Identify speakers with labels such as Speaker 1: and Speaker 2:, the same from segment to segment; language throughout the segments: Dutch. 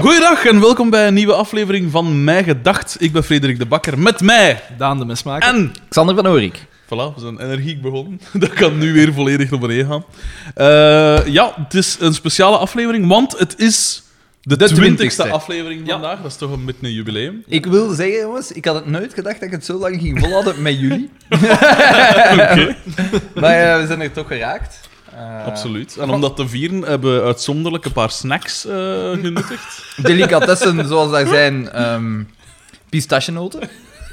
Speaker 1: Goeiedag en welkom bij een nieuwe aflevering van Mij Gedacht. Ik ben Frederik de Bakker, met mij
Speaker 2: Daan de Mesmaker.
Speaker 1: en...
Speaker 3: Xander van Oorik.
Speaker 1: Voilà, we zijn energiek begonnen. Dat kan nu weer volledig naar beneden gaan. Eh, ja, het is een speciale aflevering, want het is de, twintigste
Speaker 3: twintigste.
Speaker 1: aflevering vandaag. Dat is toch een beetje een jubileum.
Speaker 3: Ik wil zeggen, jongens, ik had het nooit gedacht dat ik het zo lang ging volhouden met jullie.
Speaker 1: Oké.
Speaker 3: Maar eh, we zijn er toch geraakt. Eh,
Speaker 1: Absoluut. En om dat te vieren hebben we uitzonderlijk een paar snacks eh, genuttigd.
Speaker 3: Delicatessen zoals daar zijn ehm pistachenoten,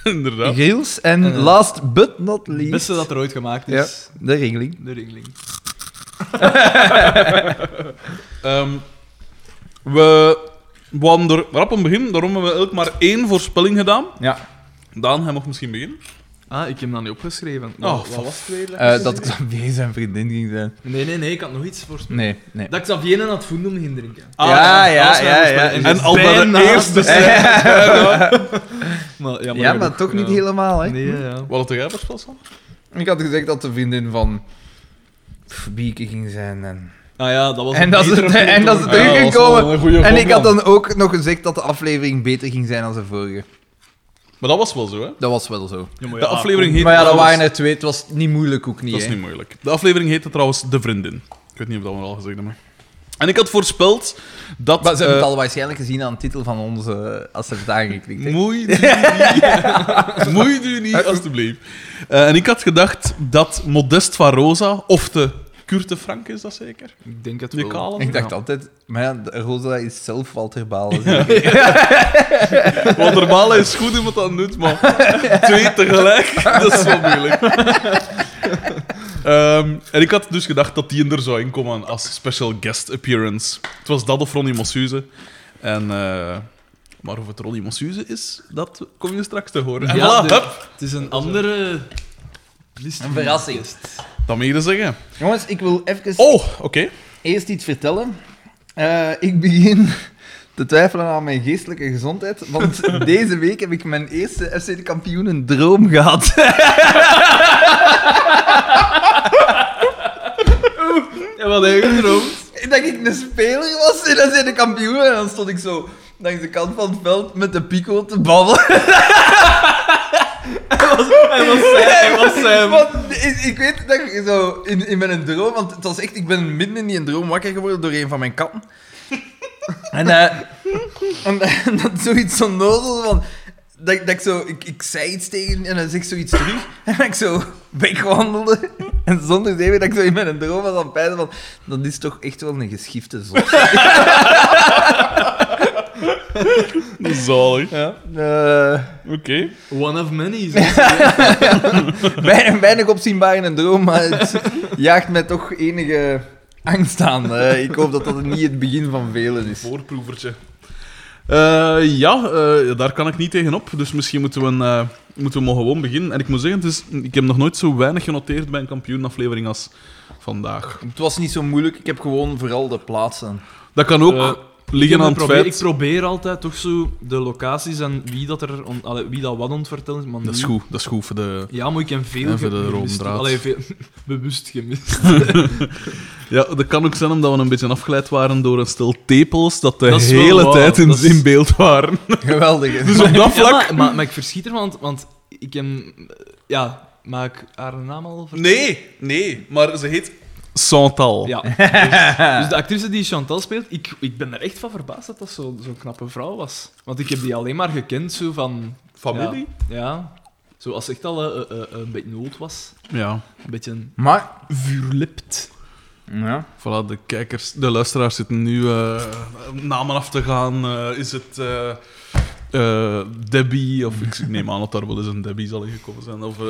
Speaker 1: Inderdaad.
Speaker 3: grills en
Speaker 2: Eh,
Speaker 3: last but not least
Speaker 2: Het beste dat er ooit gemaakt
Speaker 3: ja,
Speaker 2: is.
Speaker 3: de ringling.
Speaker 2: De ringling.
Speaker 1: Ehm, we waren er rap een begin, daarom hebben we elk maar één voorspelling gedaan.
Speaker 3: Ja.
Speaker 1: Daan, hij mag misschien beginnen.
Speaker 2: Ah, ik heb hem dan niet opgeschreven.
Speaker 1: Oh,
Speaker 2: wat, wat was het weer?
Speaker 3: Eh, dat Xavier zijn vriendin ging zijn.
Speaker 2: Nee, nee, nee, ik had nog iets voor.
Speaker 3: Nee, nee.
Speaker 2: Dat Xavier aan het voendom ging drinken.
Speaker 1: Ah,
Speaker 3: ja,
Speaker 1: dat
Speaker 3: ja,
Speaker 1: was mijn
Speaker 3: ja, ja.
Speaker 1: voorspelling. En al bij
Speaker 2: Bijna.
Speaker 1: de eerste
Speaker 2: Ja.
Speaker 1: scène.
Speaker 2: Maar, ja,
Speaker 3: Ja, maar toch niet helemaal, hè?
Speaker 2: Nee, ja.
Speaker 1: Wat had jij voorspeld, Sam?
Speaker 3: Ik had gezegd dat de vriendin van pff, Bieke ging zijn. En,
Speaker 2: Ah ja, dat was
Speaker 3: en dat ze
Speaker 2: betere
Speaker 3: en dat ze
Speaker 2: film.
Speaker 1: Ja, dat was wel
Speaker 3: teruggekomen.
Speaker 1: een goeie
Speaker 3: En ik
Speaker 1: voorplan.
Speaker 3: had dan ook nog gezegd dat de aflevering beter ging zijn dan de vorige.
Speaker 1: Maar dat was wel zo, hè?
Speaker 3: Dat was wel zo.
Speaker 2: Ja, maar
Speaker 1: De
Speaker 2: ja,
Speaker 1: aflevering heette
Speaker 3: Maar ja, dat
Speaker 1: trouwens-
Speaker 3: waren er twee. Het was niet moeilijk ook niet.
Speaker 1: Dat is
Speaker 3: hè.
Speaker 1: niet moeilijk. De aflevering heette trouwens De Vriendin. Ik weet niet of dat we al gezegd hebben. En ik had voorspeld dat...
Speaker 3: Maar ze hebben
Speaker 1: eh,
Speaker 3: het al waarschijnlijk gezien aan de titel van onze... eh, Als ze het aangeklikt hè.
Speaker 1: Moeit u niet. Moeit u niet, alstublieft. Eh, en ik had gedacht dat Modest van Rosa, of de Kurte Frank is dat zeker?
Speaker 2: Ik denk het
Speaker 1: Die
Speaker 2: wel.
Speaker 1: kale.
Speaker 3: Ik dacht altijd... Maar ja, de Rosa is zelf Walter Dus Balen.
Speaker 1: Want normaal is het goed in wat dat doet, maar twee tegelijk, dat is wel moeilijk. Ehm, en ik had dus gedacht dat die er zou inkomen als special guest appearance. Het was dat of Ronnie Mossuze. En, eh, maar of het Ronnie Mossuze is, dat kom je straks te horen. En
Speaker 2: Ja,
Speaker 1: voilà,
Speaker 2: de-
Speaker 1: hup,
Speaker 2: Het is een andere eh, list.
Speaker 3: Een verrassing.
Speaker 1: dat moet je zeggen.
Speaker 3: Jongens, ik wil even
Speaker 1: Oh, oké.
Speaker 3: eerst iets vertellen. Eh, ik begin te twijfelen aan mijn geestelijke gezondheid. Want deze week heb ik mijn eerste FC de Kampioenen droom gehad.
Speaker 2: En wat heb je gedroomd?
Speaker 3: dat ik een speler was en dan zijn de kampioenen. En dan stond ik zo langs de kant van het veld met de pico te babbelen.
Speaker 2: Hij was Sam, hij was ehm, Sam.
Speaker 3: Want ik, ik weet dat ik zo in, in mijn droom, want het was echt, ik ben midden in die droom wakker geworden door een van mijn katten. En, eh, en, en dat zoiets onnozel van. Dat, ik- dat ik zo, ik, ik zei iets tegen en dan zeg ik zoiets terug. En dat ik zo wegwandelde. En zonder zeven dat ik zo in mijn droom was aan het pijzen van. Dat is toch echt wel een geschifte zon.
Speaker 1: Zalig.
Speaker 3: Eh,
Speaker 1: Oké.
Speaker 2: One of many. zo.
Speaker 3: Weinig, weinig opzienbaar in een droom, maar het jaagt mij toch enige angst aan. Eh, ik hoop dat dat niet het begin van velen is.
Speaker 1: Voorproevertje. Eh, ja, eh, daar kan ik niet tegenop. Dus misschien moeten we, een, eh, moeten we maar gewoon beginnen. En ik moet zeggen, het is, ik heb nog nooit zo weinig genoteerd bij een kampioenaflevering als vandaag.
Speaker 3: Het was niet zo moeilijk, ik heb gewoon vooral de plaatsen.
Speaker 1: Dat kan ook
Speaker 2: Eh, Ik
Speaker 1: liggen
Speaker 2: heb
Speaker 1: aan het
Speaker 2: geprobeerd-
Speaker 1: feit...
Speaker 2: Ik probeer altijd toch zo de locaties en wie dat, er on- allee, wie dat wat aan het vertellen is. Maar
Speaker 1: Dat is
Speaker 2: nu-
Speaker 1: goed, dat is goed voor de...
Speaker 2: Ja, maar ik heb veel
Speaker 1: En voor de
Speaker 2: gemist.
Speaker 1: rode draad.
Speaker 2: Allee, veel, bewust gemist.
Speaker 1: Ja, dat kan ook zijn omdat we een beetje afgeleid waren door een stel tepels dat de
Speaker 2: Dat is wel
Speaker 1: hele
Speaker 2: waar,
Speaker 1: tijd in,
Speaker 2: dat is-
Speaker 1: in beeld waren.
Speaker 3: Geweldig. hè?
Speaker 1: Dus op dat vlak...
Speaker 2: Ja, maar, maar, maar ik verschiet ervan, want, want ik heb... Ja, maak haar naam al verteld?
Speaker 1: Nee, nee, maar ze heet... Santal.
Speaker 2: Ja. Dus, dus de actrice die Chantal speelt, ik, ik ben er echt van verbaasd dat dat zo- zo'n knappe vrouw was. Want ik heb die alleen maar gekend zo van...
Speaker 1: Familie?
Speaker 2: Ja, ja. Zo als ze echt al eh, eh, eh, een beetje oud was.
Speaker 1: ja.
Speaker 2: Een beetje
Speaker 3: Maar,
Speaker 2: vuurlipt.
Speaker 3: ja.
Speaker 1: Voilà, de kijkers, de luisteraars zitten nu eh, namen af te gaan. Eh, is het eh, eh, Debbie? Of ik neem aan dat daar wel eens een Debbie zal ingekomen zijn. Of eh,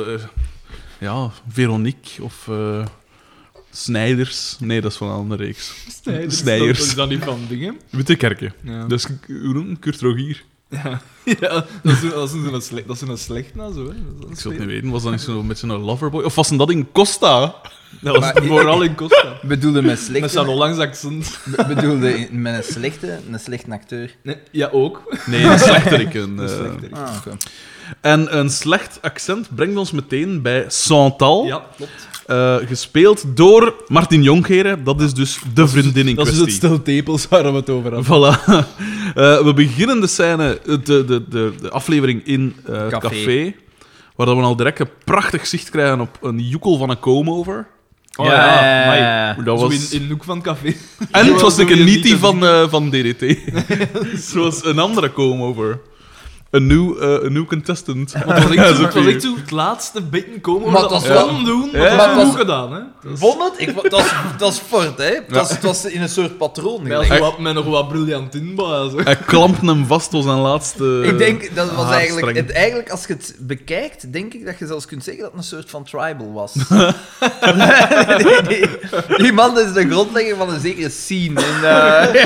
Speaker 1: ja, Veronique of eh, Snijders. Nee, dat is van een andere reeks.
Speaker 2: Snijders.
Speaker 1: Snijders.
Speaker 2: Dat is dan niet van dingen.
Speaker 1: Witte Kerken.
Speaker 2: Ja.
Speaker 1: Dat is Dus, hoe noemt hem? Kurt Rogier.
Speaker 2: Ja, ja dat is, dat is een slecht, dat is een slecht na zo. Hè. Dat is
Speaker 1: Ik zou het niet weten. Was dat niet zo'n beetje een loverboy? Of was dat in Costa?
Speaker 2: Dat was
Speaker 3: Maar-
Speaker 2: vooral in Costa.
Speaker 3: Bedoelde met
Speaker 2: Met zijn
Speaker 3: slechte,
Speaker 2: onlangs accent.
Speaker 3: be- bedoelde in- met een slechte, een slechte acteur.
Speaker 2: Nee, ja, ook.
Speaker 1: Nee, een slechterik. Een,
Speaker 2: Dat is
Speaker 1: eh.
Speaker 2: slechter.
Speaker 3: Ah, oké.
Speaker 1: En een slecht accent brengt ons meteen bij Santal.
Speaker 2: Ja, klopt.
Speaker 1: Eh, gespeeld door Martin Jonkeren. Dat is dus de vriendin in
Speaker 2: Dat is
Speaker 1: kwestie.
Speaker 2: het stel tepels waar we het over hebben.
Speaker 1: Voilà. Eh, we beginnen de scène, eh, de, de, de, de aflevering in eh, het
Speaker 3: Café.
Speaker 1: café. Waar dat we al direct een prachtig zicht krijgen op een joekel van een comb-over.
Speaker 2: Oh ja, amai.
Speaker 1: Dat
Speaker 2: Zo
Speaker 1: was...
Speaker 2: in, in Noek van het Café.
Speaker 1: En het was
Speaker 2: Zo
Speaker 1: een keer
Speaker 2: weer
Speaker 1: niet die
Speaker 2: niet
Speaker 1: van, eh, van DDT. Het was een andere comb-over. Een nieuw, eh, een nieuw contestant.
Speaker 2: Want dat was echt zo-
Speaker 1: Ja,
Speaker 2: dat was
Speaker 1: zo-
Speaker 2: echt zo het laatste beetje komen
Speaker 3: Maar
Speaker 2: dat
Speaker 3: dat
Speaker 2: we
Speaker 3: was-
Speaker 2: konden doen,
Speaker 1: Ja.
Speaker 2: maar
Speaker 3: Maar
Speaker 2: dat
Speaker 3: dat
Speaker 2: hebben we
Speaker 3: was-
Speaker 2: ook gedaan. Hè. Dat is-
Speaker 3: Vond het? Ik, wa- dat, is, dat is fort, hè? Dat, is, dat is in een soort patroon.
Speaker 2: Met,
Speaker 3: gelegd.
Speaker 2: nog wat, met nog wat briljant inbouw. Zo.
Speaker 1: Hij klampte hem vast tot zijn laatste.
Speaker 3: Ik denk, dat was
Speaker 1: haarstreng.
Speaker 3: eigenlijk, het, eigenlijk, als je het bekijkt, denk ik dat je zelfs kunt zeggen dat het een soort van tribal was. die, die, die man is de grondlegger van een zekere scene. In, eh,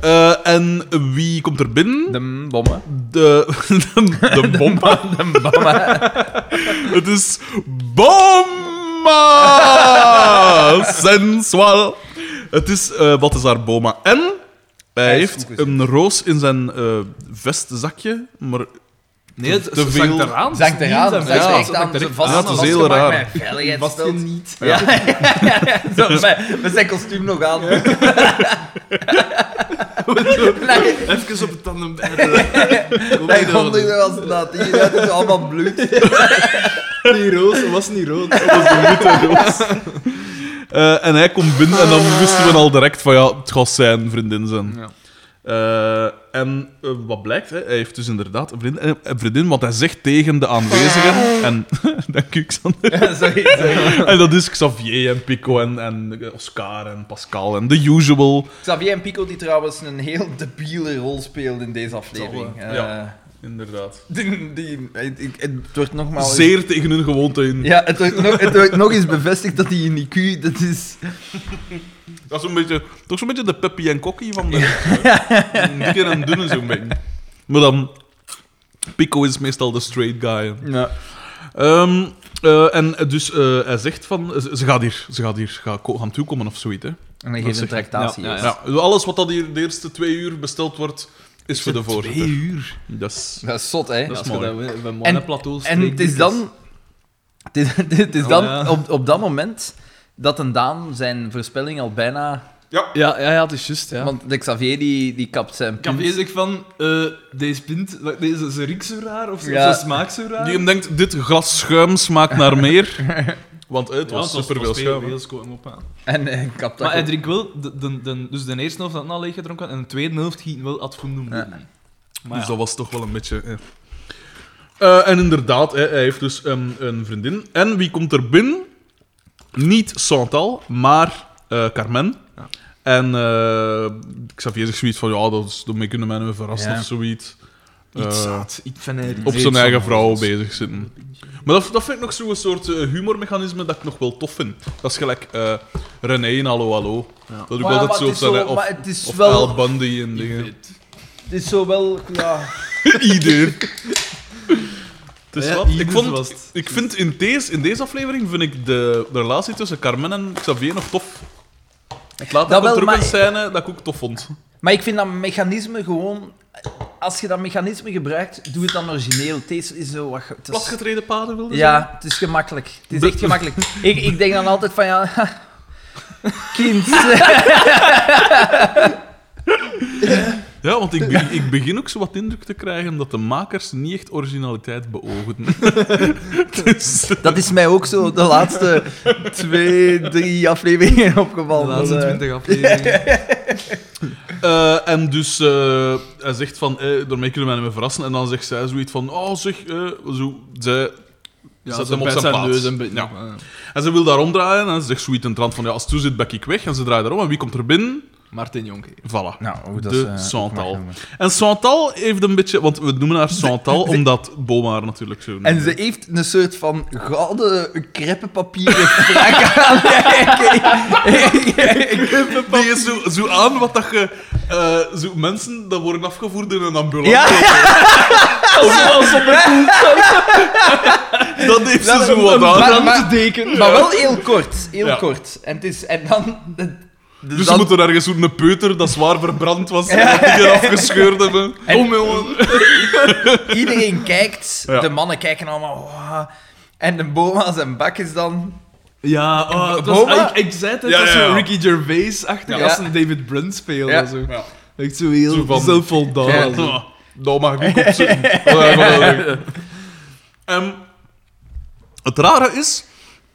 Speaker 1: Eh, en wie komt er binnen?
Speaker 3: de bommen.
Speaker 1: De, de, de bom.
Speaker 3: De bommen.
Speaker 1: Het is Boma! Sensual. Het is eh Balthazar Boma. En hij
Speaker 3: Hij is
Speaker 1: heeft
Speaker 3: goed gezien.
Speaker 1: een roos in zijn eh, vestzakje, maar
Speaker 2: Nee, het
Speaker 1: Te
Speaker 2: ze
Speaker 1: veel-
Speaker 2: zangt eraan. ze
Speaker 3: Zangt
Speaker 2: is
Speaker 3: eraan,
Speaker 2: niet
Speaker 3: zangt
Speaker 2: zijn
Speaker 3: echt
Speaker 2: vest,
Speaker 3: aan,
Speaker 2: zangt er
Speaker 3: ze
Speaker 2: echt
Speaker 3: vast-
Speaker 1: Ja, dat is
Speaker 2: aan.
Speaker 1: heel
Speaker 3: vastgemaakt
Speaker 1: raar.
Speaker 3: met veiligheid
Speaker 2: Was je
Speaker 3: stelt.
Speaker 2: niet.
Speaker 3: Ja, Zo, met, met zijn kostuum nog aan. Nee,
Speaker 2: Even op het tanden bijten. Kom
Speaker 3: Hij
Speaker 2: hier,
Speaker 3: komt er
Speaker 2: hoor.
Speaker 3: wel eens dat. Hier dat is allemaal bloed.
Speaker 2: Niet roos, dat was niet rood.
Speaker 1: dat was een witte roos. Eh, en hij komt binnen en dan wisten we al direct van ja, het gaat zijn vriendin zijn.
Speaker 2: Ja.
Speaker 1: Eh, en eh, wat blijkt, hè, hij heeft dus inderdaad een vriendin, eh, een vriendin, want hij zegt tegen de aanwezigen, en dank u Xander,
Speaker 3: Sorry, sorry.
Speaker 1: en dat is Xavier en Pico en, en Oscar en Pascal en The Usual.
Speaker 3: Xavier en Pico, die trouwens een heel debiele rol speelden in deze aflevering.
Speaker 1: Zal, eh,
Speaker 3: Eh,
Speaker 1: ja. Inderdaad.
Speaker 3: die, die, ik- ik- het wordt nogmaals...
Speaker 1: Zeer tegen hun gewoonte in.
Speaker 3: Ja, het wordt, nog, het wordt nog eens bevestigd dat die in IQ, dat is...
Speaker 1: Dat is een beetje, toch zo'n beetje de Peppy en Kokkie van de. Mm, Een dikke en dunne zo'n beetje. Maar dan. Pico is meestal de straight guy.
Speaker 3: Ja.
Speaker 1: Ehm, eh, en dus eh, hij zegt van. Ze, ze gaat hier, ze gaat hier ga, ko- gaan toekomen of zoiets. Hè.
Speaker 3: En dan
Speaker 1: Dat
Speaker 3: geeft
Speaker 1: is
Speaker 3: een
Speaker 1: echt-
Speaker 3: tractatie.
Speaker 2: ja, ja,
Speaker 3: eerst.
Speaker 1: Ja, alles wat dat hier de eerste twee uur besteld wordt, is voor de voorzitter.
Speaker 2: Twee uur.
Speaker 1: Dat is.
Speaker 3: Dat is zot, hè?
Speaker 1: Dat is
Speaker 2: Als je
Speaker 1: mooi.
Speaker 2: dat we- dus- we
Speaker 3: En-
Speaker 2: mannenplateaus
Speaker 3: En het is
Speaker 2: streekdikkers-
Speaker 3: dan... Het is, het is
Speaker 2: Oh,
Speaker 3: dan
Speaker 2: ja.
Speaker 3: op, op dat moment dat een Daan zijn voorspelling al bijna...
Speaker 2: Ja, ja, ja, het is juist. Ja.
Speaker 3: Want de Xavier die, die kapt zijn
Speaker 2: Ik kan
Speaker 3: punt.
Speaker 2: bezig van, eh, deze pint, wat- deze, ze riekt zo raar of ze,
Speaker 3: Ja.
Speaker 2: of ze smaakt zo raar.
Speaker 1: Die hem denkt: dit glas schuim smaakt naar meer. Want eh, het
Speaker 2: Ja,
Speaker 1: was
Speaker 2: het
Speaker 1: superveel
Speaker 2: het
Speaker 1: schuim. hè. Dus
Speaker 2: veel schuim op aan.
Speaker 3: En eh, kapt dat
Speaker 2: Maar hij
Speaker 3: ook.
Speaker 2: drinkt wel, de, de, de, dus de eerste helft had hij al leeg gedronken en de tweede helft ging wel ad fundum.
Speaker 3: Ja.
Speaker 2: binnen.
Speaker 1: Dus
Speaker 2: Maar ja.
Speaker 1: dat was toch wel een beetje. eh. Eh, en inderdaad, hè, hij heeft dus ehm, een vriendin. En wie komt er binnen? Niet Chantal, maar eh, Carmen.
Speaker 2: Ja.
Speaker 1: En eh, Xavier zegt zoiets van: ja, dat is, daarmee kunnen mensen me verrassen
Speaker 3: Ja.
Speaker 1: of zoiets.
Speaker 2: iets
Speaker 1: Eh,
Speaker 2: zaad. Ik vind hij
Speaker 1: op
Speaker 2: iets
Speaker 1: zijn eigen
Speaker 2: zaad.
Speaker 1: vrouw bezig zitten. Maar dat, dat vind ik nog zo'n soort eh, humormechanisme dat ik nog wel tof vind. Dat is gelijk eh, René in Hallo Hallo.
Speaker 2: Ja.
Speaker 1: Dat ik
Speaker 3: Maar ja,
Speaker 1: altijd
Speaker 3: maar
Speaker 1: zo
Speaker 3: het is
Speaker 1: zijn. hè,
Speaker 3: zo-
Speaker 1: Of,
Speaker 3: maar het is
Speaker 1: of
Speaker 3: wel...
Speaker 1: Al Bundy en
Speaker 2: Ik
Speaker 1: dingen.
Speaker 2: weet.
Speaker 3: Het is zo wel... Ja...
Speaker 1: Ieder. Het is
Speaker 2: Ja,
Speaker 1: wat.
Speaker 2: ieder
Speaker 1: Ik, vond,
Speaker 2: was het.
Speaker 1: ik vind in deze, in deze aflevering vind ik de, de relatie tussen Carmen en Xavier nog tof. Ik laat
Speaker 3: Dat
Speaker 1: dat ook
Speaker 3: wel,
Speaker 1: een
Speaker 3: maar-
Speaker 1: scène dat ik ook tof vond.
Speaker 3: Maar ik vind dat mechanisme gewoon... Als je dat mechanisme gebruikt, doe het dan origineel. Deze is zo... Wat, ge- het is-
Speaker 1: Platgetreden paden wilde
Speaker 3: ja, het is gemakkelijk. Het is echt gemakkelijk. Ik, ik denk dan altijd van, ja... Kind.
Speaker 1: zeggen? Ja, want ik, be- ik begin ook zo wat indruk te krijgen dat de makers niet echt originaliteit beogen. dus,
Speaker 3: Dat is mij ook zo de laatste twee, drie afleveringen
Speaker 2: De
Speaker 3: opgevallen.
Speaker 2: laatste
Speaker 3: Eh,
Speaker 2: twintig afleveringen.
Speaker 1: eh, en dus eh, hij zegt van, eh, daarmee kunnen wij hem verrassen. En dan zegt zij zoiets van, oh zeg, eh, zo, zij zet
Speaker 2: ze
Speaker 1: hem op
Speaker 2: bijt
Speaker 1: zijn plaats.
Speaker 2: neus een beetje.
Speaker 1: Ja.
Speaker 2: Ja.
Speaker 1: En ze wil daar omdraaien en ze zegt zoiets in trant van ja, als het toe zit, bek ik weg. En ze draait daarom en wie komt er binnen?
Speaker 2: Martin Jonker.
Speaker 1: Voilà.
Speaker 3: Nou, hoe dat
Speaker 1: De
Speaker 3: is, eh,
Speaker 1: Santal.
Speaker 3: opmerkelijk.
Speaker 1: En Chantal heeft een beetje, want we noemen haar Chantal omdat Boma haar natuurlijk zo noemt.
Speaker 3: En ze heeft een soort van gouden kreppenpapieren frak aan.
Speaker 1: Die is zo, zo aan wat dat je... eh, zo mensen dat worden afgevoerd in een ambulance.
Speaker 3: Ja.
Speaker 1: Of als op een koelkast. Dat heeft ze zo wat aan.
Speaker 3: Maar- maar-
Speaker 2: deken.
Speaker 3: Maar wel heel kort, heel
Speaker 1: Ja.
Speaker 3: kort. En, het is, en dan...
Speaker 1: Dus
Speaker 3: dan-
Speaker 1: ze moeten ergens zo'n peuter dat zwaar verbrand was en dat die afgescheurd hebben. Oh,
Speaker 2: Kom jongen.
Speaker 3: Iedereen kijkt,
Speaker 1: Ja.
Speaker 3: de mannen kijken allemaal. "Wauw." En de boma zijn bak is dan.
Speaker 2: Ja, oh, het was,
Speaker 3: Boma?
Speaker 2: ik, ik zei het, het
Speaker 1: Ja,
Speaker 2: was
Speaker 1: ja,
Speaker 2: zo
Speaker 1: ja.
Speaker 2: Ricky Gervais-achtig
Speaker 3: Ja.
Speaker 2: als een David Brunt speelde.
Speaker 3: Ja.
Speaker 2: Zo.
Speaker 1: Ja.
Speaker 2: Echt zo heel
Speaker 1: Zo van-
Speaker 2: zelfvoldaan.
Speaker 3: Ja.
Speaker 2: zo.
Speaker 1: Ah, Dat mag ik niet opzetten. Ja, ja, ja. Ehm, het rare is,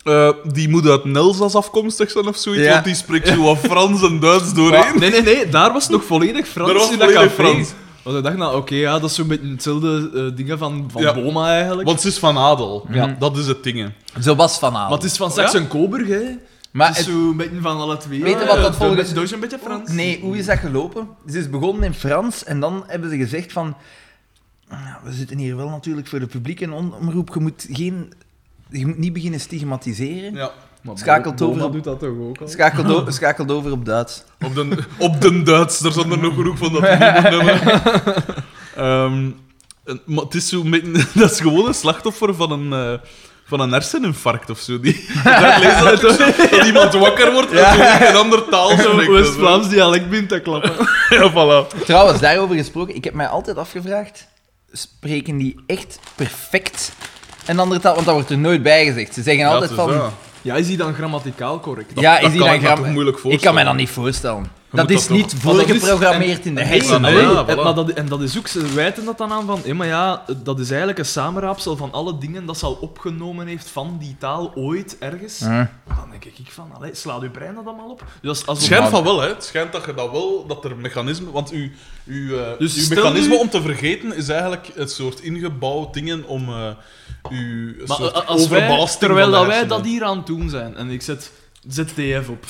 Speaker 1: eh, die moet uit Nelsas afkomstig zijn of zoiets,
Speaker 3: Ja.
Speaker 1: want die spreekt zo wat Frans en Duits doorheen.
Speaker 2: Ah, Nee, nee, nee, daar was het nog volledig Frans
Speaker 1: Daar was
Speaker 2: in dat
Speaker 1: volledig
Speaker 2: café.
Speaker 1: Frans.
Speaker 2: Want ik dacht, nou, oké, ja, dat is zo'n beetje hetzelfde eh, dingen van, van
Speaker 1: Ja.
Speaker 2: Boma eigenlijk.
Speaker 1: Want ze is van adel.
Speaker 3: Ja.
Speaker 1: Dat is het ding. hè.
Speaker 3: Zo was Van Aal.
Speaker 2: maar het is van Saxe en Coburg, hè.
Speaker 3: maar
Speaker 2: het is
Speaker 3: het-
Speaker 2: zo een beetje van alle twee.
Speaker 3: Weet je wat dat
Speaker 2: Eh,
Speaker 3: volgens-
Speaker 2: Doe- doe eens een beetje Frans.
Speaker 3: Nee, hoe is dat gelopen? Ze is begonnen in Frans en dan hebben ze gezegd van... "Nou, We zitten hier wel natuurlijk voor de publieke omroep. Je moet, geen, je moet niet beginnen stigmatiseren.
Speaker 1: Ja.
Speaker 2: Maar
Speaker 3: Schakelt
Speaker 2: Boma
Speaker 3: over op-
Speaker 2: doet dat toch ook al?
Speaker 3: Schakelt, o- schakelt over op Duits.
Speaker 1: Op den, op den Duits, daar zijn er nog genoeg van dat nummer. Ehm en- maar het is zo met, dat is gewoon een slachtoffer van een, eh, van een herseninfarct of zo. Die, dat lees je dat, ook zo, dat iemand wakker wordt en zo in een ander taal
Speaker 2: Zo'n
Speaker 1: spreekt.
Speaker 2: West-Vlaams dialect bent te klappen.
Speaker 1: Ja, voilà.
Speaker 3: Trouwens, daarover gesproken. Ik heb mij altijd afgevraagd... Spreken die echt perfect een andere taal? Want dat wordt er nooit bij gezegd. Ze zeggen altijd
Speaker 1: Ja,
Speaker 3: van...
Speaker 1: het is dat.
Speaker 2: Ja, is die dan grammaticaal correct?
Speaker 3: Ja,
Speaker 1: dat
Speaker 3: is die
Speaker 1: kan
Speaker 3: dan
Speaker 1: ik me toch
Speaker 3: gram-
Speaker 1: moeilijk
Speaker 3: Ik kan
Speaker 1: voorstellen.
Speaker 3: mij dat niet voorstellen. dat
Speaker 1: moet
Speaker 3: is
Speaker 1: dat
Speaker 3: niet
Speaker 1: toch-
Speaker 2: Maar dat is-
Speaker 3: voorgeprogrammeerd in de
Speaker 2: en-
Speaker 1: en-
Speaker 3: hersenen. hè?
Speaker 2: Nee,
Speaker 1: Ja,
Speaker 2: en,
Speaker 1: voilà.
Speaker 2: maar dat, en dat is ook, ze wijten dat dan aan van, hé, maar ja, dat is eigenlijk een samenraapsel van alle dingen dat ze al opgenomen heeft van die taal ooit ergens.
Speaker 3: Hm.
Speaker 2: Dan denk ik van, allee, slaat uw brein dat allemaal op? Dus dat is
Speaker 1: Het
Speaker 2: alsof-
Speaker 1: schijnt van wel, hè. Het schijnt dat je dat wel, dat er mechanismen... Want uw, uw, eh,
Speaker 2: Dus
Speaker 1: uw
Speaker 2: stel
Speaker 1: mechanisme
Speaker 2: nu-
Speaker 1: om te vergeten is eigenlijk een soort ingebouwd dingen om eh uw een
Speaker 2: Maar
Speaker 1: soort
Speaker 2: a- als wij,
Speaker 1: overbelasting
Speaker 2: terwijl
Speaker 1: van de
Speaker 2: dat wij
Speaker 1: hersenen.
Speaker 2: dat hier aan het doen zijn en ik zet ZTF op,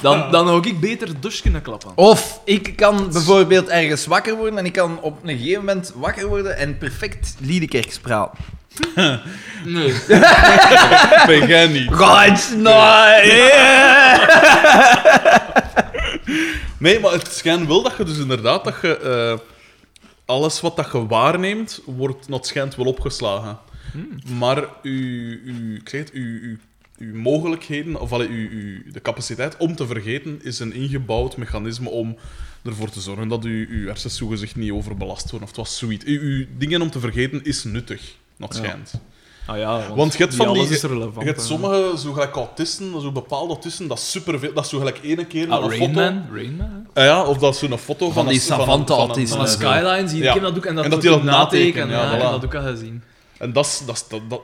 Speaker 2: dan, dan ook ik beter dus kunnen klappen.
Speaker 3: Of ik kan bijvoorbeeld ergens wakker worden en ik kan op een gegeven moment wakker worden en perfect Liedekerks praten.
Speaker 2: Nee.
Speaker 1: Ben jij niet.
Speaker 3: God, nee!
Speaker 1: Nee, maar het schijnt wel dat je dus inderdaad dat je eh, alles wat dat je waarneemt, wordt dat schijnt wel opgeslagen.
Speaker 2: Hmm.
Speaker 1: Maar uw, uw, ik zeg het, uw, uw, uw mogelijkheden, of allee, uw, uw, de capaciteit om te vergeten, is een ingebouwd mechanisme om ervoor te zorgen dat uw, uw hersensoegen zich niet overbelast worden. Of het was zoiets. Uw, uw dingen om te vergeten is nuttig, dat
Speaker 2: Ja.
Speaker 1: schijnt.
Speaker 2: Ah ja, want,
Speaker 1: Want je hebt
Speaker 2: niet
Speaker 1: van die-
Speaker 2: alles is relevant.
Speaker 1: Je hebt
Speaker 2: hè.
Speaker 1: sommige, zo gelijk autisten, zo bepaalde autisten, dat is superveel. Dat is zo gelijk ene keer naar
Speaker 2: Ah,
Speaker 1: een
Speaker 2: Rain
Speaker 1: foto...
Speaker 2: Man, Rain Man, hè?
Speaker 1: Ah ja, of dat is zo'n foto van,
Speaker 3: die
Speaker 1: een- van een-
Speaker 3: savantenautisten.
Speaker 1: van
Speaker 2: Van
Speaker 1: een-
Speaker 2: de
Speaker 3: Ja, zo.
Speaker 2: skyline zie ik
Speaker 1: Ja.
Speaker 2: hem dat ook. En dat,
Speaker 1: En dat die dat natekenen,
Speaker 2: natekenen,
Speaker 1: ja,
Speaker 2: ik heb
Speaker 1: voilà.
Speaker 2: dat ook al gezien.
Speaker 1: En dat, is- dat, is- dat, dat,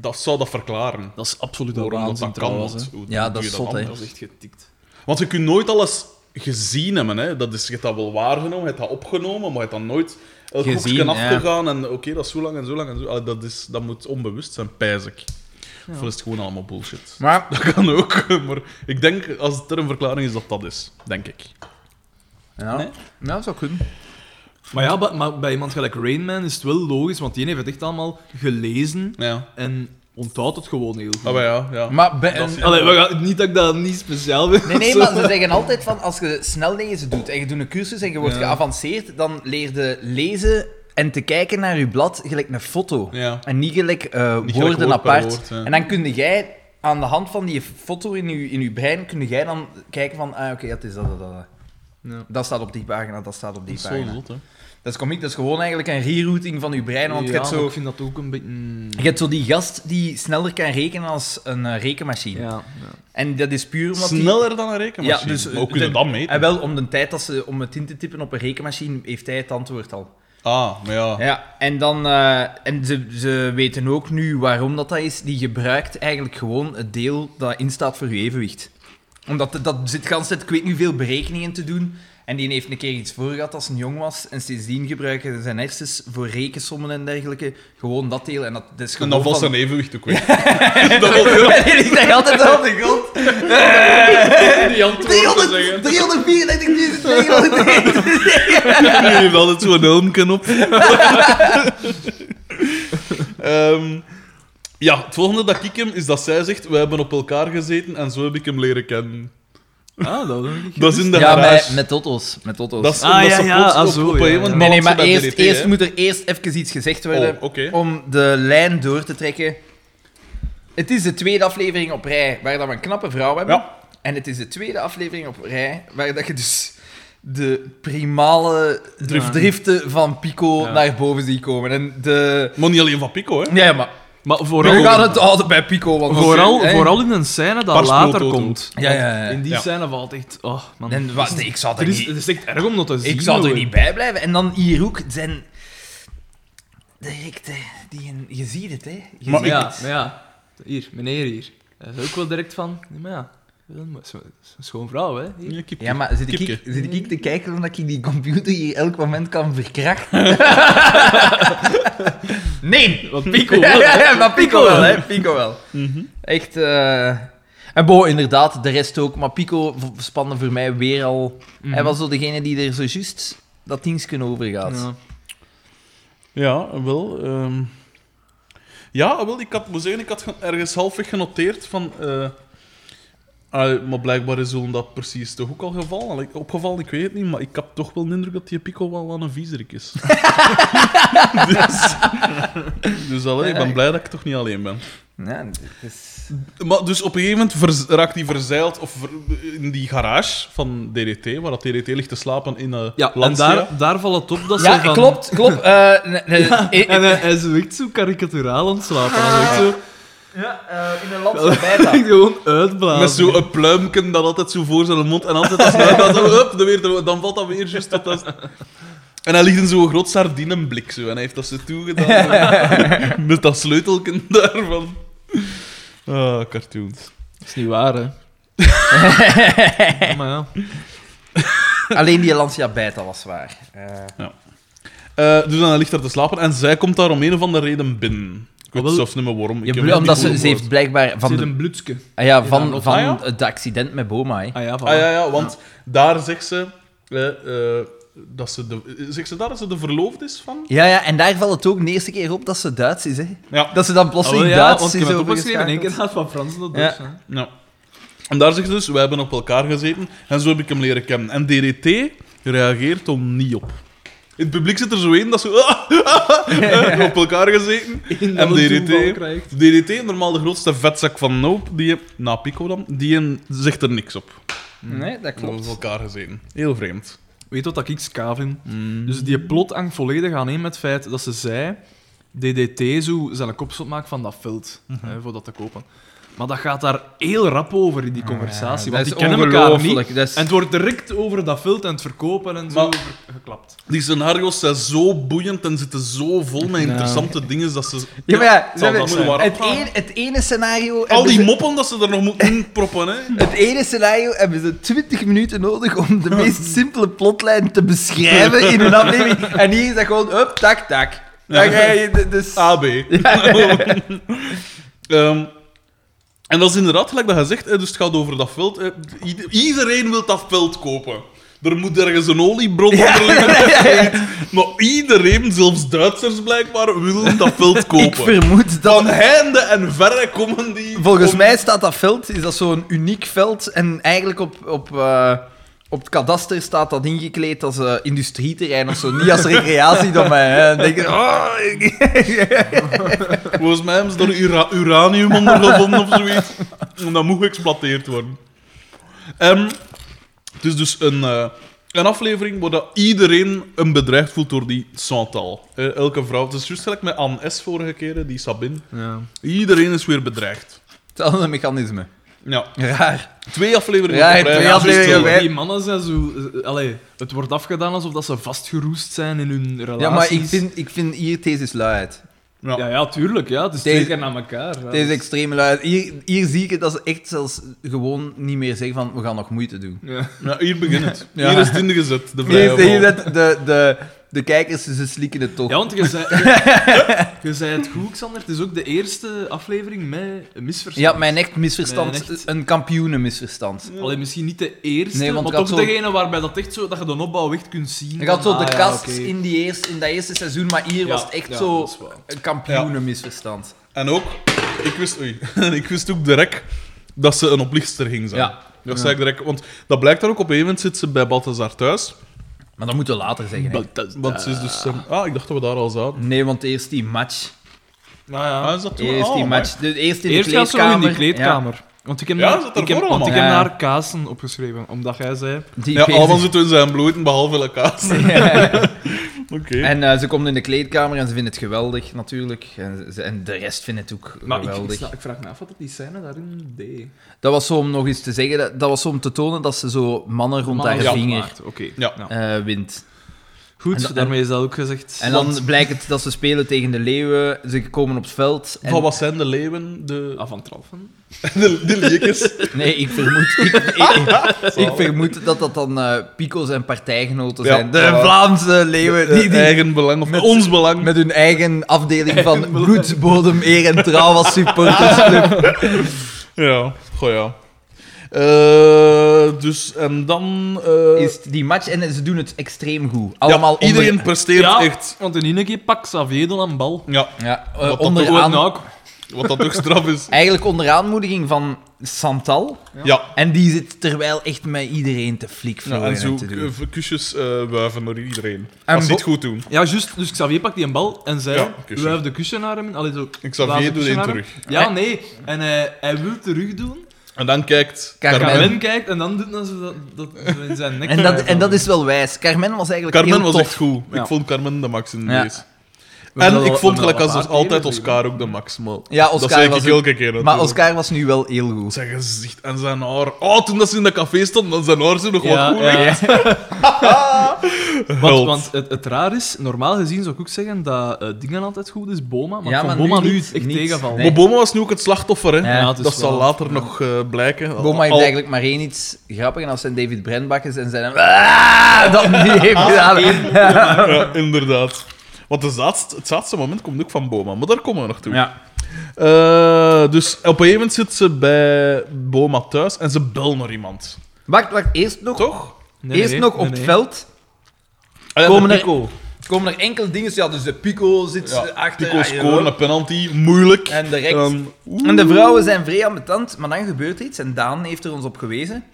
Speaker 1: dat zou dat verklaren.
Speaker 2: Dat is absoluut een
Speaker 1: Waarom dat,
Speaker 2: waanzin
Speaker 1: dat kan.
Speaker 2: trouwens.
Speaker 1: want
Speaker 2: hè.
Speaker 1: hoe
Speaker 3: Ja,
Speaker 1: doe
Speaker 3: dat
Speaker 1: je
Speaker 3: is zot, hè.
Speaker 1: anders?
Speaker 2: Dat is echt getikt.
Speaker 1: Want je kunt nooit alles gezien hebben. Hè. Dat is, je hebt dat wel waargenomen, je hebt dat opgenomen, maar je hebt dat nooit elk
Speaker 3: Gezien,
Speaker 1: hoekje
Speaker 3: ja.
Speaker 1: afgegaan. En oké, dat is zo lang en zo lang en zo. Allee, dat, is, dat moet onbewust zijn, pijs ik. Of is het gewoon allemaal bullshit.
Speaker 3: Maar
Speaker 1: Dat kan ook, maar ik denk, als het er een verklaring is, dat dat is. Denk ik.
Speaker 3: Ja.
Speaker 1: Nee?
Speaker 3: Ja, dat zou kunnen.
Speaker 2: Maar ja, bij, maar bij iemand gelijk Rain Man is het wel logisch, want die heeft het echt allemaal gelezen
Speaker 1: Ja.
Speaker 2: en onthoudt het gewoon heel goed.
Speaker 1: Ah, maar ja, ja.
Speaker 3: Maar bij
Speaker 1: Dat
Speaker 3: een-
Speaker 1: is-
Speaker 2: Allee, we gaan, niet dat ik dat niet speciaal wil.
Speaker 3: Nee, nee,
Speaker 2: zo.
Speaker 3: maar ze zeggen altijd van als je snel dingen doet en je doet een cursus en je wordt
Speaker 1: Ja.
Speaker 3: geavanceerd, dan leer je lezen en te kijken naar je blad gelijk een foto.
Speaker 1: Ja.
Speaker 3: En niet gelijk eh, woorden
Speaker 1: gelijk woord per
Speaker 3: apart.
Speaker 1: woord, ja.
Speaker 3: En dan kun jij aan de hand van die foto in je, in je brein, kun jij dan kijken van, ah oké, dat is dat, dat, dat.
Speaker 2: Ja.
Speaker 3: Dat staat op die pagina, dat staat op die
Speaker 1: Dat is zo
Speaker 3: pagina.
Speaker 1: zot, hè.
Speaker 3: Dat is komiek, dat is gewoon eigenlijk een rerouting van je brein, want
Speaker 2: Ja,
Speaker 3: je, hebt
Speaker 2: maar
Speaker 3: zo,
Speaker 2: ik vind dat ook een beetje...
Speaker 3: je hebt zo die gast die sneller kan rekenen als een eh, rekenmachine.
Speaker 2: Ja,
Speaker 3: En dat is puur omdat die-
Speaker 1: Sneller dan een rekenmachine.
Speaker 3: Ja, dus, eh,
Speaker 1: maar hoe kunnen
Speaker 3: ten-
Speaker 1: dat meten?
Speaker 3: En wel, om de tijd dat ze om het in te tippen op een rekenmachine, heeft hij het antwoord al.
Speaker 1: Ah, maar ja.
Speaker 3: Ja, en dan... eh, en ze, ze weten ook nu waarom dat dat is. Die gebruikt eigenlijk gewoon het deel dat instaat voor je evenwicht. Omdat dat- dat zit de hele tijd, ik weet niet hoeveel berekeningen te doen. En die heeft een keer iets voor gehad als hij jong was. En sindsdien gebruiken ze zijn hersens voor rekensommen en dergelijke. Gewoon dat deel. En dat, dat is
Speaker 1: En
Speaker 3: gewoon
Speaker 1: dan valt
Speaker 3: van-
Speaker 1: zijn evenwicht ook weer. dat wil heel
Speaker 3: Ik zeg altijd al de grond.
Speaker 1: die antwoorden zeggen.
Speaker 3: 334.900
Speaker 1: Nu heeft altijd zo'n helmken op. Ehm, ja, het volgende dat ik hem is dat zij zegt: We hebben op elkaar gezeten en zo heb ik hem leren kennen.
Speaker 2: Ah, dat wil ik niet.
Speaker 1: Dat is in de
Speaker 3: Ja,
Speaker 1: garage.
Speaker 3: met, met totos. Met totos.
Speaker 1: Dat is
Speaker 2: Ah,
Speaker 1: omdat
Speaker 2: ja,
Speaker 1: ze
Speaker 2: ja,
Speaker 1: plots
Speaker 2: ah,
Speaker 1: op-
Speaker 2: zo,
Speaker 1: op een
Speaker 2: ja,
Speaker 1: gegeven
Speaker 2: ja.
Speaker 1: moment
Speaker 3: nee, nee,
Speaker 1: baalt
Speaker 3: maar
Speaker 1: ze bij
Speaker 3: eerst,
Speaker 1: DDT,
Speaker 3: eerst
Speaker 1: hè.
Speaker 3: moet er eerst even iets gezegd worden
Speaker 1: Oh, oké.
Speaker 3: om de lijn door te trekken. Het is de tweede aflevering op rij waar dat we een knappe vrouw hebben.
Speaker 1: Ja.
Speaker 3: En het is de tweede aflevering op rij waar dat je dus de primale driften van Pico
Speaker 2: Ja.
Speaker 3: naar boven ziet komen. En de...
Speaker 1: Maar niet alleen van Pico, hè?
Speaker 3: Ja, ja, maar
Speaker 2: Maar vooral,
Speaker 3: We gaan het houden bij Pico. Want
Speaker 2: vooral,
Speaker 3: hè?
Speaker 2: vooral in een scène dat
Speaker 1: Pars
Speaker 2: later
Speaker 1: Nooddood
Speaker 2: komt.
Speaker 3: Ja, ja, ja.
Speaker 2: In die
Speaker 1: Ja.
Speaker 2: scène valt echt... Oh, man.
Speaker 3: En wa- nee, ik zou
Speaker 2: Het
Speaker 3: er
Speaker 2: is,
Speaker 3: niet,
Speaker 2: het is echt erg om dat te zien.
Speaker 3: ik zou er
Speaker 2: hoor.
Speaker 3: niet bij blijven. En dan hier ook zijn. Direct, hè, die, je ziet het, hè? Je
Speaker 2: Maar
Speaker 3: ziet
Speaker 2: ja,
Speaker 3: het.
Speaker 2: maar ja, hier, meneer hier. Hij is ook wel direct van... Nee, maar ja, dat is een- is een schoon vrouw, hè. hier.
Speaker 1: Ja, kip.
Speaker 3: Ja, maar zit ik,
Speaker 1: Kipke.
Speaker 3: zit ik te kijken of ik die computer hier elk moment kan verkrachten? nee!
Speaker 2: Wat Pico
Speaker 3: ja,
Speaker 2: wel,
Speaker 3: ja,
Speaker 2: hè.
Speaker 3: ja, maar Pico wel, hè. Pico wel.
Speaker 1: Mhm.
Speaker 3: Echt... eh, En Bo, inderdaad, de rest ook. Maar Pico v- spande voor mij weer al...
Speaker 2: Mhm.
Speaker 3: Hij was zo degene die er zojuist dat dingetje over gaat.
Speaker 2: Ja.
Speaker 1: Ja, wel. ehm. Ja, wel, ik had, moet zeggen, ik had ge- ergens halfweg genoteerd van... eh, ah, maar blijkbaar is Zullen dat precies toch ook al gevallen. Allee, Opgevallen, ik weet het niet, maar ik heb toch wel de indruk dat die Pico wel aan een viezerik is. dus dus allee, ik ben blij dat ik toch niet alleen ben.
Speaker 3: Ja, het is...
Speaker 1: Maar dus op een gegeven moment verz- raakt hij verzeild of ver- in die garage van DDT, waar dat DDT ligt te slapen in eh
Speaker 2: Ja, en
Speaker 1: Lancia.
Speaker 2: daar, daar valt het op dat
Speaker 3: ja
Speaker 2: ze van...
Speaker 3: klopt, klopt. Eh, nee, nee, eh,
Speaker 2: En hij, hij is zo echt zo karikaturaal aan het slapen. Hij is echt zo...
Speaker 3: Ja, eh, in een land van bijna.
Speaker 2: gewoon uitblazen.
Speaker 1: Met zo'n pluimken dat altijd zo voor zijn mond en altijd als hij dat zo, hup, dan, weer, terug- dan valt dat weer juist tot dat... En hij ligt in zo'n groot sardinenblik zo, en hij heeft dat zo toegedaan. met dat sleutelken daarvan. Ah, cartoons.
Speaker 2: Dat is niet waar, hè. Ja, maar ja.
Speaker 3: Alleen die Lancia Beta was waar. Eh,
Speaker 1: Eh, dus dan ligt daar te slapen en zij komt daar om een of andere reden binnen. Ik weet
Speaker 2: Ah, wel-
Speaker 1: zelf niet meer waarom. Ik heb
Speaker 3: ja,
Speaker 1: het niet
Speaker 3: omdat ze,
Speaker 1: goed
Speaker 3: ze heeft
Speaker 1: gehoord.
Speaker 3: blijkbaar
Speaker 2: Van
Speaker 3: van, de,
Speaker 2: een bloedske.
Speaker 3: ah ja,
Speaker 2: in
Speaker 3: van,
Speaker 2: haar
Speaker 3: van
Speaker 1: Ah, ja?
Speaker 3: het accident met Boma. hè.
Speaker 2: Ah ja, voilà.
Speaker 1: Ah ja, ja want daar zegt ze... eh, eh, dat ze de, zegt ze daar dat ze de verloofd is van?
Speaker 3: Ja, ja, en daar valt het ook de eerste keer op dat ze Duits is. Hè.
Speaker 1: Ja.
Speaker 3: Dat ze dan
Speaker 2: Ah, wel,
Speaker 3: plotseling
Speaker 2: ja,
Speaker 3: Duits
Speaker 2: want ik
Speaker 3: is
Speaker 2: heb het opgeschreven. In één
Speaker 3: overgeschakeld.
Speaker 2: keer gaat van Frans naar
Speaker 3: Ja.
Speaker 2: Duits. hè.
Speaker 1: Ja. En daar zegt ze dus, wij hebben op elkaar gezeten en zo heb ik hem leren kennen. En DDT reageert om niet op. In het publiek zit er zo één dat zo... "Ah, op elkaar gezeten.
Speaker 2: In
Speaker 1: En
Speaker 2: dat een toeval
Speaker 1: DDT,
Speaker 2: krijgt.
Speaker 1: DDT, normaal de grootste vetzak van Noop, die, na Pico dan, die een- zegt er niks op.
Speaker 3: Nee, dat
Speaker 1: Klopt. Op
Speaker 3: klopt.
Speaker 1: elkaar gezeten. Heel vreemd. Mm.
Speaker 2: Weet wat dat ik ska vind? Dus die plot hangt volledig aan in met het feit dat ze zei DDT zo zijn kopstop maakt van dat veld,
Speaker 3: Mhm.
Speaker 2: hè, voor dat te kopen. Maar dat gaat daar heel rap over in die conversatie,
Speaker 3: Ah, Ja,
Speaker 2: want
Speaker 3: dat
Speaker 2: die
Speaker 3: is
Speaker 2: kennen elkaar niet.
Speaker 3: ongelooflijk, dat is-
Speaker 2: En het wordt direct over dat veld en het verkopen en zo
Speaker 1: Maar-
Speaker 2: ver- geklapt.
Speaker 1: Die scenario's zijn zo boeiend en zitten zo vol met interessante dingen dat ze...
Speaker 3: Ja, maar ja,
Speaker 1: zal
Speaker 3: ze
Speaker 1: dat
Speaker 3: hebben-
Speaker 1: moeten
Speaker 3: het,
Speaker 1: waarop
Speaker 3: een, het ene scenario...
Speaker 1: Al
Speaker 3: hebben
Speaker 1: die
Speaker 3: ze-
Speaker 1: moppen dat ze er nog moeten inproppen, hè.
Speaker 3: Het ene scenario hebben ze 20 minuten nodig om de meest simpele plotlijn te beschrijven in een aflevering. En hier is dat gewoon up, tak, tak. Dan ga je de- dus...
Speaker 1: AB. Ehm, en dat is inderdaad, gelijk dat je zegt, hè, dus het gaat over dat veld. hè. Ieder- Iedereen wil dat veld kopen. Er moet ergens een oliebron onder liggen. Maar iedereen, zelfs Duitsers blijkbaar, wil dat veld
Speaker 3: Ik
Speaker 1: kopen.
Speaker 3: vermoed dat...
Speaker 1: Van heinde en verre komen die...
Speaker 3: Volgens
Speaker 1: om-
Speaker 3: mij staat dat veld, is dat zo'n uniek veld. En eigenlijk op, op, eh, op het kadaster staat dat ingekleed als eh, industrieterrein of zo. Niet als recreatiedomein. Hè. Dan denk je, oh,
Speaker 1: Volgens mij hebben ze er ura- uranium onder gevonden of zoiets. En dat moet geëxploiteerd worden. Ehm, het is dus een, eh, een aflevering waar dat iedereen een bedreigd voelt door die Santal. Eh, elke vrouw. Het is juist gelijk met Anne S. vorige keer, hè, die Sabine.
Speaker 2: Ja.
Speaker 1: Iedereen is weer bedreigd.
Speaker 3: Hetzelfde mechanisme.
Speaker 1: Ja,
Speaker 3: Raar.
Speaker 1: twee afleveringen.
Speaker 3: Ja,
Speaker 1: op rij,
Speaker 3: twee
Speaker 1: juist
Speaker 3: afleveringen
Speaker 1: wel.
Speaker 3: op rij.
Speaker 2: Die mannen zijn zo... eh, Allee, het wordt afgedaan alsof dat ze vastgeroest zijn in hun relaties.
Speaker 3: Ja, maar ik vind, ik vind hier deze is luid.
Speaker 1: Ja.
Speaker 2: Ja, ja, tuurlijk. Ja, het is
Speaker 3: Deze-
Speaker 2: twee keer naar elkaar. ja.
Speaker 3: Deze is extreem luid. Hier, hier zie ik het dat ze echt zelfs gewoon niet meer zeggen van we gaan nog moeite doen.
Speaker 2: Ja.
Speaker 1: Ja, hier begint het.
Speaker 3: Ja.
Speaker 1: Hier is het ingezet. De
Speaker 3: Hier
Speaker 1: vrije
Speaker 3: zie je
Speaker 1: val.
Speaker 3: dat de, de, de kijkers ze slikken het toch.
Speaker 2: Ja, want je zei, je- je zei het goed, Xander. Het is ook de eerste aflevering met een misverstand.
Speaker 3: Ja, mijn echt misverstand.
Speaker 2: Mijn echt- Ah,
Speaker 3: Een kampioenenmisverstand.
Speaker 2: Alleen misschien niet de eerste,
Speaker 3: Nee, want
Speaker 2: maar
Speaker 3: ik had
Speaker 2: toch
Speaker 3: zo-
Speaker 2: degene waarbij dat echt zo, dat je de opbouw echt kunt zien.
Speaker 3: Ik had zo
Speaker 2: van,
Speaker 3: de
Speaker 2: ah, ja,
Speaker 3: kast
Speaker 2: oké.
Speaker 3: in, die eerste, in dat eerste seizoen, maar
Speaker 2: Ja,
Speaker 3: hier was het echt
Speaker 2: ja,
Speaker 3: zo
Speaker 2: dat is waar.
Speaker 3: een kampioenenmisverstand.
Speaker 1: En ook, ik wist, oei, ik wist ook direct dat ze een oplichter ging zijn.
Speaker 3: Ja.
Speaker 1: Dat zei ik direct, want dat blijkt daar ook. Op een gegeven moment zit ze bij Balthazar thuis.
Speaker 3: Maar dat moeten we later zeggen. hè.
Speaker 1: Want ze is dus... ehm, ah, ik dacht dat we daar al zaten.
Speaker 3: Nee, want eerst die match.
Speaker 2: Nou ja.
Speaker 1: Ah, is dat toen?
Speaker 3: Eerst die
Speaker 1: Oh,
Speaker 3: match. De, eerst in
Speaker 2: Eerst
Speaker 3: de
Speaker 2: gaat ze nog in
Speaker 3: kleedkamer.
Speaker 2: die kleedkamer. Want ik heb,
Speaker 1: Ja,
Speaker 2: daar-
Speaker 1: zat
Speaker 2: ik
Speaker 1: daarvoor
Speaker 2: heb, want ik
Speaker 3: allemaal.
Speaker 2: heb
Speaker 3: Ja.
Speaker 2: daar Kaasen opgeschreven, omdat jij zei...
Speaker 3: Ja, die
Speaker 1: Ja,
Speaker 3: pezen-
Speaker 1: allemaal zitten in zijn bloed, behalve elkaar. Oké.
Speaker 3: En eh, ze komt in de kleedkamer en ze vindt het geweldig, natuurlijk. En, ze- en de rest vindt het ook
Speaker 2: Maar ik, ik,
Speaker 3: geweldig.
Speaker 2: sna- ik vraag me af wat dat die scène daarin deed.
Speaker 3: dat was zo om nog eens te zeggen, dat, dat was zo om te tonen dat ze zo mannen rond haar
Speaker 2: Ja,
Speaker 3: vinger
Speaker 2: maakt, Oké.
Speaker 1: Ja.
Speaker 2: Nou.
Speaker 3: eh wint.
Speaker 2: Goed,
Speaker 3: En dan-
Speaker 2: daarmee is dat ook gezegd.
Speaker 3: En dan
Speaker 2: Want-
Speaker 3: blijkt het dat ze spelen tegen de leeuwen. Ze komen op het veld. En...
Speaker 1: Van wat zijn de leeuwen? De,
Speaker 2: Ah, van Tralfen.
Speaker 1: de, de leekers?
Speaker 3: Nee, ik vermoed, ik, ik, ik vermoed dat dat dan eh pico's en partijgenoten
Speaker 1: Ja.
Speaker 3: zijn. De
Speaker 1: Ja.
Speaker 3: Vlaamse leeuwen. Die, die
Speaker 1: eigen belang, of
Speaker 3: met-
Speaker 1: ons belang.
Speaker 3: met hun eigen afdeling van bloed, bodem, eer en trouw als supportersclub.
Speaker 1: Ja, goh ja. Eh, dus, en dan... eh,
Speaker 3: Is die match en ze doen het extreem goed.
Speaker 1: ja,
Speaker 3: Allemaal onder-
Speaker 1: iedereen presteert echt.
Speaker 2: want in één keer pakt Xavier dan een bal.
Speaker 1: Ja,
Speaker 3: Ja, eh,
Speaker 1: Wat dat
Speaker 3: onderaan,
Speaker 2: Nou, ook.
Speaker 1: wat dat toch straf is.
Speaker 3: eigenlijk onder aanmoediging van Santal.
Speaker 1: Ja.
Speaker 3: En die zit terwijl echt met iedereen te flikvloeien
Speaker 1: Ja, en zo
Speaker 3: te doen.
Speaker 1: k- kusjes eh, wuiven naar iedereen.
Speaker 3: En
Speaker 1: Als ze het
Speaker 3: Bo-
Speaker 1: goed doen.
Speaker 2: Ja, juist. Dus Xavier pakt die een bal en zij
Speaker 1: Ja,
Speaker 2: ja,
Speaker 1: kussen.
Speaker 2: wuift de kussen naar hem. in. Allee, zo, blaas
Speaker 1: Xavier doet
Speaker 2: kussen
Speaker 1: één
Speaker 2: naar hem.
Speaker 1: terug.
Speaker 2: Ja, nee. En hij, hij wil terug doen.
Speaker 1: En dan kijkt
Speaker 3: Carmen.
Speaker 1: Carmen.
Speaker 2: Carmen kijkt en dan doet hij zo dat, dat zo in zijn nek.
Speaker 3: En dat,
Speaker 2: wrijven.
Speaker 3: en dat is wel wijs. Carmen was eigenlijk
Speaker 1: Carmen
Speaker 3: heel
Speaker 1: was
Speaker 3: tof.
Speaker 1: echt goed.
Speaker 2: Ja.
Speaker 1: Ik vond Carmen de max in
Speaker 3: Ja.
Speaker 1: deze.
Speaker 2: We hebben
Speaker 1: En
Speaker 2: al-
Speaker 1: ik
Speaker 2: we
Speaker 1: vond
Speaker 2: hebben
Speaker 1: gelijk
Speaker 2: al
Speaker 1: als
Speaker 2: een
Speaker 1: als
Speaker 2: paar
Speaker 1: altijd
Speaker 2: keer
Speaker 1: Oscar ook de max. Maar
Speaker 3: Ja, Oscar
Speaker 1: dat zei ik
Speaker 3: was ook-
Speaker 1: elke keer.
Speaker 3: Maar
Speaker 1: natuurlijk.
Speaker 3: Oscar was nu wel heel goed.
Speaker 1: Zijn gezicht en zijn haar. Oh, toen dat ze in de café stond, dan zijn haar zo nog
Speaker 2: Ja,
Speaker 1: wat goed. hè.
Speaker 2: ja. Want,
Speaker 1: Held.
Speaker 2: want het, het raar is, normaal gezien zou ik ook zeggen dat eh, dingen altijd goed is, Boma. Maar,
Speaker 3: Ja,
Speaker 2: ik vond
Speaker 3: maar nu
Speaker 2: Boma nu
Speaker 3: niet,
Speaker 2: is echt
Speaker 3: niet.
Speaker 2: tegenval.
Speaker 3: Nee.
Speaker 1: Maar Boma was nu ook het slachtoffer. Hè.
Speaker 3: Ja,
Speaker 2: het is
Speaker 1: dat zal
Speaker 2: wel-
Speaker 1: later nog eh, blijken.
Speaker 3: Boma heeft
Speaker 1: Al-
Speaker 3: eigenlijk maar één iets grappigs en als zijn David Brandbakkes en zijn... Ah, dat die heeft gedaan.
Speaker 1: Ja, inderdaad. Want de zaadst- het zaadste moment komt ook van Boma, maar daar komen we nog toe.
Speaker 3: Ja.
Speaker 1: Eh, dus op een gegeven moment zit ze bij Boma thuis en ze belt naar iemand.
Speaker 3: Wacht, wacht. Eerst nog,
Speaker 1: Toch?
Speaker 2: Nee, nee,
Speaker 3: eerst nog op
Speaker 2: nee,
Speaker 3: het
Speaker 2: nee.
Speaker 3: veld
Speaker 1: Ah ja,
Speaker 3: Komen
Speaker 1: de
Speaker 3: er- eh,
Speaker 1: Pico.
Speaker 3: komen er enkele dingen. Ja, dus de Pico zit
Speaker 1: Ja,
Speaker 3: achter.
Speaker 1: Pico
Speaker 3: ah,
Speaker 1: scoren, een penalty, moeilijk. Ehm,
Speaker 3: En de
Speaker 1: En
Speaker 3: rechts.
Speaker 1: dan- oeh.
Speaker 3: En de vrouwen zijn vrij ambetant, maar dan gebeurt er iets en Daan heeft er ons op gewezen.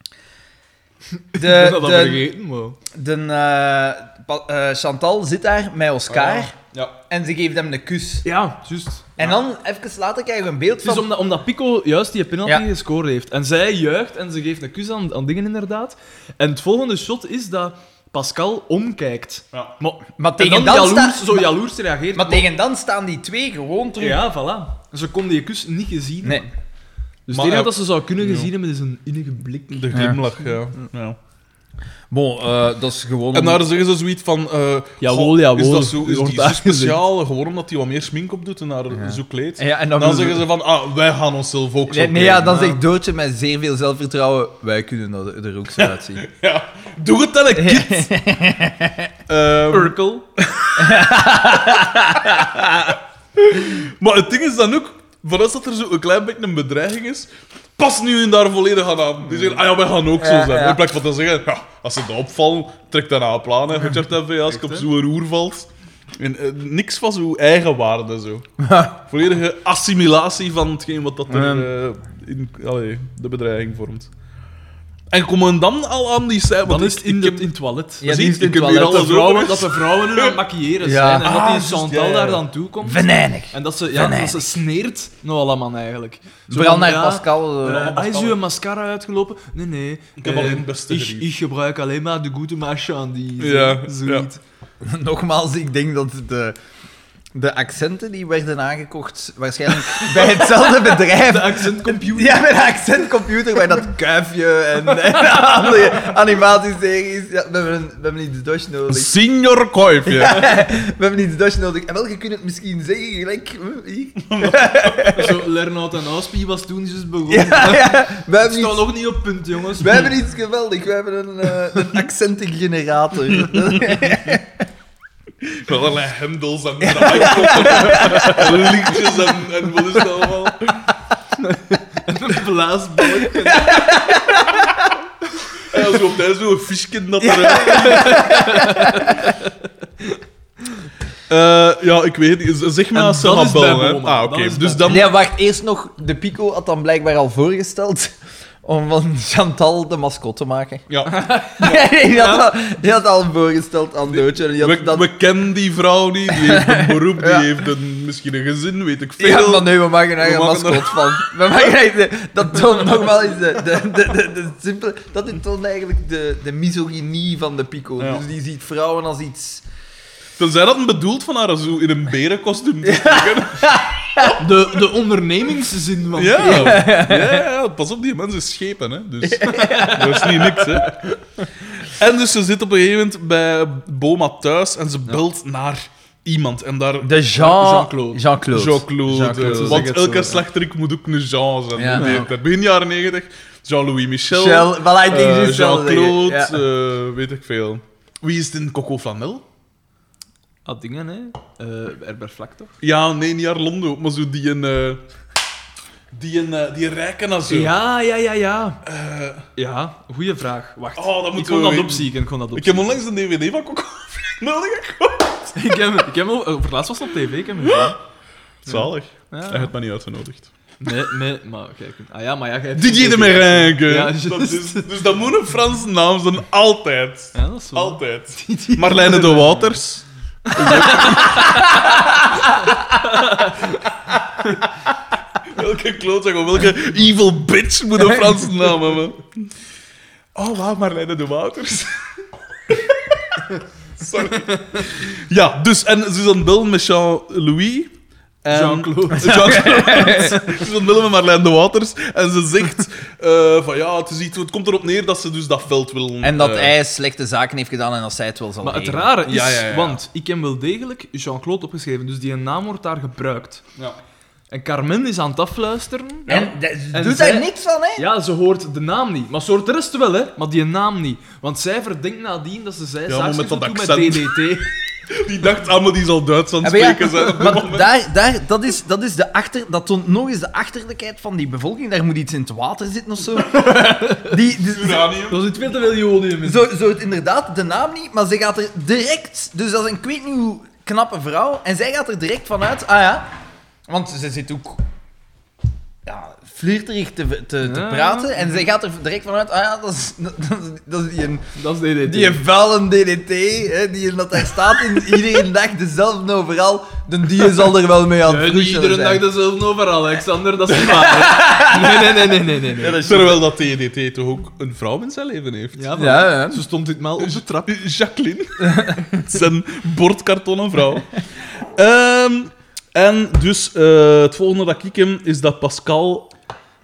Speaker 3: De,
Speaker 2: Ik ben dat al
Speaker 3: de,
Speaker 2: vergeten, maar...
Speaker 3: de, eh, pa- eh, Chantal zit daar met
Speaker 2: Ah,
Speaker 3: Oscar
Speaker 1: Ja.
Speaker 3: en ze geeft hem een kus.
Speaker 2: Ja, juist.
Speaker 3: En dan, even later, krijgen we een beeld
Speaker 2: Het is
Speaker 3: van...
Speaker 2: Dus omdat, omdat Pico juist die penalty
Speaker 3: Ja.
Speaker 2: gescoord heeft. En zij juicht en ze geeft een kus aan, aan dingen, inderdaad. En het volgende shot is dat Pascal omkijkt.
Speaker 1: Ja.
Speaker 2: Maar,
Speaker 3: Maar
Speaker 2: en dan
Speaker 3: tegen dan,
Speaker 2: jaloers,
Speaker 3: sta-
Speaker 2: zo jaloers reageert.
Speaker 3: maar tegen dan staan die twee gewoon terug.
Speaker 2: Ja, voilà. Ze kon die kus niet gezien
Speaker 3: Nee.
Speaker 2: hebben. Dus
Speaker 1: Maar
Speaker 2: het enige
Speaker 1: hij-
Speaker 2: dat ze zou kunnen
Speaker 1: Ja.
Speaker 2: gezien hebben, is een innige blik.
Speaker 1: De glimlach, ja. ja.
Speaker 3: Bon, eh, dat is gewoon...
Speaker 1: En daar zeggen ze zoiets van... eh
Speaker 2: Jawohl,
Speaker 1: goh, Is,
Speaker 2: jawohl,
Speaker 1: dat zo, is
Speaker 2: wordt
Speaker 1: die
Speaker 2: daar
Speaker 1: zo speciaal? Gewoon omdat hij wat meer smink op doet en haar
Speaker 3: Ja.
Speaker 1: zo kleedt.
Speaker 3: ja, en
Speaker 1: Dan,
Speaker 3: dan,
Speaker 1: zeggen ze van, ah, wij gaan onszelf ook zo
Speaker 3: Nee, nee, ja,
Speaker 1: kleden.
Speaker 3: dan zegt Doodje met zeer veel zelfvertrouwen, wij kunnen dat er ook zo uitzien.
Speaker 1: Ja, doe het dan, een kind. Ehm,
Speaker 2: Urkel.
Speaker 1: maar het ding is dan ook, voorals dat er zo een klein beetje een bedreiging is, pas nu in daar volledig aan aan. Die zeggen, ah ja, wij gaan ook zo
Speaker 3: Ja,
Speaker 1: zijn.
Speaker 3: ja.
Speaker 1: In plaats van te zeggen, ja, als ze dat opvallen, trek dan aan plan, hè, Richard TV, als je op zo'n roer valt. En, eh, niks van zo'n eigen waarde, zo. Volledige assimilatie van hetgeen wat dat er, eh, in, allee, de bedreiging vormt. En komen we dan al aan die cijfers?
Speaker 2: Dan is het in,
Speaker 1: ik,
Speaker 2: de,
Speaker 1: heb-
Speaker 2: in het toilet.
Speaker 3: Ja,
Speaker 1: ziet,
Speaker 3: die is in
Speaker 1: ik heb
Speaker 3: het
Speaker 1: hier
Speaker 3: toilet.
Speaker 1: al-
Speaker 2: dat, de
Speaker 1: alles
Speaker 2: vrouwen,
Speaker 1: over.
Speaker 2: dat de vrouwen nu aan het maquilleren
Speaker 3: Ja. eh,
Speaker 2: zijn. En dat
Speaker 1: Ah,
Speaker 2: die
Speaker 1: juist,
Speaker 2: Chantal
Speaker 1: ja, ja.
Speaker 2: daar dan toe komt.
Speaker 3: Venijnig.
Speaker 2: En dat ze, ja, dat ze
Speaker 3: Venijnig.
Speaker 2: sneert nou allemaal eigenlijk. Zo
Speaker 3: Vooral
Speaker 2: van,
Speaker 3: naar
Speaker 2: ja,
Speaker 3: Pascal. eh,
Speaker 2: eh, is uw mascara uitgelopen? Nee, nee.
Speaker 1: Ik heb
Speaker 2: Eh,
Speaker 1: al een beste
Speaker 2: ik,
Speaker 1: gerief.
Speaker 2: ik gebruik alleen maar de goede marchandise.
Speaker 1: Ja,
Speaker 2: Zo
Speaker 1: ja.
Speaker 2: niet.
Speaker 3: Nogmaals, ik denk dat de, de accenten die werden aangekocht waarschijnlijk bij hetzelfde bedrijf.
Speaker 2: De accentcomputer.
Speaker 3: Ja, bij de accentcomputer, bij dat kuifje en, en andere animatieseries. Ja, we, hebben, we hebben iets Duits nodig.
Speaker 1: Signor Kuifje.
Speaker 3: We hebben iets Duits nodig. En wel, je kunt het misschien zeggen, gelijk... hm, hier.
Speaker 2: Zo, Lernout en Aspie was toen dus begonnen.
Speaker 3: Ja, ja. We
Speaker 2: Ik
Speaker 3: hebben
Speaker 2: sta
Speaker 3: iets,
Speaker 2: nog niet op punt, jongens.
Speaker 3: we hebben iets geweldig. We hebben een, eh, een accentengenerator.
Speaker 1: Met allerlei hendels en draaipoppen en liedjes en, en wat is dat allemaal.
Speaker 2: een blaasbalk.
Speaker 1: En zo op tijd zo'n fischje dat eruit. Eh, ja, ik weet niet. Zeg maar
Speaker 2: En
Speaker 1: als ze
Speaker 2: dat
Speaker 1: gaan
Speaker 2: is bij
Speaker 1: bellen, hè.
Speaker 2: Boma.
Speaker 1: Ah,
Speaker 2: Dat
Speaker 1: oké.
Speaker 2: is
Speaker 1: Dus
Speaker 2: bij-
Speaker 1: dan...
Speaker 3: Nee, wacht, eerst nog. De Pico had dan blijkbaar al voorgesteld om van Chantal de mascotte te maken.
Speaker 1: Ja,
Speaker 3: die, had al, die had al voorgesteld aan Doodje. Die had
Speaker 1: we,
Speaker 3: dat...
Speaker 1: we kennen die vrouw niet. Die heeft een beroep, die
Speaker 3: Ja.
Speaker 1: heeft een, misschien een gezin, weet ik
Speaker 3: Ja,
Speaker 1: veel.
Speaker 3: maar nee, we maken daar
Speaker 1: We
Speaker 3: een
Speaker 1: maken
Speaker 3: mascot van. We maken eigenlijk de- dat toont nogmaals eens de, de, de, de, de simpele... Dat toont eigenlijk de, de misogynie van de Pico.
Speaker 1: Ja.
Speaker 3: Dus die ziet vrouwen als iets...
Speaker 1: Tenzij dat een bedoeld van haar zo in een berenkostuum. te steken.
Speaker 2: De, de ondernemingszin van...
Speaker 1: Ja. Ja. ja, ja. pas op, die mensen schepen, hè. Dus dat is niet niks, hè. En dus ze zit op een gegeven moment bij Boma thuis en ze belt naar iemand. En daar...
Speaker 3: De Jean...
Speaker 2: Jean-Claude.
Speaker 3: Ah, Jean-Claude.
Speaker 1: Jean-Claude.
Speaker 3: Jean-Claude,
Speaker 1: eh,
Speaker 3: zo
Speaker 1: want
Speaker 2: zeg het zo,
Speaker 1: elke
Speaker 2: ja.
Speaker 1: slechterik moet ook een Jean zijn.
Speaker 3: Ja.
Speaker 1: Die-
Speaker 2: Ja.
Speaker 1: Begin jaren negentig, Jean-Louis Michel.
Speaker 3: Shell. Voilà, ik denk
Speaker 1: eh,
Speaker 3: zoiets zelfs zeggen.
Speaker 1: Jean-Claude,
Speaker 3: Ja.
Speaker 1: eh, weet ik veel. Wie is het in Coco Flanel?
Speaker 2: Ah, dingen, hè. Eh Herbert Vlak, toch?
Speaker 1: Ja, nee, niet haar Londo, maar zo die een... eh, die een eh, die rijke naar zo.
Speaker 2: Ja, ja, ja, ja. ja, goede vraag. Wacht.
Speaker 1: Eh. Oh, dat
Speaker 2: ik
Speaker 1: moeten
Speaker 2: kon
Speaker 1: we
Speaker 2: dat
Speaker 1: weten.
Speaker 2: opzieken. Ik kon dat
Speaker 1: Ik heb
Speaker 2: opzieken.
Speaker 1: onlangs een DVD van Coco Flanel gekocht.
Speaker 2: Ik heb, ik heb hem over laatst was het op tv. Ik heb hem gezien.
Speaker 1: Zalig. Hij
Speaker 2: Ja.
Speaker 1: had mij niet uitgenodigd.
Speaker 2: Nee, nee, maar kijk. Ah ja, maar ja, jij hebt-
Speaker 1: Didier de Meringue.
Speaker 2: Ja,
Speaker 1: Dat
Speaker 2: juist.
Speaker 1: is- dus dat moet een Franse naam zijn, altijd.
Speaker 2: Ja, dat is wel.
Speaker 1: Altijd. Marlijne de Waters. welke klootzak of welke evil bitch moet een Franse naam hebben? Oh, wauw, Marlijne de Waters. Sorry. Ja, dus, en Suzanne Bell met Jean-Louis. en-
Speaker 2: Jean-Claude.
Speaker 1: Jean-Claude. Suzanne Bell met Marlijne de Waters. En ze zegt eh, van ja, het, is iets, het komt erop neer dat ze dus dat veld wil...
Speaker 3: En dat
Speaker 1: eh,
Speaker 3: hij slechte zaken heeft gedaan en dat zij het wel zal
Speaker 2: Maar het
Speaker 3: regelen.
Speaker 2: rare is,
Speaker 1: Ja, ja, ja.
Speaker 2: want ik heb wel degelijk Jean-Claude opgeschreven, dus die naam wordt daar gebruikt.
Speaker 1: Ja.
Speaker 2: En Carmen is aan het afluisteren.
Speaker 3: En dat-
Speaker 2: En
Speaker 3: doet
Speaker 2: zij-
Speaker 3: hij niks van, hè?
Speaker 2: Ja, ze hoort de naam niet. Maar ze hoort de rest wel, hè? Maar die naam niet. Want zij verdenkt nadien dat ze zij
Speaker 1: maar
Speaker 2: zaakjes
Speaker 1: met dat
Speaker 2: moet doen
Speaker 1: accent.
Speaker 2: met DDT.
Speaker 1: Die dacht, ah, maar die zal Duits aan het
Speaker 3: Ja, maar ja,
Speaker 1: spreken zijn. op dit
Speaker 3: maar
Speaker 1: moment.
Speaker 3: daar, daar, dat, is, dat is de achter... Dat toont nog eens de achterlijkheid van die bevolking. Daar moet iets in het water zitten of zo. Die, die-
Speaker 1: Uranium.
Speaker 2: Er zit veel te veel jodium in.
Speaker 3: zo, zo het inderdaad, de naam niet, maar zij gaat er direct... Dus dat is een ik weet niet hoe knappe vrouw. En zij gaat er direct vanuit, ah ja... Want ze zit ook... Ja, flirterig te, te, te
Speaker 2: Ja.
Speaker 3: praten. En zij gaat er direct vanuit, ah ja, dat is, dat, is- dat is die een...
Speaker 2: Dat is DDT.
Speaker 3: Die vuile DDT, hè, die in dat daar staat, in, iedere dag dezelfde overal, de die zal er wel mee aan het
Speaker 2: Ja, niet
Speaker 3: vroezelen
Speaker 2: iedere
Speaker 3: zijn.
Speaker 2: dag dezelfde overal, Alexander, dat is niet waar. Nee, nee, nee, nee, nee, nee. nee.
Speaker 1: Terwijl dat TDT toch ook een vrouw in zijn leven heeft.
Speaker 2: Ja, maar-
Speaker 3: Ja, ja.
Speaker 2: Zo stond dit maal op de trap.
Speaker 1: Jacqueline. Het zijn bordkartonnen vrouw. Ehm, en dus eh, het volgende dat ik hem is dat Pascal.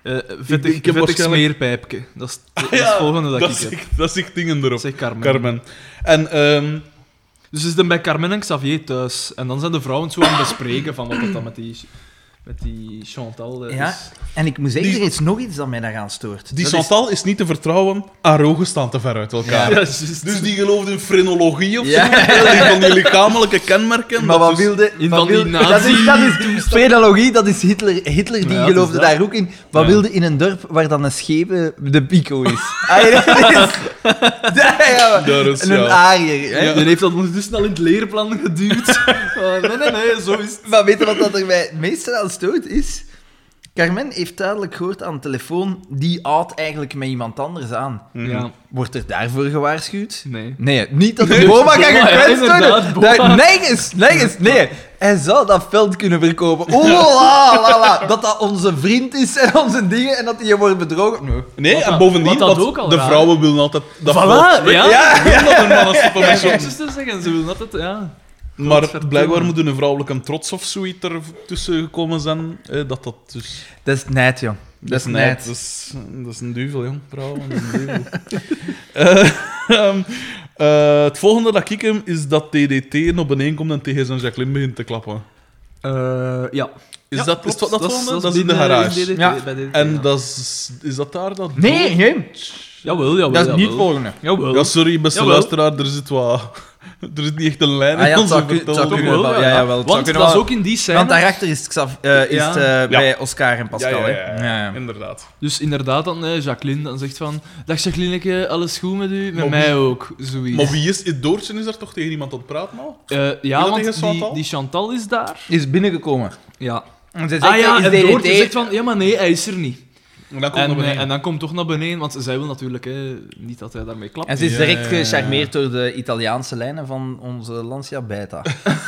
Speaker 2: Eh
Speaker 1: Ik-
Speaker 2: vettig
Speaker 1: ik heb
Speaker 2: vettig
Speaker 1: waarschijnlijk-
Speaker 2: smeerpijpje. Dat is, dat is het volgende dat,
Speaker 1: dat
Speaker 2: ik heb.
Speaker 1: zegt- Dat zegt dingen erop.
Speaker 2: Zeg Carmen.
Speaker 1: Carmen. En ehm,
Speaker 2: Dus is dan bij Carmen en Xavier thuis. En dan zijn de vrouwen zo aan het bespreken van wat dat dan met die, met die Chantal eh, is.
Speaker 3: Ja, en ik moet zeggen,
Speaker 1: Die-
Speaker 3: er is nog iets dat mij daaraan stoort.
Speaker 1: die
Speaker 3: Dat
Speaker 1: Chantal is... niet te vertrouwen. Haar ogen staan te ver uit elkaar.
Speaker 2: Ja, juist.
Speaker 1: Dus die gelooft in frenologie of
Speaker 3: Ja.
Speaker 1: zo. Die van die lichamelijke kenmerken.
Speaker 3: is... Maar
Speaker 1: dat
Speaker 3: wat
Speaker 1: dus-
Speaker 3: wilde...
Speaker 2: in
Speaker 3: wat
Speaker 2: van die
Speaker 3: wilde- dat is, dat is Frenologie, dat is Hitler. Hitler die
Speaker 2: Ja, dat
Speaker 3: geloofde
Speaker 2: is dat.
Speaker 3: daar ook in. Wat
Speaker 2: Ja.
Speaker 3: wilde in een dorp waar dan een schepe de pico is? Ah, ja, dat is... Ja, ja,
Speaker 1: Daar is,
Speaker 3: en een
Speaker 1: ja.
Speaker 3: ariër, hè.
Speaker 1: Ja.
Speaker 2: Die heeft dat ondertussen al in het leerplan geduwd. Eh, nee, nee, nee, zo is het.
Speaker 3: Maar weet je wat dat er mij het meeste aan stoot is? Carmen heeft duidelijk gehoord aan de telefoon, die houdt eigenlijk met iemand anders aan.
Speaker 1: Mhm.
Speaker 2: Ja,
Speaker 3: Wordt er daarvoor gewaarschuwd?
Speaker 2: nee.
Speaker 3: Nee, niet dat
Speaker 2: Nee,
Speaker 3: de Boma
Speaker 2: Boma,
Speaker 3: kan
Speaker 2: ja,
Speaker 3: gekwetst worden.
Speaker 2: inderdaad, Boma.
Speaker 3: Dat- Nergens, nergens, nee. Hij zou dat veld kunnen verkopen. Oeh, la, la, la. Dat dat onze vriend is en onze dingen en dat hij je wordt bedrogen. Nee.
Speaker 1: Nee,
Speaker 2: Wat
Speaker 1: en
Speaker 2: dat-
Speaker 1: bovendien,
Speaker 2: wat dat
Speaker 1: want
Speaker 2: ook al
Speaker 1: de
Speaker 2: raar
Speaker 1: vrouwen willen altijd... Dat
Speaker 2: Voilà,
Speaker 1: valt-
Speaker 2: ja.
Speaker 1: ja. willen dat hun mannen stoppen met
Speaker 2: Ja,
Speaker 1: zo'n-
Speaker 2: zus te zeggen, ze willen altijd, ja.
Speaker 1: Maar
Speaker 2: Godverdomme.
Speaker 1: blijkbaar moet een vrouwelijke trots of zoiets er tussen gekomen zijn. eh, dat dat dus...
Speaker 3: Dat is net, joh. Dat is net.
Speaker 1: Dat is, dat is een duivel, jong. Vrouwen, een duivel. Eh, ehm, eh, het volgende dat ik hem is dat TDT op beneden komt en tegen zijn Jacqueline begint te klappen.
Speaker 2: Eh, ja.
Speaker 1: Is
Speaker 2: Ja,
Speaker 1: dat, is
Speaker 2: klopt.
Speaker 1: dat, dat,
Speaker 2: is-
Speaker 1: volgende?
Speaker 2: is
Speaker 1: Dat is in de
Speaker 2: binnen-
Speaker 1: garage.
Speaker 2: DDT,
Speaker 3: Ja.
Speaker 2: bij DDT,
Speaker 1: en
Speaker 2: ja.
Speaker 1: dat is, is dat daar dat...
Speaker 3: Nee, nee.
Speaker 2: Jawel, jawel.
Speaker 3: Dat is niet het
Speaker 2: jawel.
Speaker 3: volgende.
Speaker 2: Jawel.
Speaker 1: Ja, sorry, beste
Speaker 2: Jawel.
Speaker 1: luisteraar, er zit wat... Er zit niet echt een lijn in
Speaker 3: Ah ja, het
Speaker 1: onze
Speaker 3: zou kun- het zou
Speaker 1: vertelling.
Speaker 3: kunnen.
Speaker 2: Jawel,
Speaker 3: Ja, ja, wel, het zou
Speaker 2: Want
Speaker 3: kunnen
Speaker 2: dat is
Speaker 3: wel-
Speaker 2: ook in die scène.
Speaker 3: Want daarachter is het, Xav- eh, is het, eh, bij Oscar en Pascal.
Speaker 1: ja,
Speaker 3: hè.
Speaker 1: ja, ja, ja. Inderdaad.
Speaker 2: Dus inderdaad, dan, eh, Jacqueline dan zegt van... Dag Jacqueline, alles goed met u? Met
Speaker 1: Maar wie-
Speaker 2: mij ook, zoiets.
Speaker 1: Maar wie is... Doortje is daar toch tegen iemand aan het praten, nou?
Speaker 2: Eh,
Speaker 1: Is
Speaker 2: ja,
Speaker 1: dat tegen
Speaker 2: want
Speaker 1: Chantal?
Speaker 2: die, die Chantal is daar.
Speaker 3: Is binnengekomen.
Speaker 2: Ja.
Speaker 3: En ze zegt,
Speaker 2: Ah ja,
Speaker 3: is
Speaker 2: en
Speaker 3: DDT.
Speaker 2: Doortje zegt van... Ja, maar nee, hij is er niet.
Speaker 1: En dan komt
Speaker 2: En,
Speaker 1: er
Speaker 2: eh,
Speaker 1: beneden.
Speaker 2: en dan komt toch naar beneden, want zij wil natuurlijk hè, niet dat hij daarmee klapt.
Speaker 3: En ze is
Speaker 1: Ja,
Speaker 3: direct
Speaker 1: ja, ja.
Speaker 3: gecharmeerd door de Italiaanse lijnen van onze Lancia Beta.
Speaker 2: Ja, want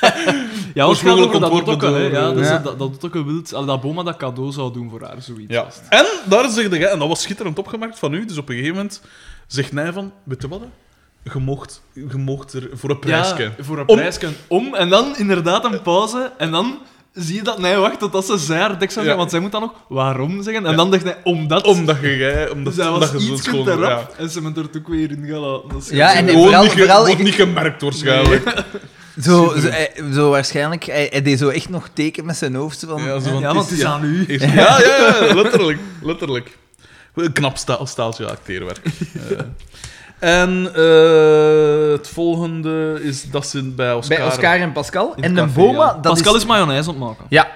Speaker 2: het gaat
Speaker 1: Oorspronkelijk
Speaker 2: over dat
Speaker 1: ontworpen
Speaker 2: Dotteke, hè.
Speaker 1: door,
Speaker 2: Ja,
Speaker 1: eh,
Speaker 2: dat, is-
Speaker 3: ja.
Speaker 2: dat, dat Dotteke wilt, al dat Boma dat cadeau zou doen voor haar, zoiets.
Speaker 1: Ja.
Speaker 2: was het.
Speaker 1: En daar zegt hij, en dat was schitterend opgemerkt van u, dus op een gegeven moment zegt hij van, weet je wat, hè? Je mocht, je mocht er voor een
Speaker 2: Ja,
Speaker 1: prijsje.
Speaker 2: voor een
Speaker 1: Om.
Speaker 2: prijsje. Om. En dan inderdaad een pauze. En dan zie je dat... Nee, wacht, totdat ze zij haar dikst zou
Speaker 1: Ja.
Speaker 2: zeggen. Want zij moet dan nog waarom zeggen. En
Speaker 1: Ja.
Speaker 2: dan dacht hij, omdat...
Speaker 1: Omdat je, jij- omdat,
Speaker 2: Dus hij
Speaker 1: omdat
Speaker 2: was
Speaker 1: je zo'n
Speaker 2: iets
Speaker 1: schoon...
Speaker 2: te rap.
Speaker 1: ja.
Speaker 2: En ze hebben er ook weer in gelaten. Dat is
Speaker 3: Ja, en-
Speaker 2: goed.
Speaker 3: nee,
Speaker 1: Gewoon
Speaker 3: vooral-
Speaker 1: niet, ge-
Speaker 3: vooral-
Speaker 1: wordt
Speaker 3: ik-
Speaker 1: niet gemerkt waarschijnlijk.
Speaker 3: Zo,
Speaker 1: Super.
Speaker 3: zo, hij- zo waarschijnlijk, hij, hij deed zo echt nog teken met zijn hoofd. zo Van,
Speaker 1: Ja, zo van,
Speaker 2: Ja, want het is aan u.
Speaker 1: Eerst- Ja, ja, ja, letterlijk. letterlijk. Een knap sta staaltje acteerwerk. Eh. En eh, het volgende is dat ze bij Oscar...
Speaker 3: bij Oscar en Pascal.
Speaker 1: In
Speaker 3: En
Speaker 1: het
Speaker 3: de
Speaker 1: café,
Speaker 3: Boma,
Speaker 1: ja.
Speaker 3: dat
Speaker 2: Pascal
Speaker 3: is...
Speaker 2: is mayonaise ontmaken.
Speaker 3: Ja,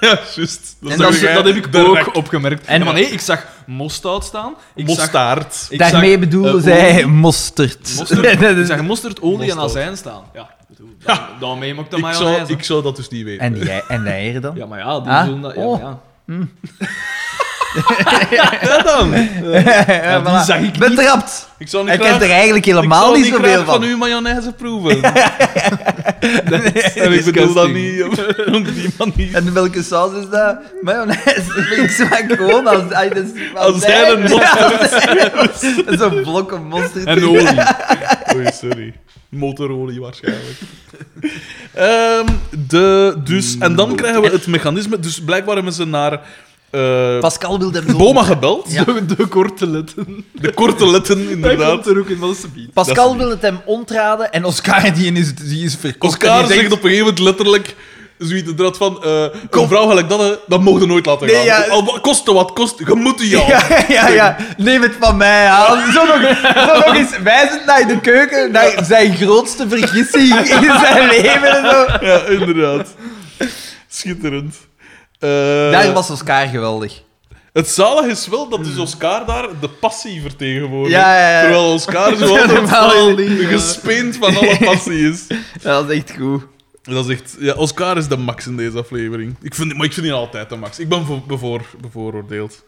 Speaker 1: Ja, juist.
Speaker 2: En
Speaker 1: zag
Speaker 2: dat, is-
Speaker 1: jij
Speaker 2: dat heb ik
Speaker 1: direct.
Speaker 2: ook opgemerkt.
Speaker 3: En-
Speaker 2: En, maar nee, ik zag mosterd staan. Ik zag
Speaker 1: Mostaard.
Speaker 2: Ik
Speaker 3: daarmee
Speaker 2: zag,
Speaker 3: bedoelen
Speaker 2: eh,
Speaker 3: zij
Speaker 2: olie.
Speaker 3: mosterd.
Speaker 2: Mosterd, ik zag mosterd, olie en
Speaker 1: Mosterd.
Speaker 2: azijn staan. Ja, ik bedoel, dan, daarmee maakt dat
Speaker 1: Ik zou,
Speaker 2: mayonaise.
Speaker 1: ik zou dat dus niet weten.
Speaker 3: en jij en jij dan?
Speaker 2: Ja, maar ja, die
Speaker 3: Ah,
Speaker 2: doen dat... Ja,
Speaker 3: oh.
Speaker 2: maar ja.
Speaker 1: Ja, dan.
Speaker 2: Ja, die
Speaker 3: voilà.
Speaker 2: zag ik niet.
Speaker 3: Betrapt!
Speaker 1: Ik zou niet
Speaker 3: Hij kent
Speaker 1: graag,
Speaker 3: er eigenlijk
Speaker 1: ik
Speaker 3: helemaal
Speaker 1: zou
Speaker 3: niet
Speaker 1: niet graag
Speaker 3: zoveel
Speaker 1: van.
Speaker 3: van.
Speaker 1: uw mayonaise proeven. en ik bedoel
Speaker 2: Disgusting.
Speaker 1: dat niet op, op die manier.
Speaker 3: En welke saus is dat? Mayonaise. Ik smaak gewoon als... Als, als,
Speaker 1: Als hij een mosterd...
Speaker 3: Zo'n blokken mosterd.
Speaker 2: En olie.
Speaker 1: Oei, sorry. Motorolie waarschijnlijk. Ehm, de, dus, en
Speaker 2: Mm.
Speaker 1: dan krijgen we het mechanisme. Dus blijkbaar hebben ze naar eh,
Speaker 3: Pascal wilde hem zo...
Speaker 1: Boma gebeld.
Speaker 3: Ja.
Speaker 2: De, de korte letten.
Speaker 1: De korte letten,
Speaker 2: Dat komt
Speaker 1: inderdaad.
Speaker 3: eh,
Speaker 2: er ook in, maar dat is te bied.
Speaker 1: Dat is
Speaker 3: Pascal
Speaker 1: niet.
Speaker 3: wil het hem ontraden en Oscar die is, die is verkocht. en
Speaker 1: Oscar
Speaker 3: die
Speaker 1: zegt
Speaker 3: denkt-
Speaker 1: op een gegeven moment letterlijk zoiets in de draad van... eh een vrouw gelijk dat, eh, dat mogen we nooit laten
Speaker 3: Nee,
Speaker 1: gaan.
Speaker 3: ja.
Speaker 1: Al wat- koste wat kost, je moet die jou.
Speaker 3: Ja, ja, ja. Neem het van mij aan. Zo nog, zo nog eens wijzend naar de keuken, naar zijn grootste vergissing in zijn leven en zo.
Speaker 1: Ja, inderdaad. Schitterend. Eh,
Speaker 3: Daar was Oscar geweldig.
Speaker 1: Het zalig is wel dat dus Oscar daar de passie vertegenwoordigt.
Speaker 3: Ja, ja, ja.
Speaker 1: Terwijl Oscar zo altijd gespeend van alle passie is.
Speaker 3: Dat is echt goed.
Speaker 1: Dat is echt... Ja, Oscar is de max in deze aflevering. Ik vind, maar ik vind die altijd de max. Ik ben voor, bevoor, bevooroordeeld.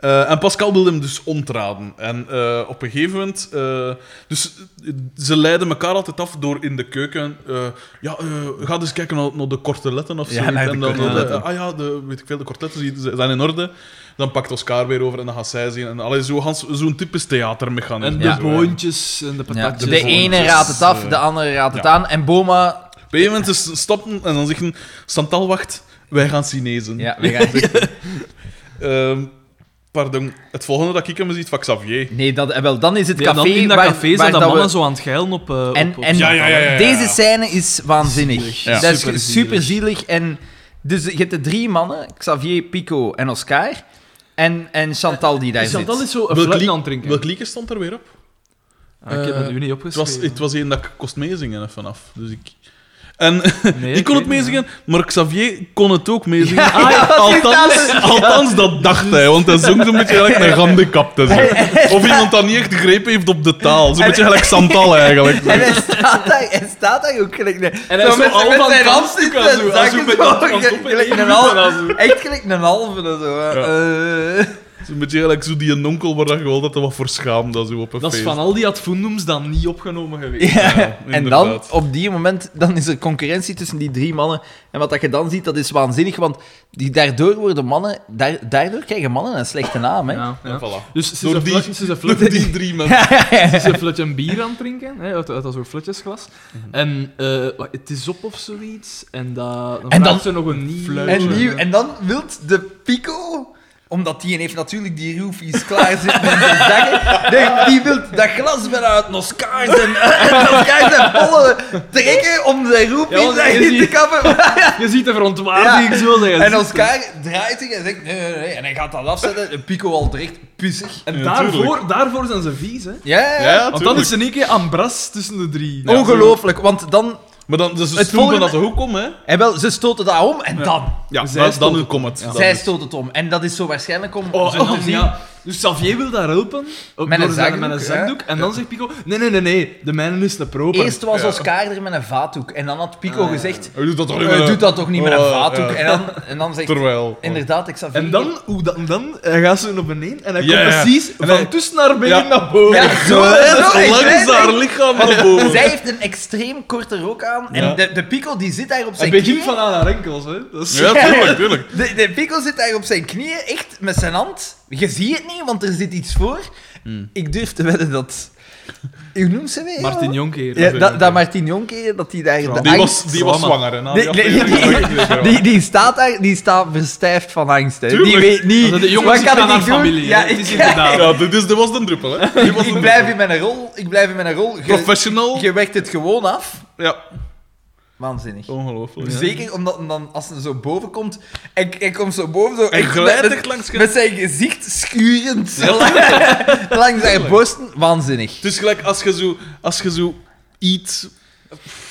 Speaker 1: Eh, en Pascal wil hem dus ontraden. En eh, op een gegeven moment... eh, dus eh, ze leiden elkaar altijd af door in de keuken... eh, ja, eh, ga eens kijken naar, naar de korte letten of zo.
Speaker 3: Ja, naar de
Speaker 1: en dan,
Speaker 3: korte
Speaker 1: eh,
Speaker 3: letten.
Speaker 1: ah ja, de, weet ik veel, de korte letten die zijn in orde. Dan pakt Oscar weer over en dan gaat zij zien. En allee, zo, Hans, zo'n typisch theatermechanisme.
Speaker 2: En de
Speaker 1: Zo, hè.
Speaker 2: boontjes en de patatjes.
Speaker 3: de ene raadt het af, de andere raadt het
Speaker 1: Dus, eh, Ja.
Speaker 3: aan. En Boma...
Speaker 1: Op een gegeven moment is stappen en dan zeggen... Santal, wacht. Wij gaan Chinezen.
Speaker 3: Ja, we gaan...
Speaker 1: Ehm, pardon. Het volgende dat ik hem ziet van Xavier.
Speaker 3: Nee, dat, eh, wel, dan is het
Speaker 2: Ja,
Speaker 3: café
Speaker 2: dan in dat
Speaker 3: waar,
Speaker 2: café
Speaker 3: waar
Speaker 2: zijn dat
Speaker 3: dat we-
Speaker 2: mannen zo aan het geilen op... eh, op-
Speaker 3: En,
Speaker 2: op-
Speaker 3: en
Speaker 1: Ja, ja, ja, ja, ja.
Speaker 3: deze scène is waanzinnig.
Speaker 2: Zielig.
Speaker 1: Ja.
Speaker 3: Dat is
Speaker 2: Superzielig.
Speaker 3: super zielig. En dus je hebt de drie mannen, Xavier, Pico en Oscar. En, en Chantal die daar
Speaker 2: Is dat
Speaker 3: zit.
Speaker 2: dan eens zo een
Speaker 1: Welk
Speaker 2: fluitje
Speaker 1: lied-
Speaker 2: aan het drinken?
Speaker 1: Welk liedje stond er weer op?
Speaker 2: Ah, ik heb het u niet
Speaker 1: Het was,
Speaker 2: opgeschreven.
Speaker 1: het was één dat ik kost meezingen even af. Dus ik... En
Speaker 2: Nee,
Speaker 1: ik kon
Speaker 2: weet
Speaker 1: het meezingen, maar Xavier kon het ook meezingen. Ah,
Speaker 3: Ja, wat is
Speaker 1: althans,
Speaker 3: dat?
Speaker 1: althans, dat dacht hij, want hij zong zo'n beetje gelijk een gehandicapte. zo. Of iemand dat niet echt greep heeft op de taal. Zo'n beetje gelijk Santal eigenlijk.
Speaker 3: En hij staat daar, hij staat daar ook gelijk. En
Speaker 2: hij is zo al van
Speaker 3: zijn
Speaker 2: kant
Speaker 3: hand in
Speaker 2: toe,
Speaker 3: zijn
Speaker 2: zo,
Speaker 3: zak
Speaker 2: zo
Speaker 3: en
Speaker 2: met
Speaker 3: zo,
Speaker 2: dat kant op en
Speaker 3: gelijk
Speaker 2: in
Speaker 3: een
Speaker 2: de
Speaker 3: halve.
Speaker 2: hoek,
Speaker 3: Echt gelijk een halve en zo. hè. Eh,
Speaker 1: Zo'n beetje gelijk zo die een onkel waar je wel dat er wat voor schaamt dat zo op een
Speaker 2: Dat is
Speaker 1: feest.
Speaker 2: van al die advoendums dan niet opgenomen geweest.
Speaker 3: ja. En dan,
Speaker 1: inderdaad.
Speaker 3: op die moment, dan is er concurrentie tussen die drie mannen. En wat dat je dan ziet, dat is waanzinnig. Want die, daardoor worden mannen... daar- daardoor krijgen mannen een slechte naam, hè.
Speaker 2: Ja, ja.
Speaker 1: En voilà.
Speaker 2: Dus ze
Speaker 1: Door
Speaker 2: zijn
Speaker 1: die-
Speaker 2: flut- ze zijn
Speaker 1: Vlucht
Speaker 2: flut-
Speaker 1: die drie mensen.
Speaker 2: ze zijn flutje bier aan het drinken, hè, uit, uit dat soort flutjesglas. En eh, wat- het is op of zoiets. En, dat, dan
Speaker 3: En
Speaker 2: vraagt ze
Speaker 3: dan-
Speaker 2: nog een nieuw...
Speaker 1: Fluitje.
Speaker 3: En, die- en dan wilt de Pico, omdat die heeft natuurlijk die roofies klaar zitten in zijn zakken, die, die wilt dat glas wel uit Oscar zijn, Oscar zijn bollen trekken om zijn
Speaker 2: Ja,
Speaker 3: roofies
Speaker 2: want
Speaker 3: daarin
Speaker 2: je
Speaker 3: te
Speaker 2: ziet-
Speaker 3: kappen.
Speaker 2: Je ziet de verontwaardiging,
Speaker 3: Ja.
Speaker 2: zo zeggen.
Speaker 3: En Oscar draait zich en zegt nee, nee, nee, en hij gaat dat afzetten. En Pico al direct pissig.
Speaker 2: En
Speaker 1: Ja,
Speaker 2: daarvoor,
Speaker 1: tuurlijk.
Speaker 2: daarvoor zijn ze vies, hè.
Speaker 3: Ja, ja, ja.
Speaker 1: Ja,
Speaker 2: Want dan
Speaker 1: tuurlijk.
Speaker 2: is er een keer ambras tussen de drie.
Speaker 1: Ja.
Speaker 3: Ongelooflijk, want dan...
Speaker 1: Maar dan, dus ze
Speaker 3: Het
Speaker 1: stonden
Speaker 3: volgende-
Speaker 1: dat ze ook om, hè?
Speaker 3: En wel, ze stoten dat om en dan...
Speaker 1: Ja,
Speaker 2: Zij
Speaker 1: dan,
Speaker 2: stonden
Speaker 1: dan
Speaker 2: op.
Speaker 1: komt het. Dan
Speaker 3: Zij
Speaker 1: is-
Speaker 3: stoot het om. En dat is zo waarschijnlijk om...
Speaker 2: Oh,
Speaker 3: zo te
Speaker 2: oh,
Speaker 3: zien.
Speaker 2: ja. Dus Xavier wil daar helpen. Op,
Speaker 3: Met een
Speaker 2: door zijn-
Speaker 3: zakdoek,
Speaker 2: met een
Speaker 3: ja.
Speaker 2: zakdoek. En dan zegt Pico: Nee, nee, nee, nee. De mijne is een proper.
Speaker 3: Eerst was
Speaker 1: Ja.
Speaker 3: Oscar er met een vaatdoek. En dan had Pico
Speaker 2: Ah, ja.
Speaker 3: gezegd...
Speaker 1: Hij doet dat toch niet
Speaker 3: Hij
Speaker 1: met
Speaker 3: doet dat toch niet met een
Speaker 1: Oh,
Speaker 3: vaatdoek?
Speaker 1: ja.
Speaker 3: En, dan, en dan zegt
Speaker 1: Terwijl.
Speaker 3: inderdaad, ik Xavier...
Speaker 2: En dan, hoe dan, dan hij gaat ze naar beneden en hij
Speaker 1: Ja,
Speaker 2: komt
Speaker 1: ja.
Speaker 2: precies
Speaker 1: En
Speaker 2: van
Speaker 1: hij-
Speaker 2: tussen haar benen
Speaker 1: Ja.
Speaker 2: naar boven.
Speaker 3: Ja, zo, hè, zo,
Speaker 1: Langs
Speaker 3: hij zei-
Speaker 1: haar lichaam naar boven.
Speaker 3: Zij heeft een extreem korte rok aan. En
Speaker 1: Ja.
Speaker 3: de, de Pico die zit daar op
Speaker 2: Het
Speaker 3: zijn
Speaker 2: begint
Speaker 3: knieën.
Speaker 2: van aan haar enkels, hè? Dat is...
Speaker 1: Ja, tuurlijk, tuurlijk.
Speaker 3: De, de Pico zit daar op zijn knieën,
Speaker 1: Hmm.
Speaker 3: echt met zijn hand. Je ziet het niet, want er zit iets voor. Ik durf te wedden dat Hoe noemt ze weer?
Speaker 2: Martin Jonker.
Speaker 3: Ja, dat, dat Martin Jonker, dat die daar... de
Speaker 1: Die
Speaker 3: angst-
Speaker 1: was, die was
Speaker 2: Zwanger.
Speaker 1: zwanger, hè? na
Speaker 3: Nee, nee,
Speaker 1: aflevering
Speaker 3: nee,
Speaker 1: zag ik het weer, ja.
Speaker 3: Die, die staat daar, die staat verstijfd van angst. Hè. Die
Speaker 1: Tuurlijk.
Speaker 3: weet niet.
Speaker 2: de jongens
Speaker 3: wat
Speaker 2: zitten aan
Speaker 3: kan ik
Speaker 2: haar
Speaker 3: doen?
Speaker 2: familie.
Speaker 3: Ja,
Speaker 2: hè. Het is
Speaker 3: ik,
Speaker 2: inderdaad.
Speaker 1: Ja, dit, is, dit was de druppel, hè? Dit was de
Speaker 3: ik
Speaker 1: druppel.
Speaker 3: blijf in mijn rol. Ik blijf in mijn rol. Je,
Speaker 1: Professional.
Speaker 3: je werkt het gewoon af.
Speaker 1: Ja,
Speaker 3: Waanzinnig.
Speaker 1: ongelooflijk.
Speaker 3: Zeker omdat hem dan, als hij zo boven komt, en hij komt zo boven, zo,
Speaker 1: Hij
Speaker 3: echt
Speaker 1: glijdt
Speaker 3: met-
Speaker 1: echt langs je-
Speaker 3: met zijn gezicht schurend langs, langs zijn borsten. Waanzinnig.
Speaker 1: Het is gelijk als je zo, als je zo iets.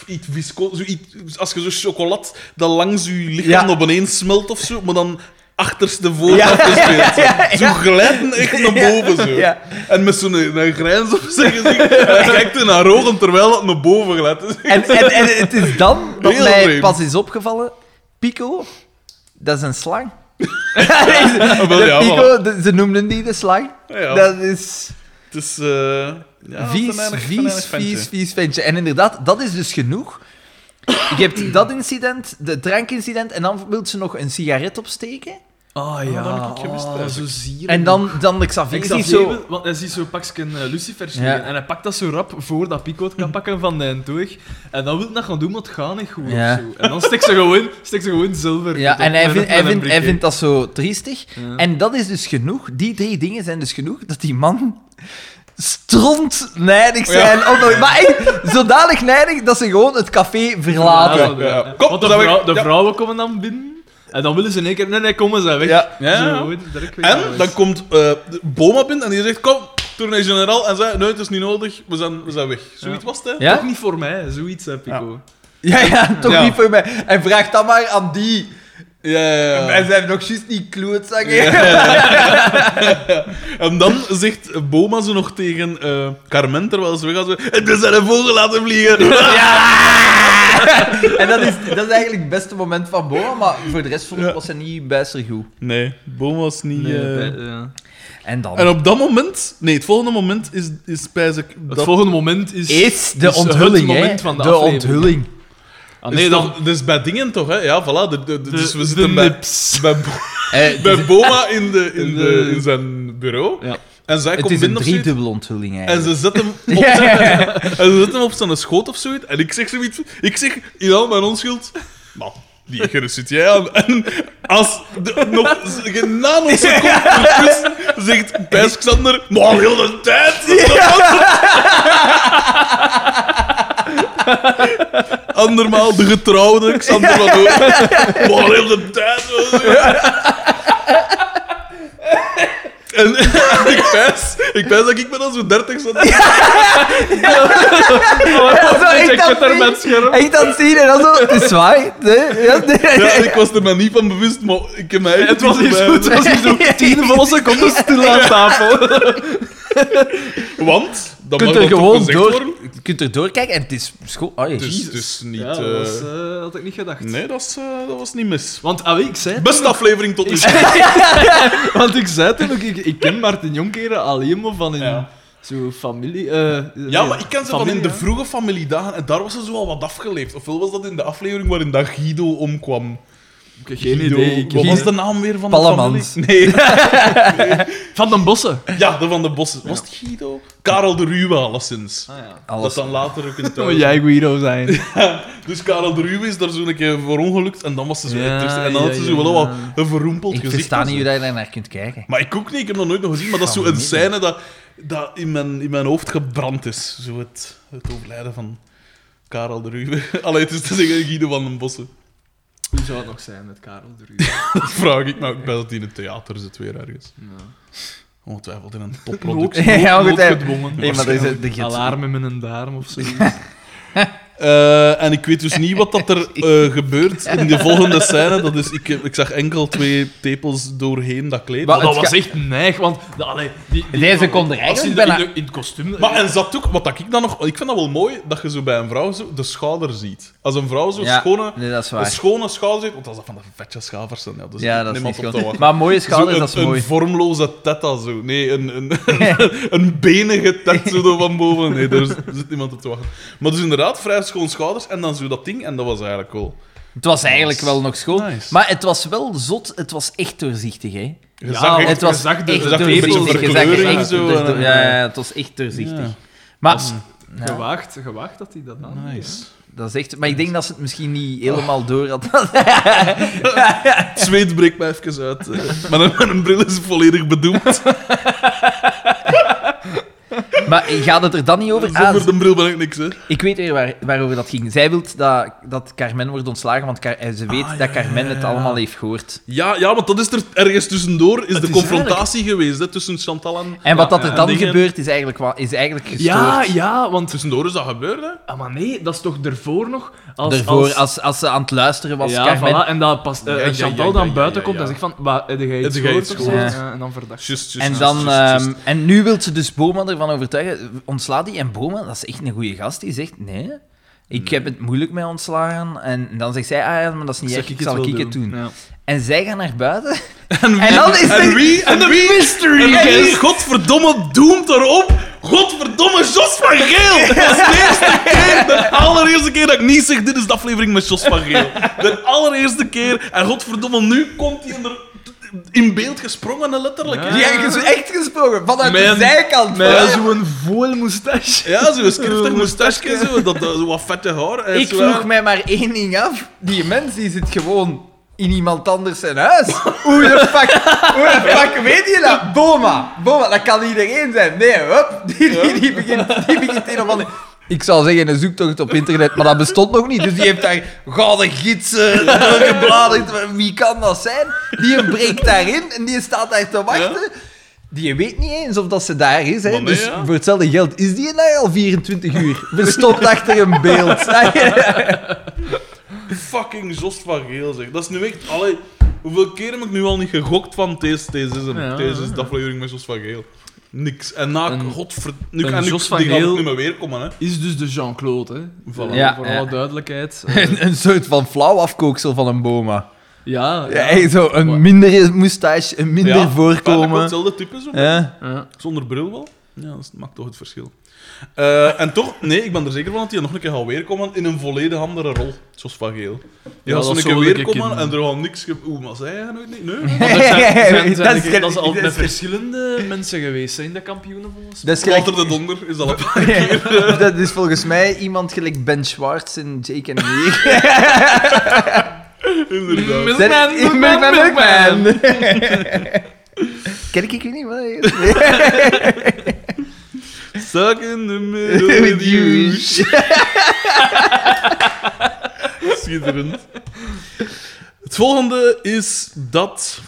Speaker 1: Iets visco, zo iets, als je zo chocolat dat langs je lichaam
Speaker 3: Ja.
Speaker 1: op ineens smelt of zo, maar dan achterstevoren
Speaker 3: Ja.
Speaker 1: afgespeeld. Zo,
Speaker 3: Ja, ja.
Speaker 1: zo glijden echt naar
Speaker 3: Ja.
Speaker 1: boven zo.
Speaker 3: Ja.
Speaker 1: En met zo'n eh, een grijns op zijn gezicht. Hij kijkt in haar ogen terwijl het naar boven glijdt. Dat is
Speaker 3: En, en, en het is dan dat
Speaker 1: Heel
Speaker 3: mij
Speaker 1: vreemd.
Speaker 3: pas is opgevallen: Pico, dat is een slang.
Speaker 1: echt- wel,
Speaker 3: De
Speaker 1: Oh, ja, voilà.
Speaker 3: Pico, de- ze noemden die de slang.
Speaker 1: Ja,
Speaker 3: Dat is
Speaker 1: Het is... eh ja,
Speaker 3: vies,
Speaker 1: een eindig- een
Speaker 3: vies,
Speaker 1: eindig ventje.
Speaker 3: vies, vies ventje. En inderdaad, dat is dus genoeg. Je hebt dat incident, de drankincident, en dan wil ze nog een sigaret opsteken.
Speaker 2: Ah
Speaker 1: ja. dat
Speaker 3: Oh,
Speaker 1: heb ik gemist,
Speaker 2: Ah,
Speaker 1: eigenlijk.
Speaker 2: zo zielig.
Speaker 3: En dan, dan de Xavier,
Speaker 2: Ik
Speaker 3: die
Speaker 2: zag
Speaker 3: zo...
Speaker 2: zo... Want hij ziet zo pakjes een eh, Lucifer
Speaker 3: Ja.
Speaker 2: liggen. En hij pakt dat zo rap voordat Pico het kan pakken van de toeg. En dan wil hij dat gaan doen, maar het gaat niet goed
Speaker 3: Ja.
Speaker 2: of zo. En dan stikt ze gewoon, stikt ze gewoon zilver.
Speaker 3: Ja, en hij, vindt- hij, vindt- hij vindt dat zo triestig.
Speaker 2: Ja.
Speaker 3: En dat is dus genoeg, die drie dingen zijn dus genoeg, dat die man stront neidig
Speaker 1: Oh,
Speaker 3: zijn. op nog- maar echt, zodanig neidig dat ze gewoon het café verlaten.
Speaker 1: Ja, ja. Kom,
Speaker 2: Kom, de,
Speaker 1: dan
Speaker 2: vrou-
Speaker 1: weg.
Speaker 2: de
Speaker 1: Ja.
Speaker 2: vrouwen komen dan binnen. En dan willen ze in één keer... Nee, nee, komen ze weg.
Speaker 3: Ja.
Speaker 1: Ja, ja.
Speaker 2: Zo, gewoon direct weg.
Speaker 1: En dan komt eh, Boma binnen en die zegt: Kom, tournee generaal. En zei: Nee, het is niet nodig, we zijn, we zijn weg. Zoiets
Speaker 2: Ja.
Speaker 1: was het, hè?
Speaker 3: Ja?
Speaker 2: Toch niet voor mij, zoiets heb ik
Speaker 1: Ja.
Speaker 2: ook.
Speaker 3: Ja, ja, toch
Speaker 1: Ja.
Speaker 3: niet voor mij. En vraag dat maar aan die.
Speaker 1: Ja, ja, ja.
Speaker 3: En ze hebben nog juist niet klootzakken.
Speaker 1: En dan zegt Boma ze nog tegen eh, Carmen terwijl ze weggaat: ze- Het is aan een vogel laten vliegen.
Speaker 3: En dat is, dat is eigenlijk het beste moment van Boa, maar voor de rest vond ik was hij niet bijster goed.
Speaker 1: Nee, Boma was niet. eh,
Speaker 2: bij- ja.
Speaker 3: En dan
Speaker 1: En op dat moment, nee, het volgende moment is, is Pijzik.
Speaker 2: Het
Speaker 1: dat-
Speaker 2: volgende moment is...
Speaker 3: is de
Speaker 2: het
Speaker 3: onthulling, hè?
Speaker 2: moment van de aflevering.
Speaker 3: onthulling. Eh,
Speaker 2: Ah,
Speaker 1: is
Speaker 2: nee,
Speaker 1: toch-
Speaker 2: dan...
Speaker 1: Dus bij dingen toch, hè? Ja, voilà. de- de- de-
Speaker 2: de-
Speaker 1: dus we
Speaker 2: de
Speaker 1: zitten bij,
Speaker 2: nips.
Speaker 1: bij, Bo-
Speaker 3: Eh, het is-
Speaker 1: bij Boma in, de, in,
Speaker 2: In
Speaker 1: de,
Speaker 2: de-
Speaker 1: in zijn bureau.
Speaker 2: Ja.
Speaker 1: En zij
Speaker 3: het
Speaker 1: komt
Speaker 3: is een
Speaker 1: binnen of zoiets.
Speaker 3: driedubbele onthulling
Speaker 1: En
Speaker 3: eigenlijk.
Speaker 1: ze zet hem op
Speaker 3: Ja, ja,
Speaker 1: En ze zetten hem op zijn schoot of zoiets. En ik zeg zoiets. Ik zeg in al mijn onschuld. Man, die gerust zit jij aan. En als de, nog z- geen nanoseconde ertussen zegt Pijs Xander. Maar heel de tijd. dat is de man." Andermaal de getrouwde Xander van Hoorn. Maar heel de tijd. dat is- En, en ik pijs, ik pijs dat ik me dan zo 30 zat.
Speaker 3: zo, ik
Speaker 2: Oh, Ik
Speaker 3: dacht
Speaker 2: zit daar
Speaker 3: niet.
Speaker 2: met het scherm.
Speaker 3: En ik dan zie je en dan zo, het is zwaai. Nee, ja, nee.
Speaker 1: Ja, ik was er nog niet van bewust, maar ik heb mij...
Speaker 2: Het was hier zo, het was hier zo tien volle seconden stil aan tafel.
Speaker 1: Want, dat
Speaker 3: Je
Speaker 1: mag
Speaker 3: kunt er
Speaker 1: dan toch
Speaker 3: gewoon
Speaker 1: gezegd
Speaker 3: door,
Speaker 1: worden.
Speaker 3: je kunt er doorkijken en het is schoon. Oh,
Speaker 1: Dus,
Speaker 3: jezus.
Speaker 1: dus niet...
Speaker 2: Ja, dat
Speaker 1: eh,
Speaker 2: was, eh, had ik niet gedacht.
Speaker 1: Nee, dat, is, eh, dat was niet mis.
Speaker 2: Want ah, ik zei...
Speaker 1: Beste aflevering tot nu toe.
Speaker 2: Want ik zei toen ook, ik, ik ken Martin Jonkeren alleen maar van in
Speaker 1: Ja.
Speaker 2: zo'n familie... eh,
Speaker 1: Ja,
Speaker 2: nee,
Speaker 1: maar ik ken ze van in
Speaker 2: familie,
Speaker 1: de
Speaker 2: hè.
Speaker 1: vroege familiedagen en daar was ze zo al wat afgeleefd. Ofwel was dat in de aflevering waarin dat Guido omkwam.
Speaker 2: Ik heb geen
Speaker 1: Guido-
Speaker 2: idee. Ik heb
Speaker 1: Wat
Speaker 2: geen-
Speaker 1: was de naam weer van
Speaker 3: Pallemans.
Speaker 1: de familie? Nee,
Speaker 2: Van den Bossen.
Speaker 3: Ah,
Speaker 1: ja, de Van de Bossen. Was het Guido? Karel de Ruwe, alleszins.
Speaker 2: Ah ja.
Speaker 1: Dat
Speaker 3: Alles.
Speaker 1: dan later ook in
Speaker 2: Dan moet
Speaker 1: thuis.
Speaker 2: jij Guido zijn.
Speaker 1: Dus Karel de Ruwe is daar zo een keer voor ongelukt en dan was ze zo...
Speaker 2: Ja,
Speaker 1: echt- en dan
Speaker 2: ja,
Speaker 1: had ze
Speaker 2: ja,
Speaker 1: zo wel
Speaker 2: ja.
Speaker 1: wat een verrompeld
Speaker 3: Ik
Speaker 1: gezicht.
Speaker 3: versta
Speaker 1: en zo.
Speaker 3: niet hoe je daar naar kunt kijken.
Speaker 1: Maar ik ook niet, ik heb dat nooit nog gezien. Maar dat is zo een
Speaker 3: Van
Speaker 1: scène dat, dat in, mijn, in mijn hoofd gebrand is. Zo het, het overlijden van Karel de Ruwe. Allee, het is te zeggen Guido van den Bossen.
Speaker 2: Hoe zou het nog zijn met Karel de Ruud?
Speaker 1: Dat vraag ik me ook bij dat hij in het theater zit weer ergens. Ongetwijfeld in een topproduct.
Speaker 3: Ja, goed, hè.
Speaker 2: Noodgedwongen.
Speaker 3: Nee, maar dat is het- de gids.
Speaker 2: Alarm in mijn darm of zo. Ah,
Speaker 1: Eh, en ik weet dus niet wat dat er eh, gebeurt in de volgende scène. Dat is, ik, ik zag enkel twee tepels doorheen dat kleed.
Speaker 3: Wat?
Speaker 1: Maar,
Speaker 2: Maar dat
Speaker 3: het
Speaker 2: was
Speaker 3: ga-
Speaker 2: echt neig, want... de- Allee, die, die-
Speaker 3: Deze kon
Speaker 2: als
Speaker 3: er
Speaker 2: in
Speaker 3: eigenlijk
Speaker 2: de-
Speaker 3: bijna-
Speaker 2: in, de- in het kostuum...
Speaker 1: en zat ook, wat dat ik dan nog... Ik vind dat wel mooi, dat je zo bij een vrouw zo de schouder ziet. Als een vrouw zo
Speaker 3: Ja,
Speaker 1: schone...
Speaker 3: nee, dat is
Speaker 1: Een
Speaker 3: waar.
Speaker 1: schone schouder zit, want dat is dat van de vetje schavers. zijn, Ja, dus
Speaker 3: Ja, dat is niet
Speaker 1: niemand op te
Speaker 3: goed.
Speaker 1: wachten.
Speaker 3: Maar mooie
Speaker 1: Zo
Speaker 3: schouders,
Speaker 1: een,
Speaker 3: dat is
Speaker 1: een
Speaker 3: mooi.
Speaker 1: vormloze teta zo. Nee, een, een, een benige tet zo door van boven. Nee, daar zit- zit niemand op te wachten. Maar dus inderdaad, vrij schoon schouders en dan zo dat ding. En dat was eigenlijk wel.
Speaker 3: Het was eigenlijk wel nog schoon.
Speaker 1: Nice.
Speaker 3: Maar het was wel zot, het was echt doorzichtig, hè?
Speaker 1: Je zag echt-
Speaker 3: het was
Speaker 2: je zag de-
Speaker 3: echt
Speaker 1: je zag een beetje
Speaker 3: doorzichtig. Je zag
Speaker 1: verkleuring
Speaker 3: echt
Speaker 1: zo, eh,
Speaker 3: doorzichtig.
Speaker 1: en-
Speaker 3: Ja, ja, het was echt doorzichtig.
Speaker 1: Ja. Mm.
Speaker 3: Maar,
Speaker 2: Als-
Speaker 3: Ja,
Speaker 2: Gewaagd, gewaagd dat hij dat aan.
Speaker 1: Nice.
Speaker 3: dat is echt, maar ik denk dat ze het misschien niet
Speaker 1: Oh.
Speaker 3: helemaal door had.
Speaker 1: Het zweet breekt mij even uit. eh. Mijn, mijn bril is volledig bedoemd.
Speaker 3: maar gaat het er dan niet over? Ah,
Speaker 1: Zonder de bril ben ik niks, hè.
Speaker 3: Ik weet weer waar, waarover dat ging. Zij wil dat, dat Carmen wordt ontslagen, want Car- eh, ze weet
Speaker 1: Ah, ja,
Speaker 3: dat Carmen
Speaker 1: ja, ja,
Speaker 3: het
Speaker 1: ja.
Speaker 3: allemaal heeft gehoord.
Speaker 1: Ja, ja, want dat is er ergens tussendoor. Is
Speaker 2: Het
Speaker 1: de
Speaker 2: is
Speaker 1: confrontatie geweest hè, tussen Chantal en.
Speaker 3: En wat
Speaker 2: Ja,
Speaker 3: dat er
Speaker 1: ja.
Speaker 3: dan
Speaker 1: Dingen-
Speaker 3: gebeurt, is eigenlijk, wa- is eigenlijk gestoord.
Speaker 2: Ja, ja, want...
Speaker 1: Tussendoor is dat gebeurd, hè?
Speaker 2: Ah, maar nee, dat is toch ervoor nog? Als,
Speaker 3: Daarvoor, als,
Speaker 2: als,
Speaker 3: als, ze aan het luisteren was,
Speaker 2: ja,
Speaker 3: Carmen...
Speaker 2: voilà, en dat pas, eh,
Speaker 1: Ja, ja,
Speaker 2: Chantal
Speaker 1: ja, ja,
Speaker 2: dan
Speaker 1: ja,
Speaker 2: buiten
Speaker 1: ja,
Speaker 2: komt
Speaker 1: ja.
Speaker 2: en zegt van, wat, heb jij iets
Speaker 1: Heb jij
Speaker 2: gehoord?
Speaker 1: iets
Speaker 2: of zo?
Speaker 3: gehoord?
Speaker 2: Ja, en dan verdacht.
Speaker 1: Just, just,
Speaker 3: En,
Speaker 1: just,
Speaker 3: dan,
Speaker 1: just, just.
Speaker 3: ehm, en nu wil ze dus Boma ervan overtuigen. Ontsla die. En Boma, dat is echt een goede gast, die zegt nee. Ik heb het moeilijk met ontslagen. En dan zegt zij, ah ja, maar dat is niet echt, ik zal ik het doen.
Speaker 2: Ja.
Speaker 3: En zij gaan naar buiten. En dan is
Speaker 1: en
Speaker 3: er-
Speaker 1: wie? En wie?
Speaker 3: mystery
Speaker 1: En
Speaker 3: guest.
Speaker 1: wie? Godverdomme doemt erop. Godverdomme Jos van Geel. Dat is de eerste keer, de allereerste keer dat ik niet zeg: dit is de aflevering met Jos van Geel. De allereerste keer. En godverdomme, nu komt hij er in beeld gesprongen, letterlijk.
Speaker 2: Ja.
Speaker 3: Die hebben ges- echt gesproken, vanuit
Speaker 1: Mijn-
Speaker 3: de zijkant.
Speaker 1: mijn-
Speaker 3: hoor.
Speaker 1: Ja,
Speaker 2: Zo'n vol moustache.
Speaker 1: Ja, zo'n skriftig moustache, zo, dat, dat, zo wat vette haar. En
Speaker 3: Ik
Speaker 1: zo,
Speaker 3: vroeg mij maar één ding af. Die mens die zit gewoon in iemand anders zijn huis. Hoe de fuck, hoe de fuck weet je dat? Boma, Boma, dat kan iedereen zijn. Nee, hup, die, die, die begint, die begint een of andere... Ik zou zeggen een zoektocht op internet, maar dat bestond nog niet. Dus die heeft daar gouden gidsen doorgebladerd. Wie kan dat zijn? Die breekt daarin en die staat daar te wachten. Die weet niet eens of dat ze daar is. Hè?
Speaker 1: Maar nee,
Speaker 3: dus
Speaker 1: ja.
Speaker 3: voor hetzelfde geld is die daar al 24 uur. Verstopt achter een beeld.
Speaker 1: Fucking Jos van Geel, zeg. Dat is nu echt... Allee, hoeveel keer heb ik nu al niet gegokt van deze, deze is hem.
Speaker 2: Ja,
Speaker 1: deze
Speaker 2: ja,
Speaker 1: is
Speaker 2: ja.
Speaker 1: de aflevering met Jos van Geel. Niks. En na...
Speaker 2: Een-
Speaker 1: godver... Nu
Speaker 2: een
Speaker 1: kan
Speaker 2: Jos van
Speaker 1: die gaat ook
Speaker 2: Geel-
Speaker 1: niet meer weer komen, hè.
Speaker 2: Is dus de Jean-Claude, hè.
Speaker 1: Voilà.
Speaker 2: Eh,
Speaker 3: Ja,
Speaker 2: voor
Speaker 3: ja.
Speaker 2: alle duidelijkheid. Eh,
Speaker 3: een, een soort van flauw afkooksel van een boma.
Speaker 2: ja,
Speaker 3: Ja,
Speaker 2: ja.
Speaker 3: hey, zo een minder moustache, een minder
Speaker 1: Ja, bijna wel
Speaker 3: voorkomen.
Speaker 1: hetzelfde type, zo.
Speaker 3: Ja.
Speaker 2: Ja.
Speaker 1: Zonder bril wel. Ja, dat maakt toch het verschil. Eh, en toch, nee, ik ben er zeker van dat hij nog een keer gaat weerkomen in een volledig andere rol. Jos van Geel. Die
Speaker 2: Ja,
Speaker 1: gaat zo'n
Speaker 2: dat
Speaker 1: keer
Speaker 2: zou ik een
Speaker 1: weerkomen
Speaker 2: keer
Speaker 1: en er gaat niks... Ge... Oeh, maar zij gaat nooit... niet- Nee,
Speaker 2: Want er zijn- er zijn- er zijn-
Speaker 3: Dat is gek-
Speaker 2: Dat is al
Speaker 3: dat
Speaker 2: met
Speaker 3: is gek.
Speaker 2: verschillende mensen geweest, hè, in de kampioenen volgens mij.
Speaker 3: Dat is gelijk...
Speaker 1: Walter de Donder is al een paar
Speaker 3: dat is volgens mij iemand gelijk Ben Schwartz en Jake en Nick.
Speaker 1: Inderdaad.
Speaker 2: Milkman, Milkman, Milkman.
Speaker 3: Ken ik ik weet niet wat hij is.
Speaker 1: Stuck in the middle with you. Schitterend. Het volgende is dat.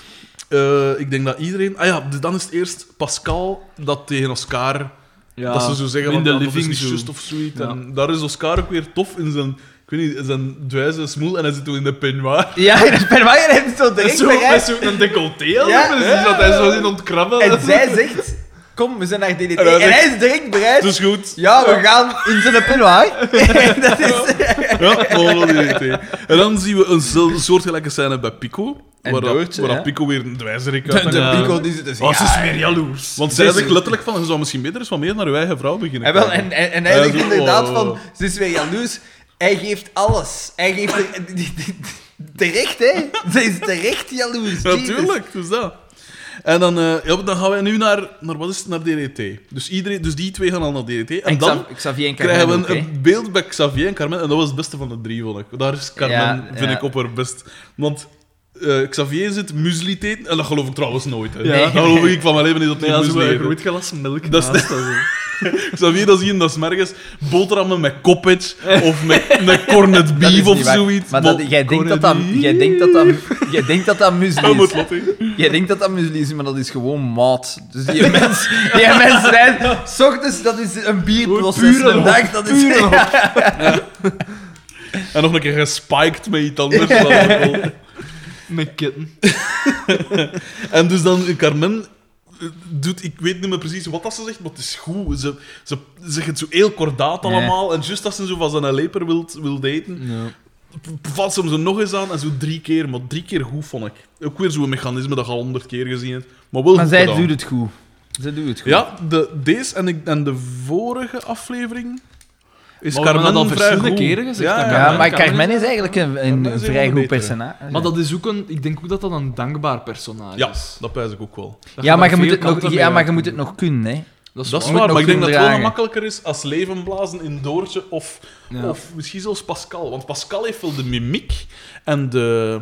Speaker 1: eh, ik denk dat iedereen. Ah ja, dan is het eerst Pascal dat tegen Oscar.
Speaker 2: Ja,
Speaker 1: dat ze zo zeggen
Speaker 2: in
Speaker 1: van
Speaker 2: de
Speaker 1: ja, dat is
Speaker 2: living
Speaker 1: niet
Speaker 2: zoo.
Speaker 1: just of sweet.
Speaker 2: Ja.
Speaker 1: En daar is Oscar ook weer tof in zijn. Ik weet niet, in zijn dwijze smoel en hij zit toen in de peignoir.
Speaker 3: Ja, Ben Wagen heeft zo
Speaker 1: En
Speaker 3: direct
Speaker 1: zo,
Speaker 3: bereid.
Speaker 1: met zo'n decolleté aan.
Speaker 3: Ja.
Speaker 1: Ja, precies, dat hij zo in ontkrabben.
Speaker 3: En zij zegt: Kom, we zijn naar DDT.
Speaker 1: En hij
Speaker 3: En
Speaker 1: zegt- dus-
Speaker 3: hij is direct bereid.
Speaker 1: Het is goed.
Speaker 3: Ja, we gaan in zijn peignoir. dat is...
Speaker 1: Ja, Paolo die deed het, hè. En dan zien we een zo- soortgelijke scène bij Pico.
Speaker 3: En
Speaker 1: waar dat-
Speaker 3: Doortje,
Speaker 1: waar dat
Speaker 3: ja.
Speaker 1: Pico weer een dwijzerik
Speaker 3: De,
Speaker 1: uit
Speaker 3: de
Speaker 1: hangt.
Speaker 3: Pico die zit dus...
Speaker 2: Oh, ze is weer jaloers.
Speaker 1: Want zij
Speaker 3: Dus-
Speaker 1: zegt letterlijk van, je zou misschien beter eens wat meer naar uw eigen vrouw beginnen
Speaker 3: En, Eh, wel,
Speaker 1: kijken.
Speaker 3: en, en, en hij
Speaker 1: Ja,
Speaker 3: zegt
Speaker 1: zo,
Speaker 3: inderdaad
Speaker 1: oh.
Speaker 3: van, ze is weer jaloers. Hij geeft alles. Hij geeft... er- die- die- Terecht, hè? Ze is terecht jaloers.
Speaker 1: Ja,
Speaker 3: Jesus.
Speaker 1: Natuurlijk, dus dat. En dan, eh, ja, dan gaan wij nu naar, naar, wat is het, naar DDT. Dus, iedereen, dus die twee gaan al naar DDT. En
Speaker 3: En
Speaker 1: dan
Speaker 3: Xav- Xavier en
Speaker 1: krijgen we
Speaker 3: Carmen ook,
Speaker 1: een,
Speaker 3: hè.
Speaker 1: een beeld bij Xavier en Carmen. En dat was het beste van de drie, vond ik. Daar is Carmen,
Speaker 3: Ja,
Speaker 1: vind
Speaker 3: ja.
Speaker 1: ik, op haar best. Want eh, Xavier zit muesli te eten. En dat geloof ik trouwens nooit. Hè.
Speaker 2: Ja.
Speaker 1: Dat geloof ik van mijn leven niet dat hij
Speaker 2: Nee, dat is
Speaker 1: muesli
Speaker 2: wel een
Speaker 1: eet, hè.
Speaker 2: groot glas melk
Speaker 1: Dat is-
Speaker 2: naast dat zo.
Speaker 1: Xavier, dat zie je, dat is nergens boterhammen met koppets of met, met corned
Speaker 3: Dat is
Speaker 1: beef
Speaker 3: niet
Speaker 1: of
Speaker 3: waar.
Speaker 1: zoiets.
Speaker 3: Maar dat, jij, denkt dat dat, jij denkt dat dat... Jij denkt dat dat muesli
Speaker 1: Oh,
Speaker 3: is.
Speaker 1: moet Lottie.
Speaker 3: Jij denkt dat dat muesli is, maar dat is gewoon maat. Dus die mens... Die mens rijdt... 's ochtends, dat is een bierproces.
Speaker 1: Pure
Speaker 3: Een dag, dat is...
Speaker 2: pure
Speaker 1: En nog een keer gespiked met iets anders. dan alcohol.
Speaker 2: Met kitten.
Speaker 1: en dus dan, Carmen eh, doet, ik weet niet meer precies wat dat ze zegt, maar het is goed. Ze, ze zegt het zo heel kordaat
Speaker 3: Ja.
Speaker 1: allemaal. En juist als ze zo van zijn leper wil, wil eten, valt ze hem zo nog eens aan. En zo drie keer, maar drie keer goed, vond ik. Ook weer zo'n mechanisme dat je al honderd keer gezien hebt. Maar wel
Speaker 3: Maar
Speaker 1: goed
Speaker 3: zij
Speaker 1: gedaan.
Speaker 3: doet het goed. Zij doet het goed.
Speaker 1: Ja, de, deze en, ik, en de vorige aflevering is
Speaker 2: Maar we
Speaker 1: Carmen
Speaker 2: hebben dat al
Speaker 1: vrij
Speaker 2: verschillende
Speaker 1: goed.
Speaker 2: keren gezegd,
Speaker 1: Ja,
Speaker 2: dat
Speaker 1: ja,
Speaker 3: Ja,
Speaker 1: ja.
Speaker 2: Carmen-
Speaker 3: maar
Speaker 2: Carmen-
Speaker 3: Carmen is eigenlijk een, een
Speaker 1: Carmen is
Speaker 3: vrij
Speaker 1: een
Speaker 3: goed
Speaker 1: betere.
Speaker 3: personage.
Speaker 2: Maar dat is ook een... Ik denk ook dat dat een dankbaar personage
Speaker 1: Ja,
Speaker 2: is.
Speaker 1: dat pijs ik ook wel.
Speaker 2: Dat
Speaker 3: ja,
Speaker 2: daar
Speaker 3: maar je
Speaker 2: veel
Speaker 3: moet het
Speaker 2: kanten
Speaker 3: nog,
Speaker 2: mee
Speaker 3: ja, maar
Speaker 2: uit
Speaker 3: je
Speaker 2: kunt
Speaker 3: moet het
Speaker 2: doen.
Speaker 3: nog kunnen, hè.
Speaker 2: Dat is
Speaker 1: Dat is
Speaker 3: moet
Speaker 1: waar,
Speaker 3: nog
Speaker 1: maar ik denk dat het wel
Speaker 3: dragen.
Speaker 1: makkelijker is als leven blazen in Doortje of,
Speaker 2: Ja.
Speaker 1: of misschien zelfs Pascal. Want Pascal heeft wel de mimiek en de...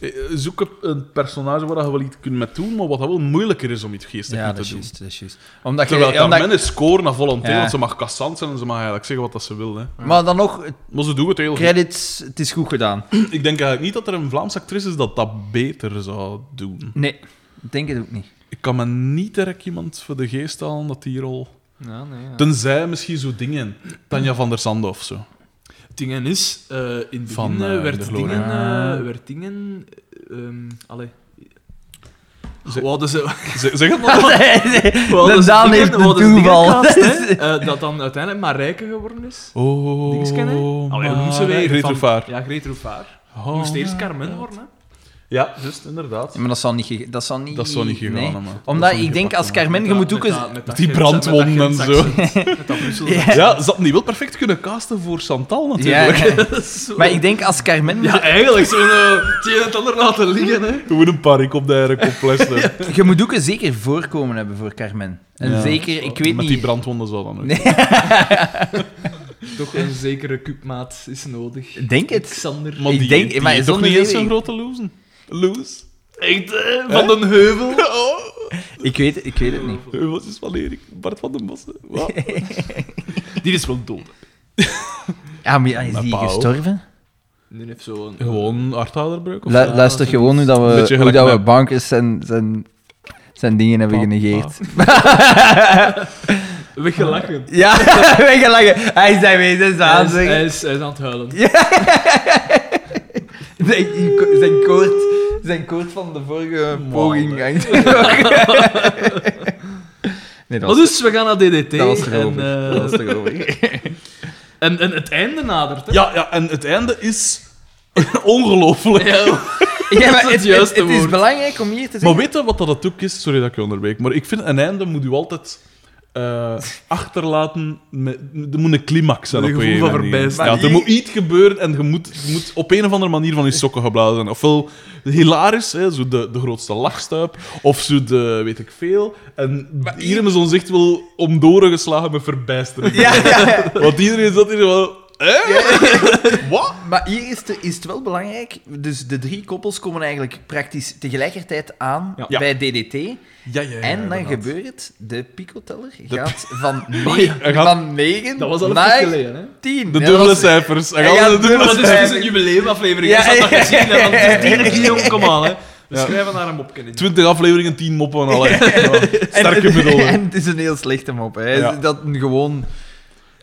Speaker 1: eh, Zoek een- een personage waar je wel iets kunt mee doen, maar wat dat wel moeilijker is om iets geestig mee
Speaker 3: Ja,
Speaker 1: te
Speaker 3: dat is
Speaker 1: doen.
Speaker 3: juist, dat is juist. Omdat je-
Speaker 1: Terwijl
Speaker 3: omdat-
Speaker 1: Carmen is scoren naar volontair,
Speaker 3: Ja.
Speaker 1: want ze mag kassant zijn en ze mag eigenlijk zeggen wat dat ze wil. Hè.
Speaker 3: Maar dan nog, eh,
Speaker 1: Maar ze doen het heel goed.
Speaker 3: credits, het is goed gedaan.
Speaker 1: Ik denk eigenlijk niet dat er een Vlaamse actrice is dat dat beter zou doen.
Speaker 3: Nee, ik denk het ook niet.
Speaker 1: Ik kan me niet direct iemand voor de geest halen dat die rol...
Speaker 2: Ja, nee, ja.
Speaker 1: Tenzij misschien zo dingen. Tanja van der Sande of zo.
Speaker 2: Dingen is, eh, in het
Speaker 1: Van,
Speaker 2: begin eh,
Speaker 1: eh,
Speaker 2: werd,
Speaker 1: de Gloria.
Speaker 2: dingen, eh,
Speaker 3: Ah.
Speaker 2: werd dingen... eh, ehm, allee.
Speaker 1: Ze-
Speaker 2: Wouden ze...
Speaker 1: Zeg, zeg het maar.
Speaker 2: wouden
Speaker 3: De
Speaker 2: ze
Speaker 3: Daan
Speaker 2: dingen-
Speaker 3: heeft een
Speaker 2: wouden ze dingen
Speaker 3: toeval.
Speaker 2: casten, hè, eh, dat dan uiteindelijk maar rijker geworden is.
Speaker 1: Oh,
Speaker 2: Dingen kennen. Allee, hoe noemt ze
Speaker 1: maar-
Speaker 2: weer?
Speaker 1: Greet
Speaker 2: Van-
Speaker 1: Ruvaar.
Speaker 2: Ja, Greet Rouvaar.
Speaker 1: Oh.
Speaker 2: Moest eerst Carmen worden, hè.
Speaker 1: Ja, juist, inderdaad.
Speaker 3: Ja, maar dat zal niet... ge- Dat zal niet,
Speaker 1: Dat zou niet gegaan,
Speaker 3: nee.
Speaker 1: hè, man. Dat
Speaker 3: Omdat
Speaker 1: zou niet
Speaker 3: ik denk,
Speaker 1: gepakt
Speaker 3: als
Speaker 1: worden.
Speaker 3: Carmen, je
Speaker 2: Met
Speaker 3: moet
Speaker 2: dat-
Speaker 3: ook
Speaker 2: met
Speaker 3: eens...
Speaker 2: dat- met dat
Speaker 1: die
Speaker 2: Gent- met dat
Speaker 1: brandwonden en zo.
Speaker 2: Gentsaccent, Met dat Brusselse
Speaker 3: Ja.
Speaker 1: Ja, ze hadden niet wel perfect kunnen casten voor Chantal
Speaker 3: Ja,
Speaker 1: natuurlijk.
Speaker 3: ja. Maar ik denk, als Carmen...
Speaker 2: Ja, eigenlijk zo'n eh, het een en het ander laten liggen. Hè.
Speaker 1: Gewoon een parik op de eieren complessen.
Speaker 3: Je moet ook een zeker voorkomen hebben voor Carmen. En
Speaker 1: Ja.
Speaker 3: zeker, ik weet
Speaker 1: Met die
Speaker 3: niet...
Speaker 1: brandwonden zal dan ook.
Speaker 3: Nee.
Speaker 2: Toch een zekere cupmaat is nodig.
Speaker 3: Ik Denk het.
Speaker 2: Xander.
Speaker 1: Maar
Speaker 3: Ik
Speaker 1: die,
Speaker 3: denk-
Speaker 1: die
Speaker 3: maar
Speaker 1: is toch
Speaker 3: zonder
Speaker 1: niet eens
Speaker 3: zeven-
Speaker 1: zo'n grote loser? Loes?
Speaker 2: Echt, eh, van den heuvel.
Speaker 3: Ik weet, ik weet het niet.
Speaker 1: Wat is van Erik? Bart van den Bossen? Wat?
Speaker 2: Die is wel dood.
Speaker 3: Ah, maar ja, is
Speaker 1: Maar
Speaker 3: die
Speaker 1: Pau?
Speaker 3: gestorven?
Speaker 2: Die heeft zo'n...
Speaker 1: Gewoon harthouderbreuk? Of eh,
Speaker 3: Lu-
Speaker 2: ja,
Speaker 3: luister
Speaker 2: dat is
Speaker 3: gewoon hoe dat
Speaker 1: Beetje
Speaker 3: we, hoe
Speaker 1: gelijk
Speaker 3: dat we
Speaker 1: met-
Speaker 3: bankers zijn, zijn, zijn dingen hebben
Speaker 1: Pau,
Speaker 3: genegeerd.
Speaker 2: Weggelachen.
Speaker 3: Ja, weggelachen. Hij is daarmee zijn
Speaker 2: Hij
Speaker 3: aan
Speaker 2: is, hij,
Speaker 3: zeggen.
Speaker 2: is, hij is aan het huilen.
Speaker 3: Zijn, ko- zijn koord, zijn koord van de vorige
Speaker 1: Man,
Speaker 3: poging
Speaker 1: hè.
Speaker 3: hangt. nee, dat
Speaker 2: Maar
Speaker 3: was,
Speaker 2: dus, we gaan naar DDT.
Speaker 3: dat was
Speaker 2: en,
Speaker 3: erover.
Speaker 2: eh,
Speaker 3: dat was erover.
Speaker 2: en, en het einde nadert. Hè?
Speaker 1: Ja, ja, en het einde is ongelooflijk.
Speaker 3: Ja, maar
Speaker 2: het
Speaker 3: het, het,
Speaker 2: juiste
Speaker 3: het is
Speaker 2: woord.
Speaker 3: belangrijk om hier te
Speaker 1: Maar
Speaker 3: zeggen...
Speaker 1: weet je wat dat het ook is? Sorry dat ik je onderbreek. Maar ik vind een einde moet u altijd eh, achterlaten. Met, er moet een climax zijn.
Speaker 2: Met een
Speaker 1: op
Speaker 2: gevoel
Speaker 1: gegeven
Speaker 2: van
Speaker 1: manier.
Speaker 2: verbijstering.
Speaker 1: Ja, er moet iets gebeuren en je moet, je moet op een of andere manier van je sokken geblazen zijn. Ofwel hilarisch, hè, zo de, de grootste lachstuip. Of zo de weet ik veel. En hier hebben ze ons echt wel omdoren geslagen met verbijstering.
Speaker 3: Ja, ja.
Speaker 1: Want iedereen zat hier wel. Hè? Wat?
Speaker 3: Maar hier is, de- is het wel belangrijk. Dus de drie koppels komen eigenlijk praktisch tegelijkertijd aan
Speaker 1: Ja.
Speaker 3: bij DDT.
Speaker 1: Ja, ja, ja,
Speaker 3: en dan
Speaker 1: inderdaad.
Speaker 3: gebeurt De picoteller gaat van, ne-
Speaker 1: hij gaat-
Speaker 3: van 9
Speaker 2: Dat was al een
Speaker 3: naar
Speaker 2: tijd geleden. Hè?
Speaker 3: 10.
Speaker 1: De
Speaker 3: Ja,
Speaker 1: dubbele
Speaker 3: dat was-
Speaker 1: cijfers. Hij
Speaker 3: Hij
Speaker 1: gaat
Speaker 3: gaat
Speaker 1: de dubbele
Speaker 3: dubbele
Speaker 2: Maar het is, het is een jubileumaflevering.
Speaker 3: Ja,
Speaker 2: Ja, dat
Speaker 3: ja,
Speaker 2: gezien. hè, want het is tien keer, jong, kom aan. Hè. We
Speaker 1: Ja.
Speaker 2: schrijven daar een mopje in.
Speaker 1: 20 afleveringen, 10 moppen en alle. Ja,
Speaker 3: en-
Speaker 1: Sterke middel. hè.
Speaker 3: En het is een heel slechte mop. Hè.
Speaker 1: Ja.
Speaker 3: Dat een gewoon...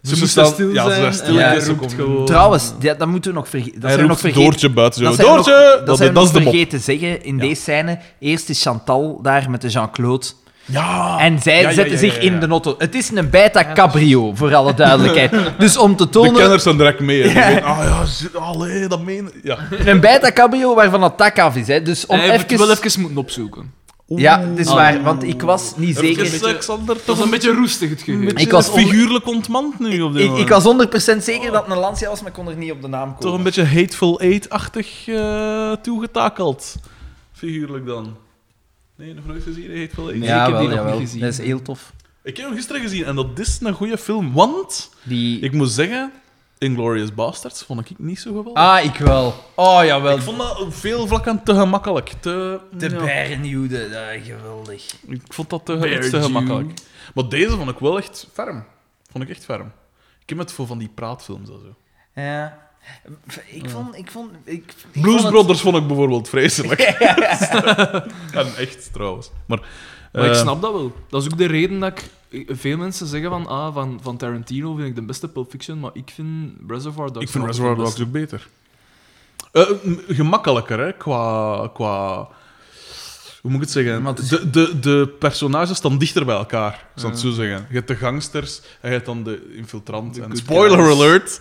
Speaker 1: Ze moesten stil
Speaker 2: ja,
Speaker 1: zijn.
Speaker 2: Ze zijn stil
Speaker 3: en hij
Speaker 2: en ze
Speaker 1: roept
Speaker 2: komt
Speaker 1: gewoon.
Speaker 2: gewoon.
Speaker 3: Trouwens, ja, dat moeten we nog vergeten. Dat
Speaker 1: Hij
Speaker 3: zijn we nog
Speaker 1: roept
Speaker 3: vergeten.
Speaker 1: Doortje buiten. Zo.
Speaker 3: zijn we nog-
Speaker 1: Doortje!
Speaker 3: dat
Speaker 1: dat,
Speaker 3: zijn we
Speaker 1: dat is
Speaker 3: nog
Speaker 1: de mop.
Speaker 3: vergeten zeggen in
Speaker 1: Ja.
Speaker 3: deze scène. Eerst is Chantal daar met de Jean-Claude.
Speaker 1: Ja!
Speaker 3: En zij
Speaker 1: Ja, ja,
Speaker 3: zetten
Speaker 1: ja, ja,
Speaker 3: zich
Speaker 1: ja.
Speaker 3: in de notto. Het is een beta cabrio, voor alle duidelijkheid. Dus om te
Speaker 1: De
Speaker 3: tonen,
Speaker 1: kenners zijn direct mee. hè. Die
Speaker 3: Ja.
Speaker 1: weten, Ah ja, zit- allee, dat meen ja.
Speaker 3: een beta cabrio waarvan het dak af is. Hè. Dus om
Speaker 2: Hij heeft het
Speaker 3: even...
Speaker 2: wel even moeten opzoeken.
Speaker 3: Ja, het is
Speaker 2: Oeh.
Speaker 3: waar, want ik was niet
Speaker 1: Even,
Speaker 3: zeker...
Speaker 2: beetje-
Speaker 1: Alexander,
Speaker 2: Het
Speaker 1: toch
Speaker 2: was een
Speaker 1: een
Speaker 2: beetje roestig, het geheel.
Speaker 1: beetje
Speaker 3: Ik was onder-
Speaker 1: figuurlijk ontmand nu op dit
Speaker 3: Ik,
Speaker 1: moment.
Speaker 3: ik was 100% zeker dat het een Lancia was, maar ik kon er niet op de naam komen.
Speaker 1: Toch een beetje Hateful Eight-achtig eh, toegetakeld. Figuurlijk dan. Nee, nog nooit gezien, Hateful Eight.
Speaker 2: Nee. ik heb die nog niet gezien.
Speaker 3: Dat is heel tof.
Speaker 1: Ik heb hem gisteren gezien en dat is een goede film, want...
Speaker 3: Die...
Speaker 1: Ik moet zeggen, Inglourious Bastards vond ik niet zo geweldig.
Speaker 3: Ah, ik wel. Oh, jawel.
Speaker 1: Ik vond dat op veel vlakken te gemakkelijk. Te,
Speaker 3: De
Speaker 1: ja.
Speaker 3: Bernjude, ah, geweldig.
Speaker 1: Ik vond dat te,
Speaker 2: Bear
Speaker 1: iets te
Speaker 2: Jew.
Speaker 1: gemakkelijk. Maar deze vond ik wel echt,
Speaker 3: Farm.
Speaker 1: vond ik echt ferm. Ik heb het voor van die praatfilms en zo.
Speaker 3: Ja. Ik vond... Ik vond ik, ik
Speaker 1: Blues
Speaker 3: vond het-
Speaker 1: Brothers vond ik bijvoorbeeld vreselijk. en echt trouwens. Maar,
Speaker 2: Maar ik
Speaker 1: eh,
Speaker 2: snap dat wel. Dat is ook de reden dat ik... eh, Veel mensen zeggen van, ah, van, van Tarantino vind ik de beste Pulp Fiction, maar ik vind Reservoir Dogs...
Speaker 1: Ik vind
Speaker 2: nog
Speaker 1: Reservoir
Speaker 2: de
Speaker 1: Dogs
Speaker 2: beste.
Speaker 1: ook beter. Eh, m- gemakkelijker, hè? Qua, qua. Hoe moet ik het zeggen?
Speaker 3: Maar het is-
Speaker 1: De, de, de personages staan dichter bij elkaar, ik zou het zo zeggen. Je hebt de gangsters en je hebt dan de infiltrant.
Speaker 2: De
Speaker 1: en
Speaker 2: good
Speaker 1: spoiler
Speaker 2: guys.
Speaker 1: alert!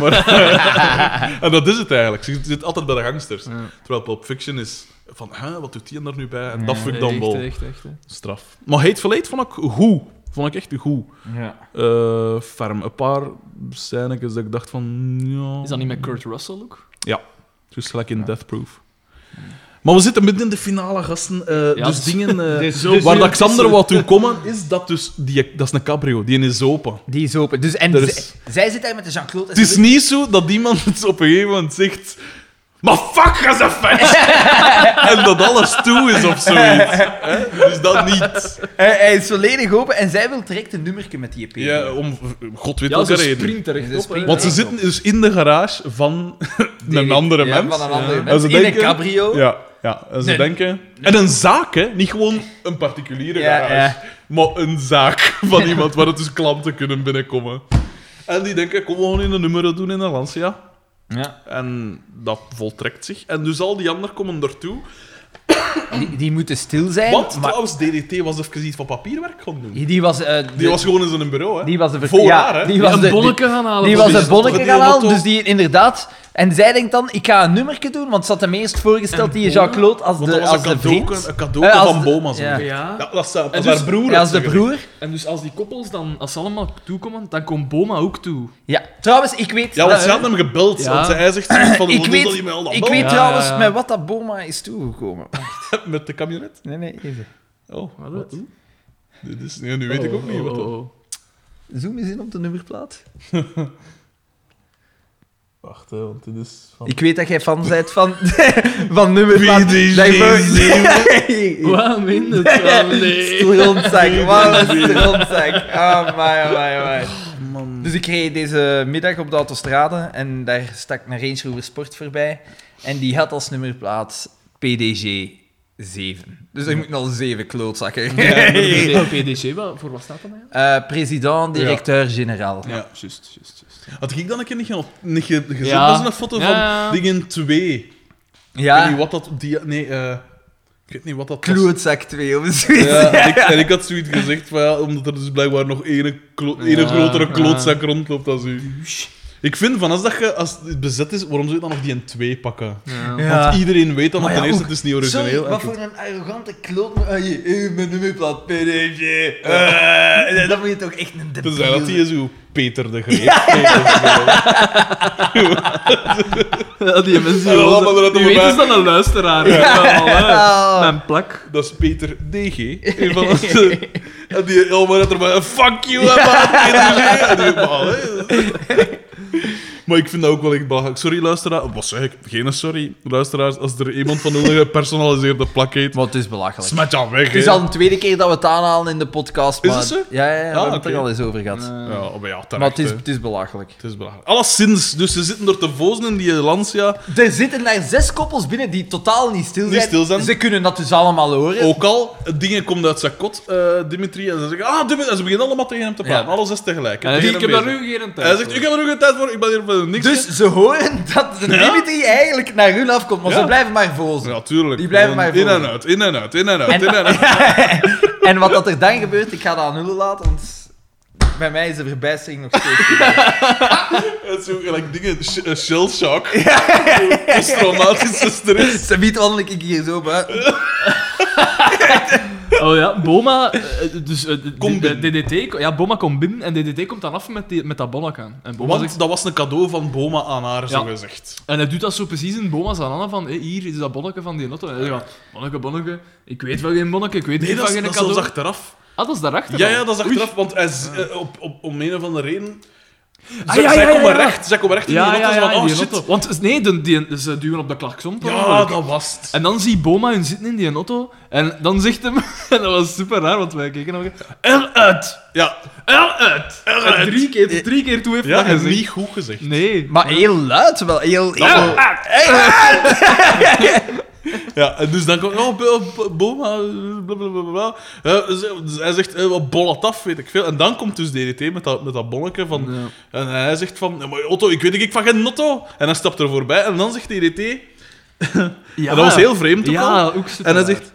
Speaker 1: Maar, en dat is het eigenlijk. Ze zit altijd bij de gangsters.
Speaker 2: Ja.
Speaker 1: Terwijl Pulp Fiction is van, hè, wat doet die er nu bij? En
Speaker 3: Ja.
Speaker 1: dat vind ik dan
Speaker 2: echt,
Speaker 1: wel
Speaker 2: Echt, echt, hè.
Speaker 1: straf. Maar Hateful Eight vond ik goed. Vond ik echt goed.
Speaker 3: Ja.
Speaker 1: Eh, ferm. Een paar scènetjes dat ik dacht van... Ja.
Speaker 2: Is dat niet met Kurt Russell ook?
Speaker 1: Juist gelijk in Death Proof. Maar we zitten midden in de finale, gasten. eh,
Speaker 2: Ja,
Speaker 1: dus
Speaker 2: het-
Speaker 1: dingen... eh,
Speaker 3: het is zo-
Speaker 1: waar
Speaker 3: het
Speaker 1: dat
Speaker 3: is-
Speaker 1: Xander wou toe komen, is dat dus... Die, dat is een cabrio. Die is open.
Speaker 3: Die is open. Dus, en
Speaker 1: Er is-
Speaker 3: zij- zij zit daar met de Jean-Claude. en
Speaker 1: Het is niet zo dat iemand het op een gegeven moment zegt... Maar fuck, ga ze vet! en dat alles toe is of zoiets. hè? Dus dat niet.
Speaker 3: Hij, hij is volledig open en zij wil direct een nummerke met die E EP.
Speaker 1: Ja, om god weet
Speaker 2: Ja,
Speaker 1: welke
Speaker 2: ze
Speaker 1: reden.
Speaker 2: springt er echt
Speaker 4: Ze
Speaker 2: op.
Speaker 4: springt
Speaker 2: hè.
Speaker 1: Want ze zitten dus in de garage van een andere
Speaker 4: Ja,
Speaker 1: mens.
Speaker 4: van een andere
Speaker 2: Ja.
Speaker 4: mens.
Speaker 1: Ze
Speaker 4: In een
Speaker 1: denken-
Speaker 4: cabrio.
Speaker 1: Ja, ja. En ze
Speaker 3: Nee.
Speaker 1: denken... En een zaak, hè. Niet gewoon een particuliere
Speaker 3: Ja,
Speaker 1: garage.
Speaker 3: ja.
Speaker 1: Maar een zaak van iemand waar het dus klanten kunnen binnenkomen. En die denken, kom we gewoon in een nummer doen in een Lancia.
Speaker 2: Ja.
Speaker 1: En dat voltrekt zich. En dus al die anderen komen ertoe.
Speaker 3: Die, die moeten stil zijn.
Speaker 1: Want
Speaker 3: maar-
Speaker 1: trouwens, DDT was even iets van papierwerk gaan doen.
Speaker 3: die, die was... eh, de-
Speaker 1: Die was gewoon in zijn bureau, hè.
Speaker 3: die was de ver-
Speaker 1: voor
Speaker 3: ja,
Speaker 1: haar, hè.
Speaker 3: Die
Speaker 2: Die
Speaker 3: was
Speaker 2: een
Speaker 3: de,
Speaker 2: bolletje gaan halen.
Speaker 3: die, die
Speaker 2: van
Speaker 3: was
Speaker 1: is
Speaker 3: een
Speaker 1: toch
Speaker 3: bonnetje
Speaker 1: een
Speaker 3: gaan halen,
Speaker 1: motto?
Speaker 3: dus die inderdaad... En zij denkt dan, ik ga een nummerke doen, want ze had hem eerst voorgesteld, die Jean-Claude, als
Speaker 1: Want dat
Speaker 3: de,
Speaker 1: was
Speaker 3: als
Speaker 1: een
Speaker 3: de
Speaker 1: cadeau,
Speaker 3: vriend.
Speaker 1: een cadeau
Speaker 3: Eh, als
Speaker 1: van
Speaker 3: de-
Speaker 1: Boma. zo.
Speaker 3: ja.
Speaker 2: Ja.
Speaker 1: Ja, dat zou dat
Speaker 2: En dus-
Speaker 1: haar broer.
Speaker 3: Ja, als de
Speaker 1: zeggen.
Speaker 3: broer.
Speaker 2: En dus als die koppels dan, als ze allemaal toekomen, dan komt Boma ook toe.
Speaker 3: Ja, trouwens, ik weet...
Speaker 1: Ja, want
Speaker 3: dat-
Speaker 1: ze had hem gebeld.
Speaker 2: Ja.
Speaker 1: Want hij zegt zoiets van,
Speaker 3: ik
Speaker 1: wat
Speaker 3: weet,
Speaker 1: doet hij met al dat
Speaker 3: ik
Speaker 1: bel?
Speaker 3: weet
Speaker 2: Ja,
Speaker 3: trouwens
Speaker 2: ja, ja.
Speaker 3: met wat dat Boma is toegekomen.
Speaker 1: Met de camionet.
Speaker 3: Nee, nee, even.
Speaker 1: Oh,
Speaker 2: Wat Oh,
Speaker 1: wat
Speaker 2: is
Speaker 1: dan? Dit is, ja, nu weet
Speaker 3: Oh.
Speaker 1: ik ook niet wat dat...
Speaker 3: Zoom eens in op de nummerplaat.
Speaker 1: Wacht, hè, want dit is van...
Speaker 3: Ik weet dat jij fan bent van, van nummerplaat.
Speaker 1: Wie
Speaker 3: Dat je-
Speaker 2: oh. Wat minder het nee.
Speaker 3: Strontzak, wat een strontzak. Ah, maar, maar, maar.
Speaker 1: Man.
Speaker 3: Dus ik reed deze middag op de autostrade en daar stak een Range Rover Sport voorbij. En die had als nummerplaat PDG 7. Dus er moeten al zeven klootzakken.
Speaker 2: PDC, wat- voor wat staat dat nou?
Speaker 3: Eh, president, directeur-generaal.
Speaker 1: Ja.
Speaker 2: juist, juist, juist.
Speaker 1: Had ik dan een keer niet, ge- niet ge- gezet?
Speaker 2: Ja.
Speaker 1: Dat is een foto van
Speaker 2: Ja.
Speaker 1: dingen 2. Ik weet
Speaker 3: Ja,
Speaker 1: niet wat dat... Die, nee, eh, ik weet niet wat dat was.
Speaker 3: klootzak 2 of zoiets.
Speaker 1: Ja, en ik, en ik had zoiets gezegd, van, ja, omdat er dus blijkbaar nog ene, klo- ene
Speaker 2: Ja,
Speaker 1: grotere
Speaker 2: ja.
Speaker 1: klootzak rondloopt als u. Ik vind van als, dat je, als het bezet is, waarom zou je dan nog die in twee pakken? Want iedereen weet dan,
Speaker 3: Maar
Speaker 1: want ten
Speaker 3: ja,
Speaker 1: eerste
Speaker 3: ook-
Speaker 1: het is niet origineel.
Speaker 3: Sorry,
Speaker 1: en
Speaker 3: wat
Speaker 1: ten-
Speaker 3: voor een arrogante kloot. Ah, je, eh, mijn nummerplaat PDG. Eh, nee, dat moet je toch echt een debiel
Speaker 1: Tenzij dat Dus die
Speaker 3: zijn.
Speaker 1: is hoe Peter de Greep. Peter de Greep.
Speaker 2: Ja, die mensen
Speaker 1: Ja,
Speaker 2: die
Speaker 1: laat maar dat maar
Speaker 2: Die weten
Speaker 1: bij.
Speaker 2: is dan een luisteraar. Ja. Mijn plak.
Speaker 1: Dat is Peter DG. Een van onze... En die allemaal net erbij, fuck you, hè, man, Peter DG. En die, maar, hè. Maar ik vind dat ook wel echt belachelijk. Sorry, luisteraar. Wat zeg ik? Geen sorry, luisteraars. Als er iemand van een gepersonaliseerde plak heet,
Speaker 3: Maar het is belachelijk.
Speaker 1: smet je aan weg,
Speaker 3: het is
Speaker 1: hè.
Speaker 3: al de tweede keer dat we het aanhalen in de podcast.
Speaker 1: Is
Speaker 3: maar-
Speaker 1: het zo? Ah,
Speaker 3: Ja, ja, ja, we hebben het
Speaker 1: oké.
Speaker 3: er al eens over gehad.
Speaker 1: Ja, maar ja, terecht,
Speaker 3: maar het is,
Speaker 1: hè.
Speaker 3: het is belachelijk.
Speaker 1: Het is belachelijk. Alleszins, dus ze zitten door te vozen in die Lancia.
Speaker 3: Er zitten daar zes koppels binnen die totaal niet stil zijn.
Speaker 1: Niet stil zijn.
Speaker 3: Ze kunnen dat dus allemaal horen.
Speaker 1: Ook al, het ding komt uit zijn kot, eh, Dimitri. En ze zeggen, ah, Dimitri. En ze beginnen allemaal tegen hem te praten.
Speaker 3: Ja.
Speaker 1: Alles is tegelijk.
Speaker 2: En hij
Speaker 1: Tegen
Speaker 2: zegt, ik heb
Speaker 1: hem
Speaker 2: daar
Speaker 1: bezig.
Speaker 2: nu geen tijd
Speaker 1: Hij zegt, ik heb er ook geen tijd voor, ik ben hier voor niks.
Speaker 3: Dus ze horen dat de Dimitri eigenlijk naar hun afkomt, maar
Speaker 1: Ja.
Speaker 3: ze blijven maar vozen.
Speaker 1: Natuurlijk.
Speaker 3: Die blijven mij
Speaker 1: In en
Speaker 3: volgen.
Speaker 1: uit, in en uit, in en uit,
Speaker 3: En-
Speaker 1: in en uit.
Speaker 3: En wat dat er dan gebeurt, ik ga dat aan Hulle laten, want bij mij is de verbijstering nog steeds.
Speaker 1: En zo gelijk dingen, sh- eh, shell shock. Posttraumatische stress.
Speaker 3: Ze biedt wandel ik hier zo buiten.
Speaker 2: Oh ja, Boma... eh, Dus, eh, d-
Speaker 1: Kom
Speaker 2: d-
Speaker 1: binnen.
Speaker 2: DDT, ja, Boma komt binnen en DDT komt dan af met, die, met dat bonnek aan. En, Boma zegt,
Speaker 1: Want dat was een cadeau van Boma aan haar, zo
Speaker 2: Ja.
Speaker 1: gezegd.
Speaker 2: en hij doet dat zo precies in Boma's aan van hé, hier is dat bonnetje van die auto. En hij zegt, bonnetje, bonnetje, ik weet van geen bonnetje, ik weet
Speaker 1: Nee,
Speaker 2: niet
Speaker 1: dat
Speaker 2: van
Speaker 1: is,
Speaker 2: geen
Speaker 1: dat is zelfs
Speaker 2: cadeau.
Speaker 1: achteraf.
Speaker 2: Ah, dat is daarachter.
Speaker 1: Ja,
Speaker 2: al.
Speaker 1: ja, dat is achteraf, want hij z- eh, op, op, om een of andere reden...
Speaker 2: Ah,
Speaker 1: Zij-
Speaker 2: ja,
Speaker 1: zij
Speaker 2: ja, ja,
Speaker 1: komen
Speaker 2: ja.
Speaker 1: recht, zij komen recht in
Speaker 2: Ja,
Speaker 1: die
Speaker 2: ja,
Speaker 1: auto.
Speaker 2: ja,
Speaker 1: van,
Speaker 2: in
Speaker 1: oh,
Speaker 2: die
Speaker 1: shit.
Speaker 2: auto. Want nee, de, die, ze duwen op de klakson. per
Speaker 1: Ja,
Speaker 2: ongeluk.
Speaker 1: dat was het.
Speaker 2: En dan ziet Boma hun zitten in die auto. En dan zegt hem... En dat was super raar, want wij keken naar
Speaker 1: Eh,
Speaker 2: elkaar. Eruit!
Speaker 1: Ja,
Speaker 2: Eruit! En drie keer, drie keer toe heeft
Speaker 1: eh, ja
Speaker 2: dat
Speaker 1: en
Speaker 2: gezegd.
Speaker 1: niet goed gezegd.
Speaker 2: Nee.
Speaker 3: Maar heel luid wel, heel... heel...
Speaker 1: Ja, en dus dan komt... Oh, Bo- Bo- Boma, blablabla. hij zegt, eh, wat bol het af, weet ik veel. En dan komt dus DDT met dat, met dat bonnetje van...
Speaker 2: Ja.
Speaker 1: En hij zegt van, "Ja, maar Otto, ik weet niet, ik van geen Otto. En hij stapt er voorbij en dan zegt DDT, en dat was heel vreemd ook
Speaker 2: Ja,
Speaker 1: al.
Speaker 2: ook
Speaker 1: En
Speaker 2: super
Speaker 1: hij
Speaker 2: raar.
Speaker 1: zegt,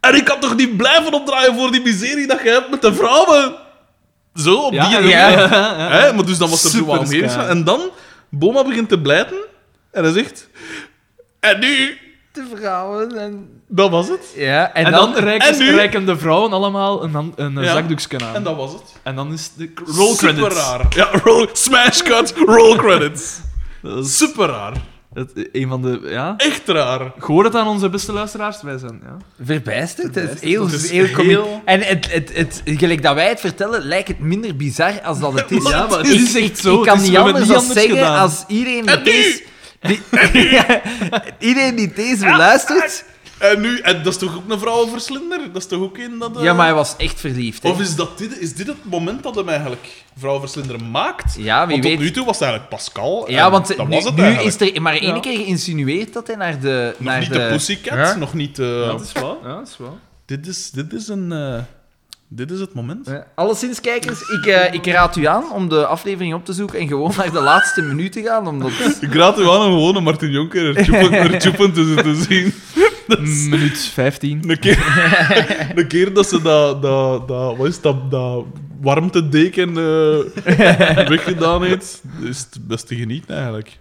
Speaker 1: en ik kan toch niet blijven opdraaien voor die miserie dat je hebt met de vrouwen? Zo, op die
Speaker 2: Ja,
Speaker 1: manier.
Speaker 2: ja, ja.
Speaker 1: Hè? Maar dus dan was er zo
Speaker 2: Super
Speaker 1: wat omheen.
Speaker 2: sky.
Speaker 1: En dan, Boma begint te blijten en hij zegt, en nu,
Speaker 3: De vrouwen en...
Speaker 1: dat was het.
Speaker 3: Ja, en,
Speaker 2: En
Speaker 3: dan...
Speaker 2: dan, reiken,
Speaker 1: en nu?
Speaker 2: reiken de vrouwen allemaal een, hand- een eh,
Speaker 1: Ja.
Speaker 2: zakdoekje aan.
Speaker 1: En dat was het.
Speaker 2: En dan is de roll credits.
Speaker 1: Super raar. Ja, roll, smash cut, roll credits.
Speaker 2: Dat is-
Speaker 1: Super raar.
Speaker 2: Het, een van de... Ja?
Speaker 1: Echt raar.
Speaker 2: Ik hoor het aan onze beste luisteraars. Wij zijn... Ja.
Speaker 5: Verbijsterd. Het is
Speaker 2: Verbijsterd.
Speaker 5: heel,
Speaker 1: Dat is
Speaker 5: heel, comiek.
Speaker 1: heel-
Speaker 5: En het, het, het, gelijk dat wij het vertellen, lijkt het minder bizar als dat het is.
Speaker 2: Ja, maar het is echt zo.
Speaker 5: Ik kan
Speaker 2: Het is-
Speaker 5: niet
Speaker 2: we hebben
Speaker 5: anders,
Speaker 2: het niet
Speaker 5: dan
Speaker 2: anders
Speaker 5: zeggen
Speaker 2: gedaan.
Speaker 5: als iedereen die deze... Die, iedereen die deze beluistert...
Speaker 1: En nu, en dat is toch ook een vrouw over Slinder? Dat is toch ook in dat... eh,
Speaker 5: Ja, maar hij was echt verliefd. hè.
Speaker 1: Of is, dat dit, is dit het moment dat hem eigenlijk vrouw over Slinder maakt?
Speaker 5: Ja, wie
Speaker 1: want tot
Speaker 5: weet.
Speaker 1: nu toe was het eigenlijk Pascal.
Speaker 5: Ja,
Speaker 1: en
Speaker 5: want
Speaker 1: dat
Speaker 5: nu,
Speaker 1: was het
Speaker 5: nu
Speaker 1: eigenlijk.
Speaker 5: is er maar één
Speaker 2: Ja.
Speaker 5: keer geïnsinueerd dat hij naar de...
Speaker 1: Nog
Speaker 5: naar
Speaker 1: niet de, Pussycat,
Speaker 5: Ja?
Speaker 1: nog niet... eh,
Speaker 2: Dat is wel. Ja, dat is wel.
Speaker 1: dit, is, dit is een... eh, dit is het moment.
Speaker 5: Ja. Alleszins, kijkers, ik, eh, ik raad u aan om de aflevering op te zoeken en gewoon naar de laatste minuut te gaan, omdat...
Speaker 1: Ik raad u aan om gewoon een Martin Jonker er tjoepen- er tjoepen tussen te zien. Dat is-
Speaker 2: Minuut 15.
Speaker 1: Een keer, een keer dat ze dat, dat, dat, wat is dat, dat warmtedeken eh weggedaan heeft, is het best te genieten eigenlijk.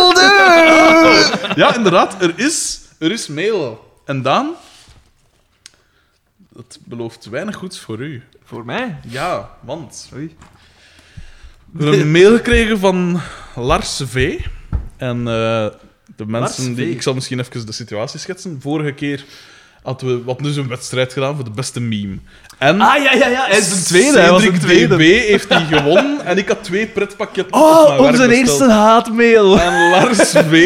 Speaker 5: Kokeldoedeldoe!
Speaker 1: Ja, inderdaad, er is, er is mail. En Daan, dat belooft weinig goeds voor u.
Speaker 2: Voor mij.
Speaker 1: Ja, want
Speaker 2: Oei.
Speaker 1: we hebben een mail gekregen van Lars V. En eh, de mensen
Speaker 2: Lars
Speaker 1: die...
Speaker 2: V.
Speaker 1: Ik zal misschien even de situatie schetsen. Vorige keer hadden we wat dus een wedstrijd gedaan voor de beste meme. En...
Speaker 2: Ah, ja, ja, ja. Hij is de tweede. Hij was de
Speaker 1: Cedric
Speaker 2: tweede.
Speaker 1: DB heeft die gewonnen en ik had twee pretpakketten. op
Speaker 2: Oh,
Speaker 1: mijn werk
Speaker 2: onze
Speaker 1: besteld.
Speaker 2: eerste haatmail.
Speaker 1: En Lars W.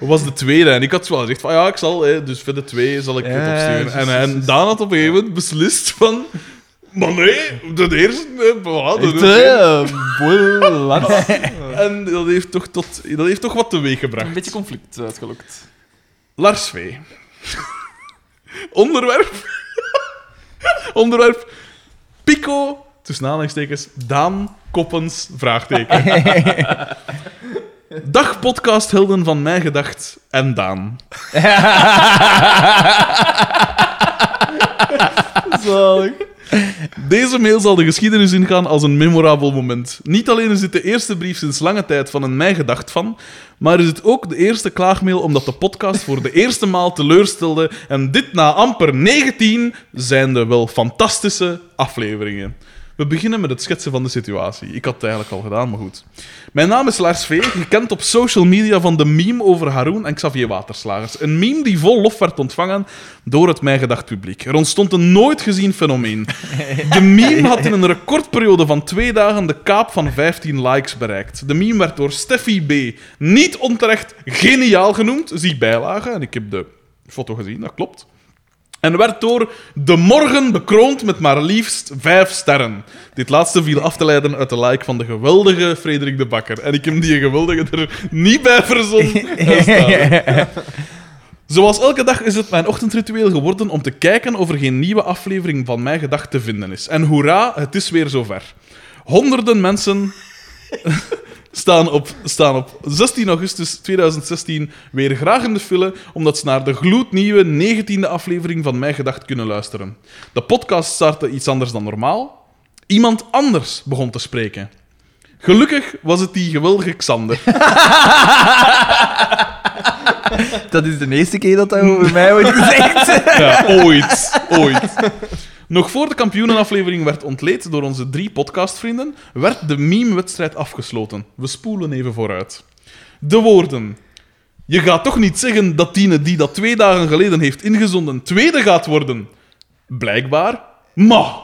Speaker 1: was de tweede. En ik had wel gezegd van ja, ik zal, hè, dus voor de twee zal ik
Speaker 2: Ja,
Speaker 1: het
Speaker 2: juist,
Speaker 1: opsturen. En,
Speaker 2: juist,
Speaker 1: en Daan had op een gegeven moment beslist van... Maar nee, de eerste... eh, hè, voilà, de- En dat heeft, toch tot, dat heeft toch wat teweeg gebracht.
Speaker 2: Een beetje conflict eh, uitgelokt.
Speaker 1: Lars V. Onderwerp. Onderwerp. Pico. Tussen aanhalingstekens. Daan Koppens. Vraagteken. Dag podcast Helden van Mijn Gedacht en Daan.
Speaker 2: Zalig.
Speaker 1: Deze mail zal de geschiedenis ingaan als een memorabel moment. Niet alleen is dit de eerste brief sinds lange tijd van een mij gedacht van, maar is het ook de eerste klaagmail omdat de podcast voor de eerste maal teleurstelde en dit na amper 19 zijn de wel fantastische afleveringen. We beginnen met het schetsen van de situatie. Ik had het eigenlijk al gedaan, maar goed. Mijn naam is Lars V, gekend op social media van de meme over Haroon en Xavier Waterslagers. Een meme die vol lof werd ontvangen door het mij gedacht publiek. Er ontstond een nooit gezien fenomeen. De meme had in een recordperiode van twee dagen de kaap van 15 likes bereikt. De meme werd door Steffi B. niet onterecht geniaal genoemd. Zie bijlage, en ik heb de foto gezien, dat klopt. En werd door De Morgen bekroond met maar liefst vijf sterren. Dit laatste viel af te leiden uit de like van de geweldige Frederik de Bakker. En ik heb die geweldige er niet bij verzonnen. Daar staat het. Zoals elke dag is het mijn ochtendritueel geworden om te kijken of er geen nieuwe aflevering van Mijn Gedacht te vinden is. En hoera, het is weer zover. Honderden mensen staan op, staan op 16 augustus 2016 weer graag in de file, omdat ze naar de gloednieuwe 19e aflevering van Mijn Gedacht kunnen luisteren. De podcast startte iets anders dan normaal. Iemand anders begon te spreken. Gelukkig was het die geweldige Xander.
Speaker 5: Dat is de eerste keer dat dat over mij wordt gezegd.
Speaker 1: Ja, ooit. Ooit. Nog voor de kampioenenaflevering werd ontleed door onze drie podcastvrienden, werd de meme-wedstrijd afgesloten. We spoelen even vooruit. De woorden. Je gaat toch niet zeggen dat Tine die dat twee dagen geleden heeft ingezonden tweede gaat worden? Blijkbaar. Ma.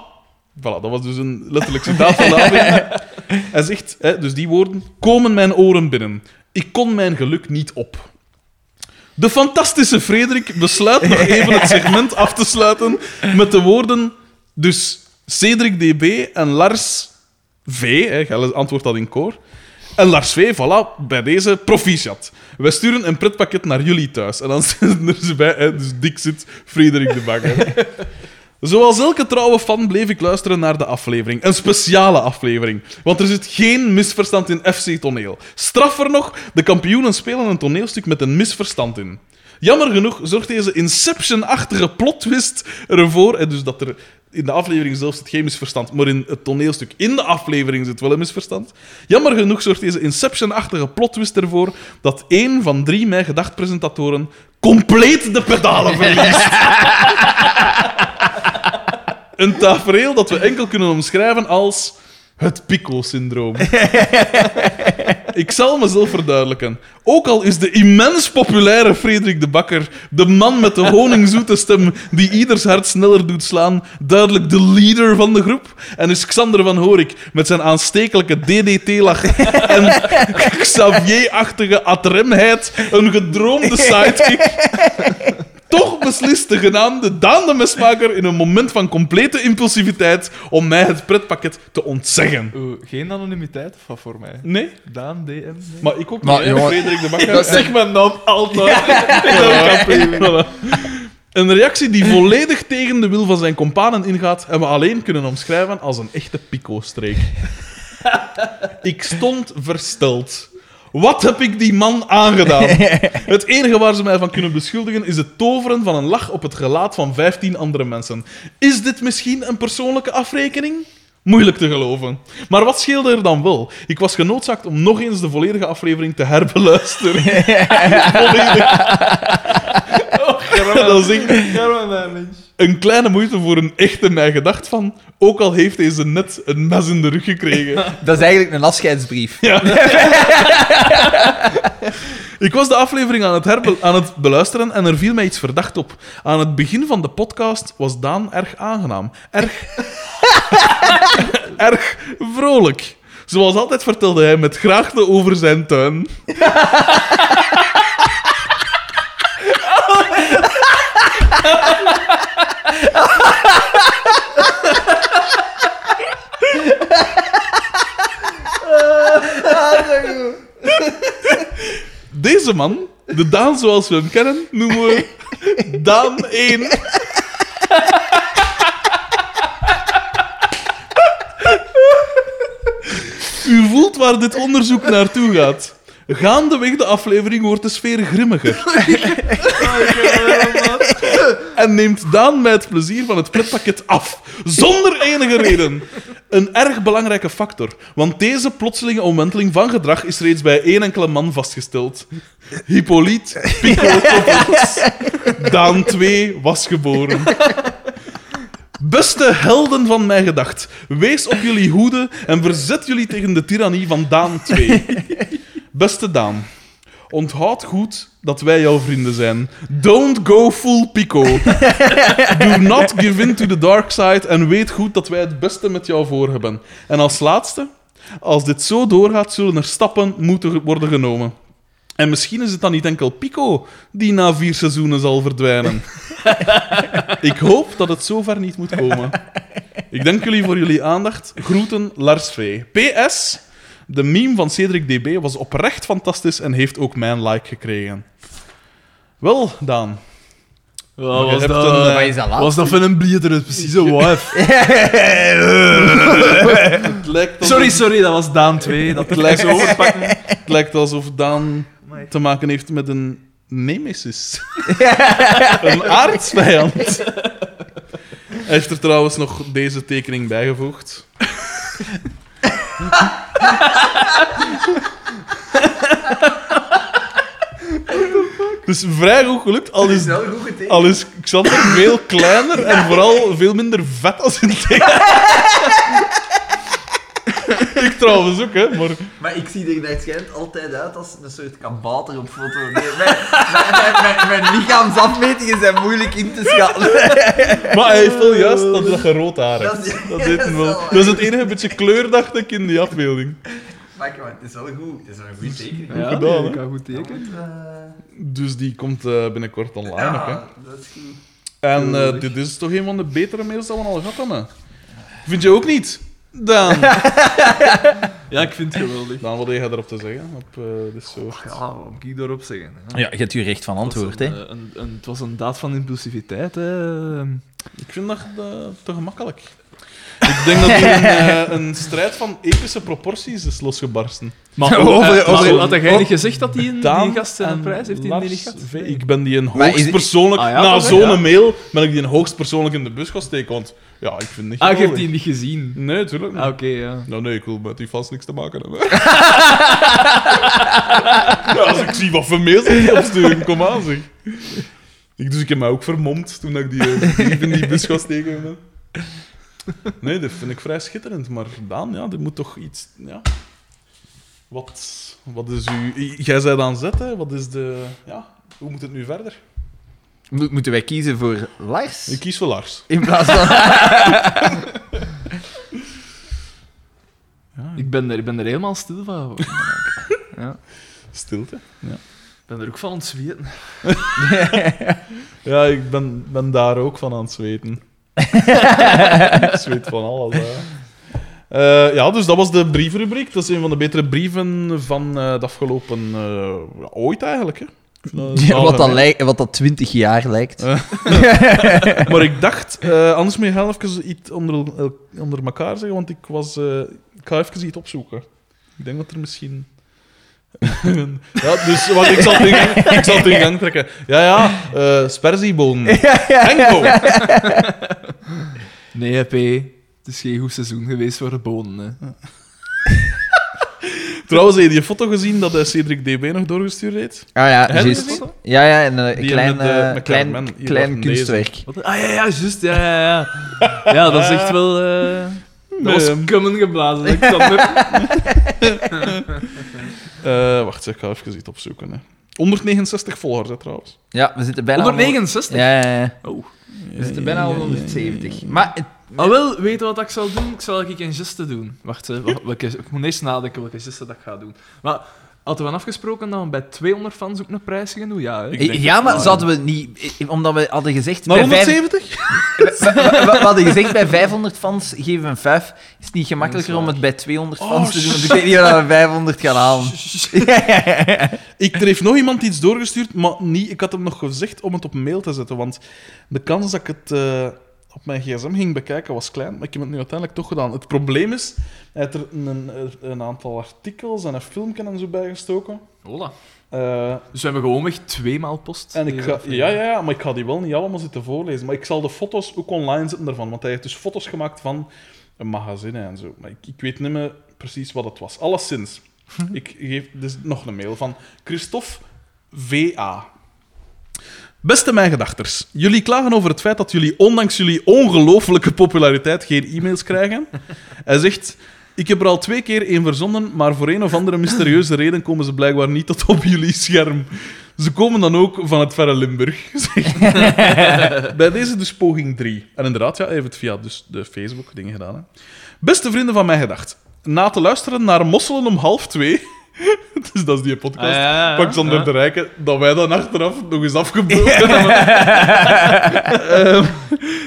Speaker 1: Voilà, dat was dus een letterlijk citaat van de aflevering. Hij zegt, hè, dus die woorden, komen mijn oren binnen. Ik kon mijn geluk niet op. De fantastische Frederik besluit nog even het segment af te sluiten met de woorden. Dus Cedric DB en Lars V, hè, Gelle antwoordt dat in koor. En Lars V, voilà, bij deze proficiat. Wij sturen een pretpakket naar jullie thuis. En dan zitten er ze bij, hè, dus dik zit Frederik de Bakker. Zoals elke trouwe fan bleef ik luisteren naar de aflevering. Een speciale aflevering. Want er zit geen misverstand in FC Toneel. Straffer nog, de kampioenen spelen een toneelstuk met een misverstand in. Jammer genoeg zorgt deze Inception-achtige plotwist ervoor... En dus dat er in de aflevering zelf zit geen misverstand, maar in het toneelstuk in de aflevering zit wel een misverstand. Jammer genoeg zorgt deze Inception-achtige plotwist ervoor dat één van drie mijn gedacht-presentatoren compleet de pedalen verliest. Een tafereel dat we enkel kunnen omschrijven als Het Pico-syndroom. Ik zal mezelf verduidelijken. Ook al is de immens populaire Frederik de Bakker, de man met de honingzoete stem die ieders hart sneller doet slaan, duidelijk de leader van de groep, en is Xander van Horik met zijn aanstekelijke DDT-lach en Xavier-achtige atremheid een gedroomde sidekick, toch beslist de genaamde Daan de Mesmaker in een moment van complete impulsiviteit om mij het pretpakket te ontzeggen.
Speaker 2: Oeh, geen anonimiteit of wat voor mij?
Speaker 1: Nee?
Speaker 2: Daan DM. nee.
Speaker 1: Maar ik ook
Speaker 3: Maar,
Speaker 1: niet, hè.
Speaker 3: jongen,
Speaker 1: Frederik de Bakker.
Speaker 2: Dat zegt mijn naam altijd.
Speaker 1: Voilà. Een reactie die volledig tegen de wil van zijn kompanen ingaat en we alleen kunnen omschrijven als een echte pico-streek. Ik stond versteld. Wat heb ik die man aangedaan? Het enige waar ze mij van kunnen beschuldigen is het toveren van een lach op het gelaat van 15 andere mensen. Is dit misschien een persoonlijke afrekening? Moeilijk te geloven. Maar wat scheelde er dan wel? Ik was genoodzaakt om nog eens de volledige aflevering te herbeluisteren. Volledig. Dat is echt een kleine moeite voor een echte mij gedacht van, ook al heeft deze net een mes in de rug gekregen.
Speaker 5: Dat is eigenlijk een afscheidsbrief.
Speaker 1: Ik was de aflevering aan het, herbe- aan het beluisteren en er viel mij iets verdacht op. Aan het begin van de podcast was Daan erg aangenaam. Erg... erg vrolijk. Zoals altijd vertelde hij met graagte over zijn tuin.
Speaker 3: Ah,
Speaker 1: Deze man, de Daan zoals we hem kennen, noemen we Daan 1. U voelt waar dit onderzoek naartoe gaat. Gaandeweg de aflevering wordt de sfeer grimmiger. En neemt Daan mij het plezier van het pretpakket af. Zonder enige reden. Een erg belangrijke factor. Want deze plotselinge omwenteling van gedrag is reeds bij één enkele man vastgesteld. Hippolyte Pico Toppels. Daan 2 was geboren. Beste helden van mijn gedacht, wees op jullie hoede en verzet jullie tegen de tirannie van Daan 2. Beste Daan, onthoud goed dat wij jouw vrienden zijn. Don't go full pico. Do not give in to the dark side en weet goed dat wij het beste met jou voor hebben. En als laatste, als dit zo doorgaat, zullen er stappen moeten worden genomen. En misschien is het dan niet enkel Pico die na vier seizoenen zal verdwijnen. Ik hoop dat het zover niet moet komen. Ik dank jullie voor jullie aandacht. Groeten, Lars V. PS, de meme van Cedric DB was oprecht fantastisch en heeft ook mijn like gekregen. Wel, Daan.
Speaker 2: Wat
Speaker 1: je
Speaker 2: was
Speaker 1: hebt
Speaker 2: dat?
Speaker 1: een, eh,
Speaker 5: Maar is dat laat?
Speaker 2: was dat van een blieder? Dat is Precies een wife.
Speaker 1: Het lijkt alsof,
Speaker 2: Sorry, sorry, dat was Daan 2. Dat
Speaker 1: Het lijkt, het lijkt alsof Daan te maken heeft met een nemesis. een aardsvijand. Hij heeft er trouwens nog deze tekening bijgevoegd. Dus vrij goed gelukt, al is,
Speaker 3: wel goed getekend.
Speaker 1: al is Xander veel kleiner en vooral veel minder vet als in tekening. Ik trouwens ook, hè, maar...
Speaker 3: Maar ik zie er daar schijnt altijd uit als een soort kabouter op foto. Nee, mijn, mijn, mijn, mijn, mijn lichaamsafmetingen zijn moeilijk in te schatten.
Speaker 1: Maar hij heeft wel juist dat dat je rood haar hebt.
Speaker 3: Dat is-
Speaker 1: Dat weet hem wel.
Speaker 3: dat is wel-
Speaker 1: Dat is het enige beetje kleur, dacht ik, in die afbeelding.
Speaker 3: Maar kijk, maar het is wel goed. Het is wel een goede tekening.
Speaker 2: Ja,
Speaker 1: gedaan,
Speaker 2: nee,
Speaker 1: hè?
Speaker 2: ik kan goed tekenen.
Speaker 1: Dus die komt eh, binnenkort online nog, hè.
Speaker 3: ja, dat is goed.
Speaker 1: En eh, dit is toch een van de betere mails dat we al gehad hebben. Vind je ook niet? Dan.
Speaker 2: Ja, ik vind het geweldig.
Speaker 1: Dan wat heb je erop te zeggen? Op eh, dit soort...
Speaker 2: Ja, wat moet ik daarop zeggen? hè?
Speaker 5: Ja, je hebt je recht van antwoord,
Speaker 2: Het
Speaker 5: hè.
Speaker 2: was een, eh, een- een- het was een daad van impulsiviteit. Hè.
Speaker 1: Ik vind dat eh, te gemakkelijk. Ik denk dat hier een, eh, een strijd van epische proporties is losgebarsten.
Speaker 2: Maar over,
Speaker 5: Over- over-
Speaker 2: had jij niet gezegd dat die, een- die
Speaker 1: Daan
Speaker 2: gast zijn
Speaker 1: en
Speaker 2: prijs heeft? Die
Speaker 1: Lars
Speaker 2: die niet gehad?
Speaker 1: V. Ik ben die een
Speaker 5: Maar is-
Speaker 1: hoogst persoonlijk...
Speaker 2: Ah ja,
Speaker 1: na
Speaker 2: dat is-
Speaker 1: zo'n
Speaker 2: ja.
Speaker 1: mail ben ik die een hoogst persoonlijk in de bus gaan steken, want... Ja, ik vind niet
Speaker 2: Ah, je hebt
Speaker 1: geweldig.
Speaker 2: die niet gezien.
Speaker 1: Nee, tuurlijk niet.
Speaker 2: Ah, Oké, ja.
Speaker 1: Nou nee, ik wil met die vast niks te maken hebben. ja, als ik zie wat voor mails die opsturen, kom aan zeg. Ik, dus ik heb mij ook vermomd toen ik die eh, brief in die bus ga steken. hè. Nee, dat vind ik vrij schitterend. Maar Daan, ja, dit moet toch iets... Ja. Wat, wat is uw... Jij zei aan zet, hè. Wat is de... Ja, hoe moet het nu verder?
Speaker 5: Mo- Moeten wij kiezen voor Lars?
Speaker 1: Ik kies voor Lars.
Speaker 5: In plaats van...
Speaker 2: Ik ben er, ik ben er helemaal stil van. Ik
Speaker 1: Stilte.
Speaker 2: ben er ook van aan het zweten.
Speaker 1: Ja, ik ben, ben daar ook van aan het zweten. ik zweet van alles. hè. Eh, ja, dus dat was de brievenrubriek. Dat is een van de betere brieven van eh het afgelopen eh, ja, ooit eigenlijk. Hè. Eh, nou, Ik vind dat
Speaker 5: Ja, wat, dat
Speaker 1: zalig.
Speaker 5: lijkt, wat dat 20 jaar lijkt.
Speaker 1: Eh. Maar ik dacht, eh, anders moet je heel even iets onder, el- onder elkaar zeggen, want ik, was, eh, ik ga even iets opzoeken. Ik denk dat er misschien. ja, dus wat, ik, zal het in gang, ik zal het in gang trekken. Ja, ja, eh sperziebonen. Henko!
Speaker 2: Nee, P. Het is geen goed seizoen geweest voor de bonen. Hè.
Speaker 1: Trouwens, heb je die foto gezien dat eh, Cedric DB nog doorgestuurd heeft?
Speaker 5: Ah ja,
Speaker 1: Hebben
Speaker 5: juist.
Speaker 1: we die?
Speaker 5: Ja, ja, en een
Speaker 1: Die
Speaker 5: klein,
Speaker 1: met de-
Speaker 5: eh,
Speaker 1: met
Speaker 5: klein,
Speaker 1: Carmen, hier
Speaker 5: klein
Speaker 1: laten lezen.
Speaker 5: kunstwerk.
Speaker 2: Wat? Ah ja, ja, juist. Ja, ja, ja. Ja, dat is echt wel. eh, Dat
Speaker 1: Ehm.
Speaker 2: was kummen geblazen. Ik zat net-
Speaker 1: Eh, wacht, ik ga even iets opzoeken. Hè. 169 volgers, hè, trouwens.
Speaker 5: Ja, we zitten bijna...
Speaker 2: 169.
Speaker 5: al- Ja, ja, ja.
Speaker 2: Oh.
Speaker 5: We zitten Dus bijna al 170. Maar het-
Speaker 2: Ah, wel, weet je wat ik zal doen? Ik zal ik een geste doen. Wacht, hè, wa- welke, ik moet eerst nadenken welke geste dat ik ga doen. Maar hadden we afgesproken dat we bij 200 fans ook een prijs gingen doen? Ja, hè?
Speaker 1: Ik denk
Speaker 5: eh, ja,
Speaker 1: het
Speaker 5: maar
Speaker 1: wel,
Speaker 5: zouden we niet... eh, Omdat we hadden gezegd...
Speaker 1: Maar
Speaker 5: bij vijf-
Speaker 1: 170?
Speaker 5: we, we- we hadden gezegd, bij 500 fans geven we een 5. Is het niet gemakkelijker
Speaker 2: Dat is
Speaker 5: om
Speaker 2: waar.
Speaker 5: het bij 200
Speaker 1: Oh,
Speaker 5: fans te doen? Want ik weet niet of we 500 gaan halen.
Speaker 1: Ik, er heeft nog iemand iets doorgestuurd, maar niet, ik had hem nog gezegd om het op mail te zetten. Want de kans dat ik het eh, op mijn gsm ging bekijken was klein, maar ik heb het nu uiteindelijk toch gedaan. Het probleem is, hij heeft er een, een aantal artikels en een filmpje en zo bijgestoken.
Speaker 2: Hola.
Speaker 1: Eh,
Speaker 2: Dus we hebben gewoon weg tweemaal post.
Speaker 1: en ik
Speaker 2: deze
Speaker 1: ga, ja,
Speaker 2: aflevering.
Speaker 1: ja, ja, maar ik ga die wel niet allemaal zitten voorlezen. Maar ik zal de foto's ook online zetten daarvan. Want hij heeft dus foto's gemaakt van een magazine en zo. Maar ik, ik weet niet meer precies wat het was. Alleszins, ik geef dus nog een mail van Christophe V.A. Beste mijn gedachters, jullie klagen over het feit dat jullie ondanks jullie ongelooflijke populariteit geen e-mails krijgen. Hij zegt: Ik heb er al twee keer één verzonden, maar voor een of andere mysterieuze reden komen ze blijkbaar niet tot op jullie scherm. Ze komen dan ook van het verre Limburg. zegt hij. Bij deze dus poging 3. En inderdaad, ja, hij heeft het via dus de Facebook dingen gedaan. Hè. Beste vrienden van mij gedacht. Na te luisteren naar Mosselen om half twee. Dus dat is die podcast
Speaker 2: Ah, ja, ja, ja.
Speaker 1: van Xander
Speaker 2: Ja.
Speaker 1: de Rijken. Dat wij dan achteraf nog eens afgebroken hebben. Ehm,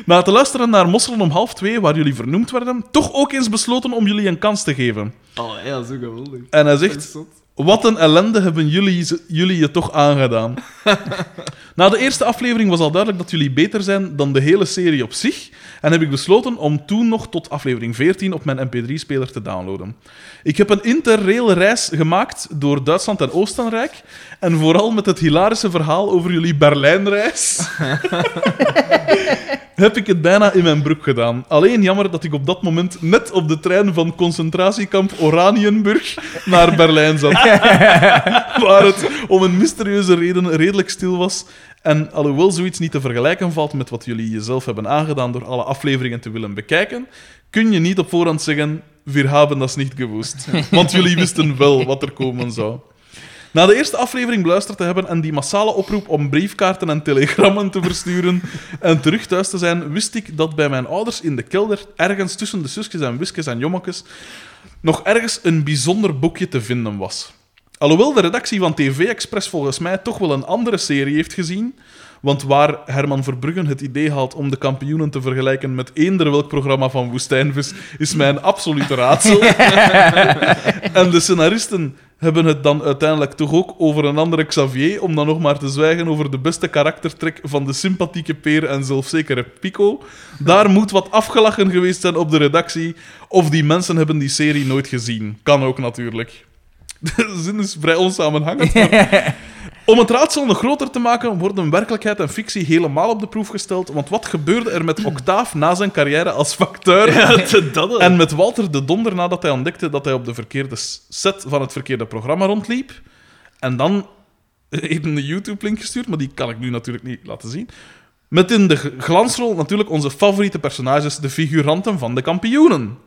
Speaker 1: na te luisteren naar Mosselen om half twee, waar jullie vernoemd werden, toch ook eens besloten om jullie een kans te geven.
Speaker 2: Oh, ja, dat is ook geweldig.
Speaker 1: En hij
Speaker 2: Dat
Speaker 1: zegt,
Speaker 2: is zot.
Speaker 1: wat een ellende hebben jullie, ze- jullie je toch aangedaan. Na de eerste aflevering was al duidelijk dat jullie beter zijn dan de hele serie op zich. En heb ik besloten om toen nog tot aflevering 14 op mijn MP3-speler te downloaden. Ik heb een interrail reis gemaakt door Duitsland en Oostenrijk. En vooral met het hilarische verhaal over jullie Berlijnreis. heb ik het bijna in mijn broek gedaan. Alleen jammer dat ik op dat moment net op de trein van concentratiekamp Oranienburg naar Berlijn zat. waar het om een mysterieuze reden redelijk stil was. En alhoewel zoiets niet te vergelijken valt met wat jullie jezelf hebben aangedaan door alle afleveringen te willen bekijken, kun je niet op voorhand zeggen: We hebben dat niet gewoest. Want jullie wisten wel wat er komen zou. Na de eerste aflevering beluisterd te hebben en die massale oproep om briefkaarten en telegrammen te versturen en terug thuis te zijn, wist ik dat bij mijn ouders in de kelder, ergens tussen de zusjes en wiskes en jommetjes, nog ergens een bijzonder boekje te vinden was. Alhoewel de redactie van TV Express volgens mij toch wel een andere serie heeft gezien, want waar Herman Verbruggen het idee haalt om de kampioenen te vergelijken met eender welk programma van Woestijnvis, is mij een absolute raadsel. En de scenaristen hebben het dan uiteindelijk toch ook over een andere Xavier, om dan nog maar te zwijgen over de beste karaktertrek van de sympathieke peer en zelfzekere Pico. Daar moet wat afgelachen geweest zijn op de redactie, of die mensen hebben die serie nooit gezien. Kan ook natuurlijk. De zin is vrij onsamenhangend, maar- Om het raadsel nog groter te maken, worden werkelijkheid en fictie helemaal op de proef gesteld. Want wat gebeurde er met Octaaf na zijn carrière als facteur? En met Walter de Donder nadat hij ontdekte dat hij op de verkeerde s- set van het verkeerde programma rondliep. eh, En dan even een YouTube-link gestuurd, maar die kan ik nu natuurlijk niet laten zien. Met in de g- glansrol natuurlijk onze favoriete personages, de figuranten van de kampioenen.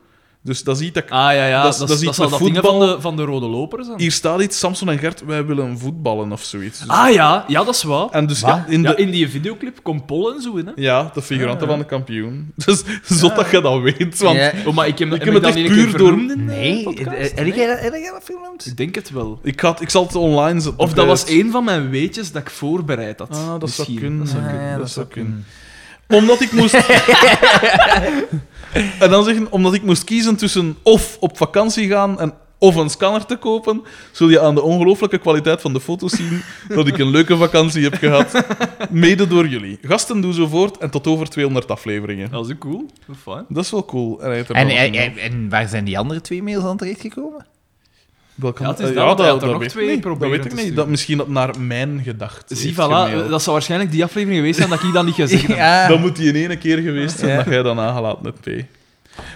Speaker 1: Dus dat is iets dat ik-
Speaker 2: Ah ja,
Speaker 1: Dat
Speaker 2: ja.
Speaker 1: is-
Speaker 2: Dat, is-
Speaker 1: dat is
Speaker 2: dat
Speaker 1: iets
Speaker 2: zal
Speaker 1: met
Speaker 2: dat dingen van
Speaker 1: voetbal.
Speaker 2: de, van de rode lopers. dan.
Speaker 1: Hier staat iets, Samson en Gert, wij willen voetballen of zoiets. Dus-
Speaker 2: Ah ja, ja, dat is waar.
Speaker 1: En dus
Speaker 3: Wat?
Speaker 1: ja, in
Speaker 2: Ja,
Speaker 1: de,
Speaker 2: in die videoclip komt Pol en zo in. Hè.
Speaker 1: ja, de figuranten van de kampioen. Dus zot dat je dat weet, want
Speaker 3: Ja.
Speaker 2: Oh, maar ik heb,
Speaker 1: Ik
Speaker 2: heb
Speaker 1: heb
Speaker 2: ik
Speaker 1: het
Speaker 2: dat
Speaker 1: echt
Speaker 2: niet een keer
Speaker 1: puur door-
Speaker 2: vernoemd in de
Speaker 3: Nee,
Speaker 5: eh,
Speaker 2: podcast?
Speaker 3: heb
Speaker 2: Nee?
Speaker 3: jij dat- heb jij dat film genoemd?
Speaker 2: Ik denk het wel.
Speaker 1: ik, had, ik zal het online zetten.
Speaker 2: Of dat was
Speaker 1: één.
Speaker 2: één van mijn weetjes dat ik voorbereid had.
Speaker 1: Ah, dat zou
Speaker 2: Misschien.
Speaker 1: kunnen. Dat zou
Speaker 3: Ah,
Speaker 1: kunnen.
Speaker 3: ja,
Speaker 1: dat
Speaker 3: dat
Speaker 1: zou kunnen. Omdat ik moest. en dan zeggen, omdat ik moest kiezen tussen of op vakantie gaan en of een scanner te kopen, zul je aan de ongelooflijke kwaliteit van de foto's zien dat ik een leuke vakantie heb gehad. Mede door jullie. Gasten, doe zo voort en tot over 200 afleveringen.
Speaker 2: Dat is ook cool. Dat is fijn.
Speaker 1: Dat is wel cool. En, hij heeft er
Speaker 3: En,
Speaker 1: wel
Speaker 3: en,
Speaker 1: zin in.
Speaker 3: en, en waar zijn die andere twee mails aan terechtgekomen?
Speaker 1: Welke-
Speaker 2: Ja, het is
Speaker 1: eh,
Speaker 2: dat, want hij had er nog
Speaker 1: weet ik
Speaker 2: twee
Speaker 1: niet.
Speaker 2: proberen
Speaker 1: Dat weet
Speaker 2: te
Speaker 1: ik niet.
Speaker 2: sturen.
Speaker 1: Dat, misschien dat naar mijn gedachten.
Speaker 2: Zie, voilà. Dat zou waarschijnlijk die aflevering geweest zijn dat ik dat niet gezegd heb.
Speaker 3: Ja.
Speaker 1: Dat moet die in ene keer geweest zijn dat jij dan aangelaten hebt, P.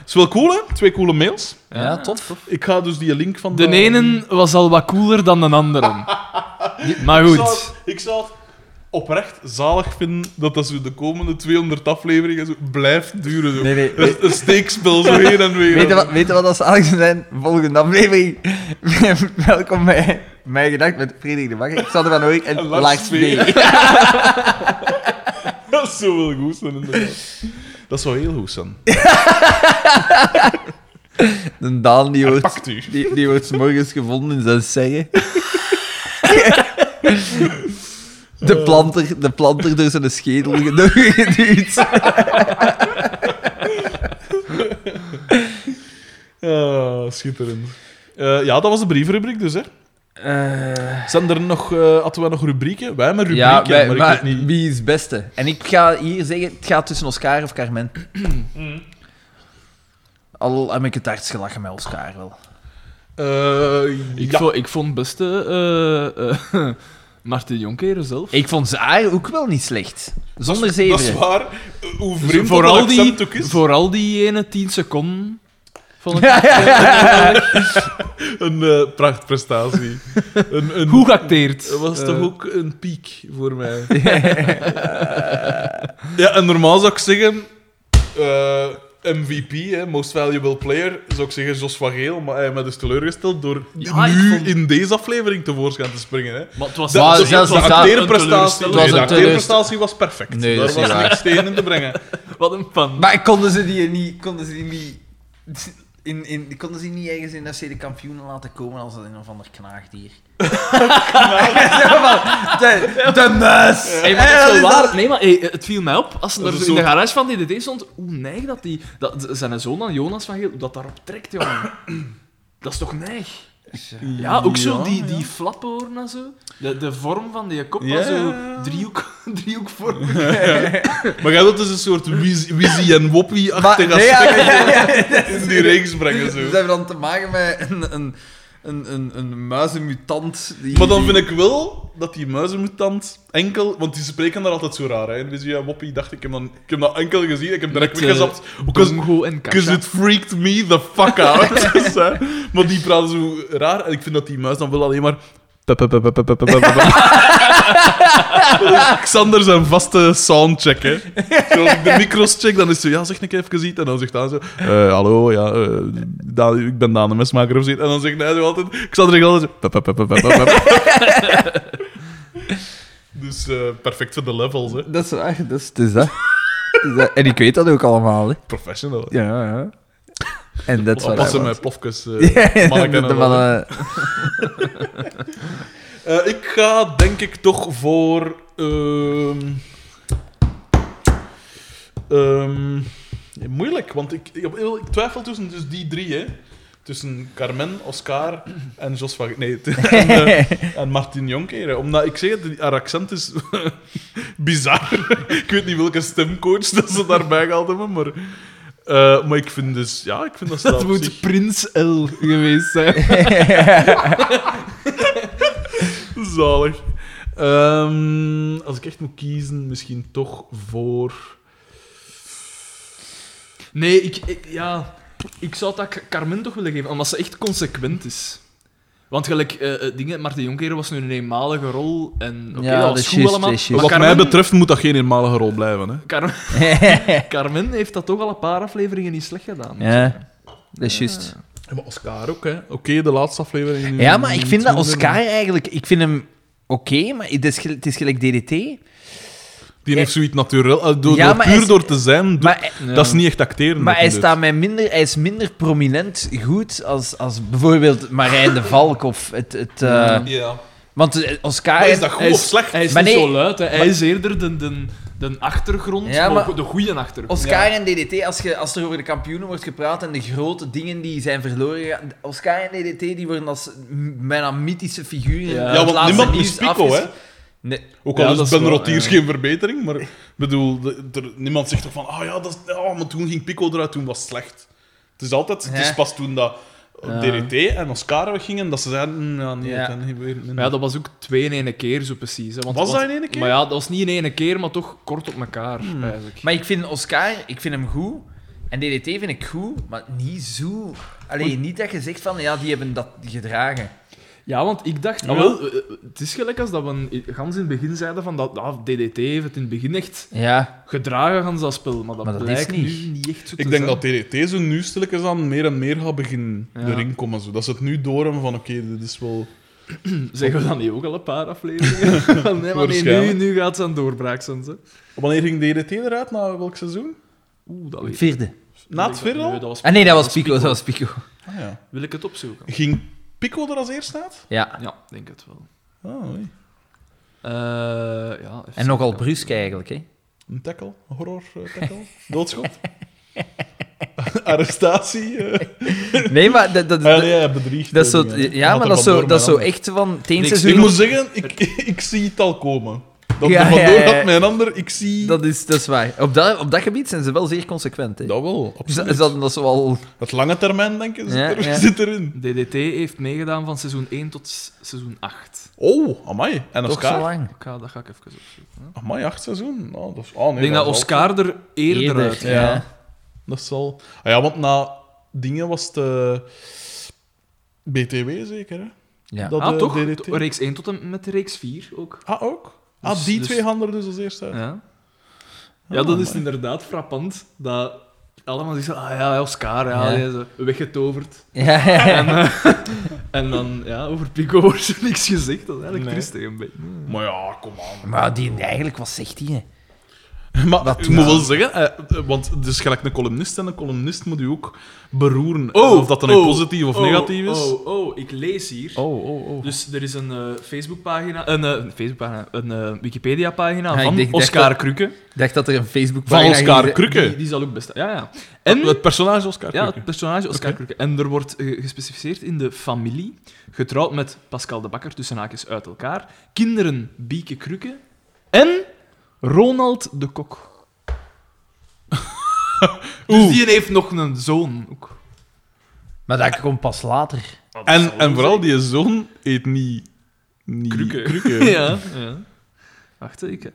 Speaker 1: Is wel cool, hè? Twee coole mails.
Speaker 3: Ja, tof.
Speaker 1: Ik ga dus die link van
Speaker 2: De ene was al wat cooler dan de andere. Maar
Speaker 1: Ik zou,
Speaker 2: goed.
Speaker 1: het, ik zou het oprecht zalig vinden dat dat zo de komende 200 afleveringen zo blijft duren. Zo.
Speaker 3: Nee, nee.
Speaker 1: Een, een steekspel zo heen en weer.
Speaker 3: Weet je wat, weet je wat als Alex zijn volgende aflevering? Welkom bij Mijn Gedacht met Frederik de Bakker, Xander van Ooyek en
Speaker 1: En Lars
Speaker 3: Lars
Speaker 1: Vee.
Speaker 3: V.
Speaker 1: Dat zou wel goed zijn, inderdaad. Dat zou heel goed zijn.
Speaker 3: De Daan die wordt,
Speaker 1: Pakt u.
Speaker 3: die, die wordt 's morgens gevonden in zijn serre. De planter, de planter door zijn schedel geduwd.
Speaker 1: Ah, schitterend. Eh, ja, dat was de brievenrubriek dus, hè. Zijn er nog, eh, hadden we nog rubrieken? Wij hebben rubrieken,
Speaker 3: Ja, wij-
Speaker 1: maar ik
Speaker 3: maar
Speaker 1: weet niet...
Speaker 3: wie is het beste? En ik ga hier zeggen, het gaat tussen Oscar of Carmen.
Speaker 1: Mm.
Speaker 3: Al heb ik het hardst gelachen met Oscar wel.
Speaker 1: Eh,
Speaker 2: Ik,
Speaker 1: ja.
Speaker 2: vond, ik vond beste eh eh Martin Jonker zelf.
Speaker 3: Ik vond Zaar ook wel niet slecht. Zonder
Speaker 1: Dat is
Speaker 3: zeven.
Speaker 1: waar. Eh, Hoe vreemd
Speaker 2: Dus vooral,
Speaker 1: dat accent ook
Speaker 2: die,
Speaker 1: is.
Speaker 2: vooral die ene 10 seconden. Vond ik
Speaker 1: Een eh, prachtprestatie. een, een,
Speaker 2: goed geacteerd.
Speaker 1: Dat was
Speaker 2: Eh,
Speaker 1: toch ook een piek voor mij. ja, en normaal zou ik zeggen... eh, MVP, hè, Most Valuable Player, zou ik zeggen Jos van Geel, maar hij heeft mij dus teleurgesteld door
Speaker 2: Ja, ik
Speaker 1: nu
Speaker 2: vond-
Speaker 1: in deze aflevering tevoorschijn te springen. Hè.
Speaker 2: Maar het was
Speaker 1: De,
Speaker 3: Maar
Speaker 1: de,
Speaker 3: zelfs
Speaker 1: de
Speaker 3: als dat-
Speaker 1: acteerprestatie,
Speaker 3: was een
Speaker 1: nee, de
Speaker 3: teleurstelling.
Speaker 1: acteerprestatie was perfect.
Speaker 3: Nee,
Speaker 1: Daar
Speaker 3: dat is niet
Speaker 1: was
Speaker 3: waar.
Speaker 1: niks tegen in te brengen.
Speaker 2: Wat een fan.
Speaker 3: Maar konden ze die niet... Konden ze die niet... In, in, konden ze die niet ergens in FC de kampioenen laten komen als een of ander knaagdier? Zo van, de, de muis!
Speaker 2: Hey, maar
Speaker 3: Hey,
Speaker 2: dat
Speaker 3: dat
Speaker 2: is
Speaker 3: is
Speaker 2: wel waar.
Speaker 3: dat-
Speaker 2: Nee, maar hey, het viel mij op. Als ze
Speaker 1: Dat
Speaker 2: er
Speaker 1: is
Speaker 2: zo
Speaker 1: een
Speaker 2: in de
Speaker 1: soort-
Speaker 2: garage van DDT stond, hoe neig dat die... Dat, zijn zoon dan, Jonas van Geel, hoe dat daarop trekt, jongen. Dat is toch neig? Ja, ook zo die, die flappenhoorn en zo. De, de vorm van die kop,
Speaker 1: Ja,
Speaker 2: was zo
Speaker 1: ja, ja.
Speaker 2: driehoek, driehoekvorm.
Speaker 1: Maar jij wilt dus een soort wiz- Wizzy en
Speaker 3: Maar,
Speaker 1: Woppie-achtig
Speaker 3: nee, ja,
Speaker 1: aspect
Speaker 3: ja, ja.
Speaker 1: in die reeks brengen. Zo.
Speaker 3: Dus Ze hebben dan te maken met een, een, een, een, een muizenmutant. Die,
Speaker 1: Maar dan vind ik wel dat die muizenmutant enkel... Want die spreken daar altijd zo raar, hè. En dus ja, Woppie dacht, ik heb, dan, ik heb dat enkel gezien, ik heb direct
Speaker 2: Met, eh,
Speaker 1: weggezapt. Because
Speaker 2: Congo en
Speaker 1: because
Speaker 2: Kasha.
Speaker 1: it freaked me the fuck out. Dus, hè. Maar die praten zo raar. En ik vind dat die muis dan wel alleen maar... pe- pe- pe- pe- pe- pe- pe- pe- pe- Dat is Xander zijn vaste soundcheck, hè. Zo, als ik de micro's check, dan is zo... Ja, zeg een keer even iets. En dan zegt hij zo... eh, hallo, ja, eh, Daan- ik ben Daan de Mesmaker of zoiets. En dan zegt hij zo altijd... Xander zegt altijd zo... pe- pe- pe- pe- pe- pe- pe. Dus eh, perfect voor de levels, hè.
Speaker 3: Dat is waar, dat is, het is dat. Het is dat. En ik weet dat ook allemaal, hè.
Speaker 1: Professional. hè.
Speaker 3: Ja, ja. En dat is waar.
Speaker 1: Oppassen
Speaker 3: was.
Speaker 1: met plofkes. eh,
Speaker 3: Ja,
Speaker 1: mannen
Speaker 3: dat-
Speaker 1: kennen dat, hè.
Speaker 3: dat mannen-
Speaker 1: Eh, ik ga denk ik toch voor. ehm, ehm, moeilijk, want ik, ik, heb heel- ik twijfel tussen dus die drie, hè? Tussen Carmen, Oscar en Jos van... Nee, en, eh, en Martin Jonker. hè. Omdat ik zeg, het, haar accent is bizar. ik weet niet welke stemcoach dat ze daarbij gehaald hebben, maar... eh, maar ik vind dus... Ja, ik vind dat ze
Speaker 2: Dat
Speaker 1: op zich-
Speaker 2: moet Prins L geweest zijn.
Speaker 1: Zalig. Ehm, als ik echt moet kiezen, misschien toch voor.
Speaker 2: Nee, ik, ik- ja, ik zou dat Carmen toch willen geven, omdat ze echt consequent is. Want gelijk, eh, eh, dingen, Marten Jonker was nu een eenmalige rol. En oké,
Speaker 5: Ja,
Speaker 2: dat
Speaker 5: dat
Speaker 2: was
Speaker 5: is
Speaker 2: goed
Speaker 5: juist,
Speaker 2: allemaal.
Speaker 5: dat is
Speaker 2: maar
Speaker 5: juist.
Speaker 1: Wat
Speaker 2: Carmen-
Speaker 1: mij betreft moet dat geen eenmalige rol blijven. Hè.
Speaker 2: Carmen, Carmen heeft dat toch al een paar afleveringen niet slecht gedaan.
Speaker 5: ja, dat is juist.
Speaker 1: Ja, maar Oscar ook, hè. Oké, de laatste aflevering. nu-
Speaker 5: Ja, maar ik vind dat
Speaker 1: nu-
Speaker 5: Oscar eigenlijk... Ik vind hem oké, maar het is, gel- het is gelijk DDT.
Speaker 1: Die heeft zoiets natuurlijk. eh, door,
Speaker 5: Ja,
Speaker 1: door puur
Speaker 5: maar hij is-
Speaker 1: door te zijn, doet-
Speaker 5: Maar, eh,
Speaker 1: dat is niet echt acteren.
Speaker 5: maar
Speaker 1: dat
Speaker 5: hij,
Speaker 1: doet.
Speaker 5: staat mij minder, hij is minder prominent goed als, als bijvoorbeeld Marijn de Valk of het... het eh,
Speaker 1: Ja.
Speaker 5: Want eh, Oscar...
Speaker 1: Maar is dat goed
Speaker 2: hij
Speaker 1: of
Speaker 2: is-
Speaker 1: slecht?
Speaker 2: Hij is
Speaker 5: Maar
Speaker 2: niet
Speaker 5: nee.
Speaker 2: zo luid, hè. hij is eerder de, de, de achtergrond,
Speaker 5: Ja,
Speaker 2: maar
Speaker 5: maar-
Speaker 2: de goede achtergrond.
Speaker 5: Oscar en DDT, als, je, als er over de kampioenen wordt gepraat en de grote dingen die zijn verloren gegaan, Oscar en DDT die worden als m- bijna mythische figuren.
Speaker 2: Ja,
Speaker 5: in
Speaker 2: Ja,
Speaker 5: het
Speaker 1: want
Speaker 5: laatste
Speaker 1: niemand
Speaker 5: nieuws
Speaker 1: is Pico,
Speaker 5: afges-
Speaker 1: hè?
Speaker 5: Nee.
Speaker 1: Ook al
Speaker 2: Ja,
Speaker 1: is
Speaker 2: dat is
Speaker 1: Ben
Speaker 2: wel,
Speaker 1: Rotiers
Speaker 2: ja.
Speaker 1: geen verbetering, maar ik bedoel, de- er- niemand zegt toch van, ah ja, dat is, ja, maar toen ging Pico eruit, toen was het slecht. Het is altijd, het is
Speaker 5: Ja.
Speaker 1: pas toen dat
Speaker 2: Ja.
Speaker 1: DDT en Oscar weggingen, dat ze zeiden, "Mm, ja, nee,
Speaker 5: Ja.
Speaker 1: het zijn niet weer. nee,
Speaker 2: Maar ja, dat was ook twee in één keer, zo precies. Hè. Want,
Speaker 1: Was dat
Speaker 2: want-
Speaker 1: in één keer?
Speaker 2: Maar ja, dat was niet in één keer, maar toch kort op elkaar,
Speaker 5: Hmm.
Speaker 2: eigenlijk.
Speaker 5: Maar ik vind Oscar, ik vind hem goed. En DDT vind ik goed, maar niet zo... Alleen niet dat je zegt van, ja, die hebben dat gedragen.
Speaker 2: Ja, want ik dacht...
Speaker 1: Ah,
Speaker 2: wel, eh, eh, het is gelijk als dat we in- gans in het begin zeiden van dat ah, DDT heeft het in het begin echt
Speaker 5: Ja.
Speaker 2: gedragen, gans dat spel. Maar dat,
Speaker 5: Maar dat
Speaker 2: blijkt
Speaker 5: is niet.
Speaker 2: nu niet echt zo te
Speaker 1: Ik denk
Speaker 2: zijn.
Speaker 1: dat DDT zo nu stilletjes aan meer en meer gaat beginnen
Speaker 2: Ja.
Speaker 1: erin komen. Zo. Dat ze het nu doorhebben van, oké, dit is wel...
Speaker 2: Zeggen we dan niet ook al een paar afleveringen? Van, nee, maar nee, nu,
Speaker 1: Waarschijnlijk. nu
Speaker 2: nu gaat ze aan doorbraak zijn.
Speaker 1: Wanneer ging DDT eruit? Na welk seizoen?
Speaker 2: Oeh, dat weet ik.
Speaker 5: Vierde.
Speaker 1: Na het vierde al?
Speaker 2: Nee, dat was-
Speaker 5: Ah nee, dat was Pico, dat was Pico.
Speaker 1: Ah, ja.
Speaker 2: Wil ik het opzoeken?
Speaker 1: Ging Pico er als eerst uit?
Speaker 5: Ja.
Speaker 2: Ja, denk het wel.
Speaker 1: Ah, oei.
Speaker 2: Eh, ja, even
Speaker 5: En nogal
Speaker 2: kijken.
Speaker 5: brusk eigenlijk, hè.
Speaker 1: Een tackle, een horror eh, tackle, doodschot. Arrestatie. eh.
Speaker 5: Nee, maar dat... dat,
Speaker 1: Ah, nee, hij bedriegt.
Speaker 5: Dus dat is
Speaker 1: eh,
Speaker 5: zo,
Speaker 1: dingen.
Speaker 5: ja,
Speaker 1: Omdat er
Speaker 5: maar dat is
Speaker 1: van
Speaker 5: zo,
Speaker 1: door
Speaker 5: dat is zo
Speaker 1: mijn
Speaker 5: echt van... Het één
Speaker 1: handen-
Speaker 2: Niks.
Speaker 1: Ik
Speaker 5: seizoen...
Speaker 1: moet zeggen, ik, ik zie het al komen. Dat
Speaker 5: Ja,
Speaker 1: er vandoor
Speaker 5: ja, ja, ja.
Speaker 1: had mijn ander, ik zie... Dat,
Speaker 5: Dat is, dat is waar. Op dat, op dat gebied zijn ze wel zeer consequent. Hè.
Speaker 1: wel,
Speaker 5: Ze- ze
Speaker 1: absoluut.
Speaker 5: hadden dat zo al...
Speaker 1: Het lange termijn, denken zit,
Speaker 5: Ja,
Speaker 1: er,
Speaker 5: ja.
Speaker 1: zit erin.
Speaker 2: DDT heeft meegedaan van seizoen 1 tot s- seizoen 8.
Speaker 1: Oh, amai. En
Speaker 5: Toch zo
Speaker 1: Oscar?
Speaker 5: lang.
Speaker 2: Ik ga, dat ga ik even opzoeken.
Speaker 1: Amai, acht seizoen? Nou, dat is, ah, nee,
Speaker 2: Ik denk dat
Speaker 1: zal-
Speaker 2: Oscar er eerder, uit
Speaker 1: ja. Dat zal... Ah, ja, want na dingen was het... eh, BTW zeker, hè?
Speaker 5: Ja.
Speaker 1: Dat,
Speaker 2: ah,
Speaker 1: eh,
Speaker 2: toch?
Speaker 1: DDT.
Speaker 2: Reeks 1 tot en met reeks 4 ook.
Speaker 1: Ah, ook? Ah,
Speaker 2: Dus-
Speaker 1: die
Speaker 2: dus-
Speaker 1: twee handen dus als eerste uit. Ah,
Speaker 2: Ja, ja dat is
Speaker 1: amai.
Speaker 2: inderdaad frappant. Dat allemaal zeggen, ah ja, Oscar, ja,
Speaker 5: Ja.
Speaker 2: die is, eh, weggetoverd.
Speaker 5: Ja, ja, ja.
Speaker 2: En, eh, en dan, ja, over Pico wordt er niks gezegd. Dat is eigenlijk
Speaker 1: Nee.
Speaker 2: triestig een beetje.
Speaker 1: Maar ja, kom aan.
Speaker 5: Maar die, eigenlijk, wat zegt die? hè?
Speaker 1: Maar
Speaker 5: Dat-
Speaker 1: ik moet wel zeggen, eh, eh, want het is gelijk een columnist en een columnist moet u ook beroeren. eh, of dat dan
Speaker 2: een
Speaker 1: nu positief of negatief is.
Speaker 2: Oh, oh, ik lees hier.
Speaker 5: Oh, oh, oh.
Speaker 2: Dus er is een eh, Facebookpagina, een eh, Facebookpagina, een eh, Wikipedia-pagina
Speaker 5: Ja, ik
Speaker 2: van
Speaker 5: denk- dacht
Speaker 2: Oscar
Speaker 5: dat-
Speaker 2: Krukke.
Speaker 5: Ik dacht dat er een facebook
Speaker 1: Van Oscar
Speaker 2: Die,
Speaker 1: Krukke.
Speaker 2: die zal ook bestaan. Ja, ja.
Speaker 1: En...
Speaker 2: En
Speaker 1: Het personage Oscar
Speaker 2: ja, het
Speaker 1: Krukke.
Speaker 2: personage Oscar Krukke. En er wordt eh, gespecificeerd in de familie, getrouwd met Pascal de Bakker, tussen haakjes uit elkaar, kinderen Bieke Krukke en Ronald de Kok. Dus
Speaker 1: Oeh.
Speaker 2: die heeft nog een zoon ook.
Speaker 5: Maar dat komt pas later.
Speaker 1: En, en vooral die zoon eet niet... niet
Speaker 2: Krukke.
Speaker 1: Krukke.
Speaker 2: Ja. ja. Wacht, ik... eh.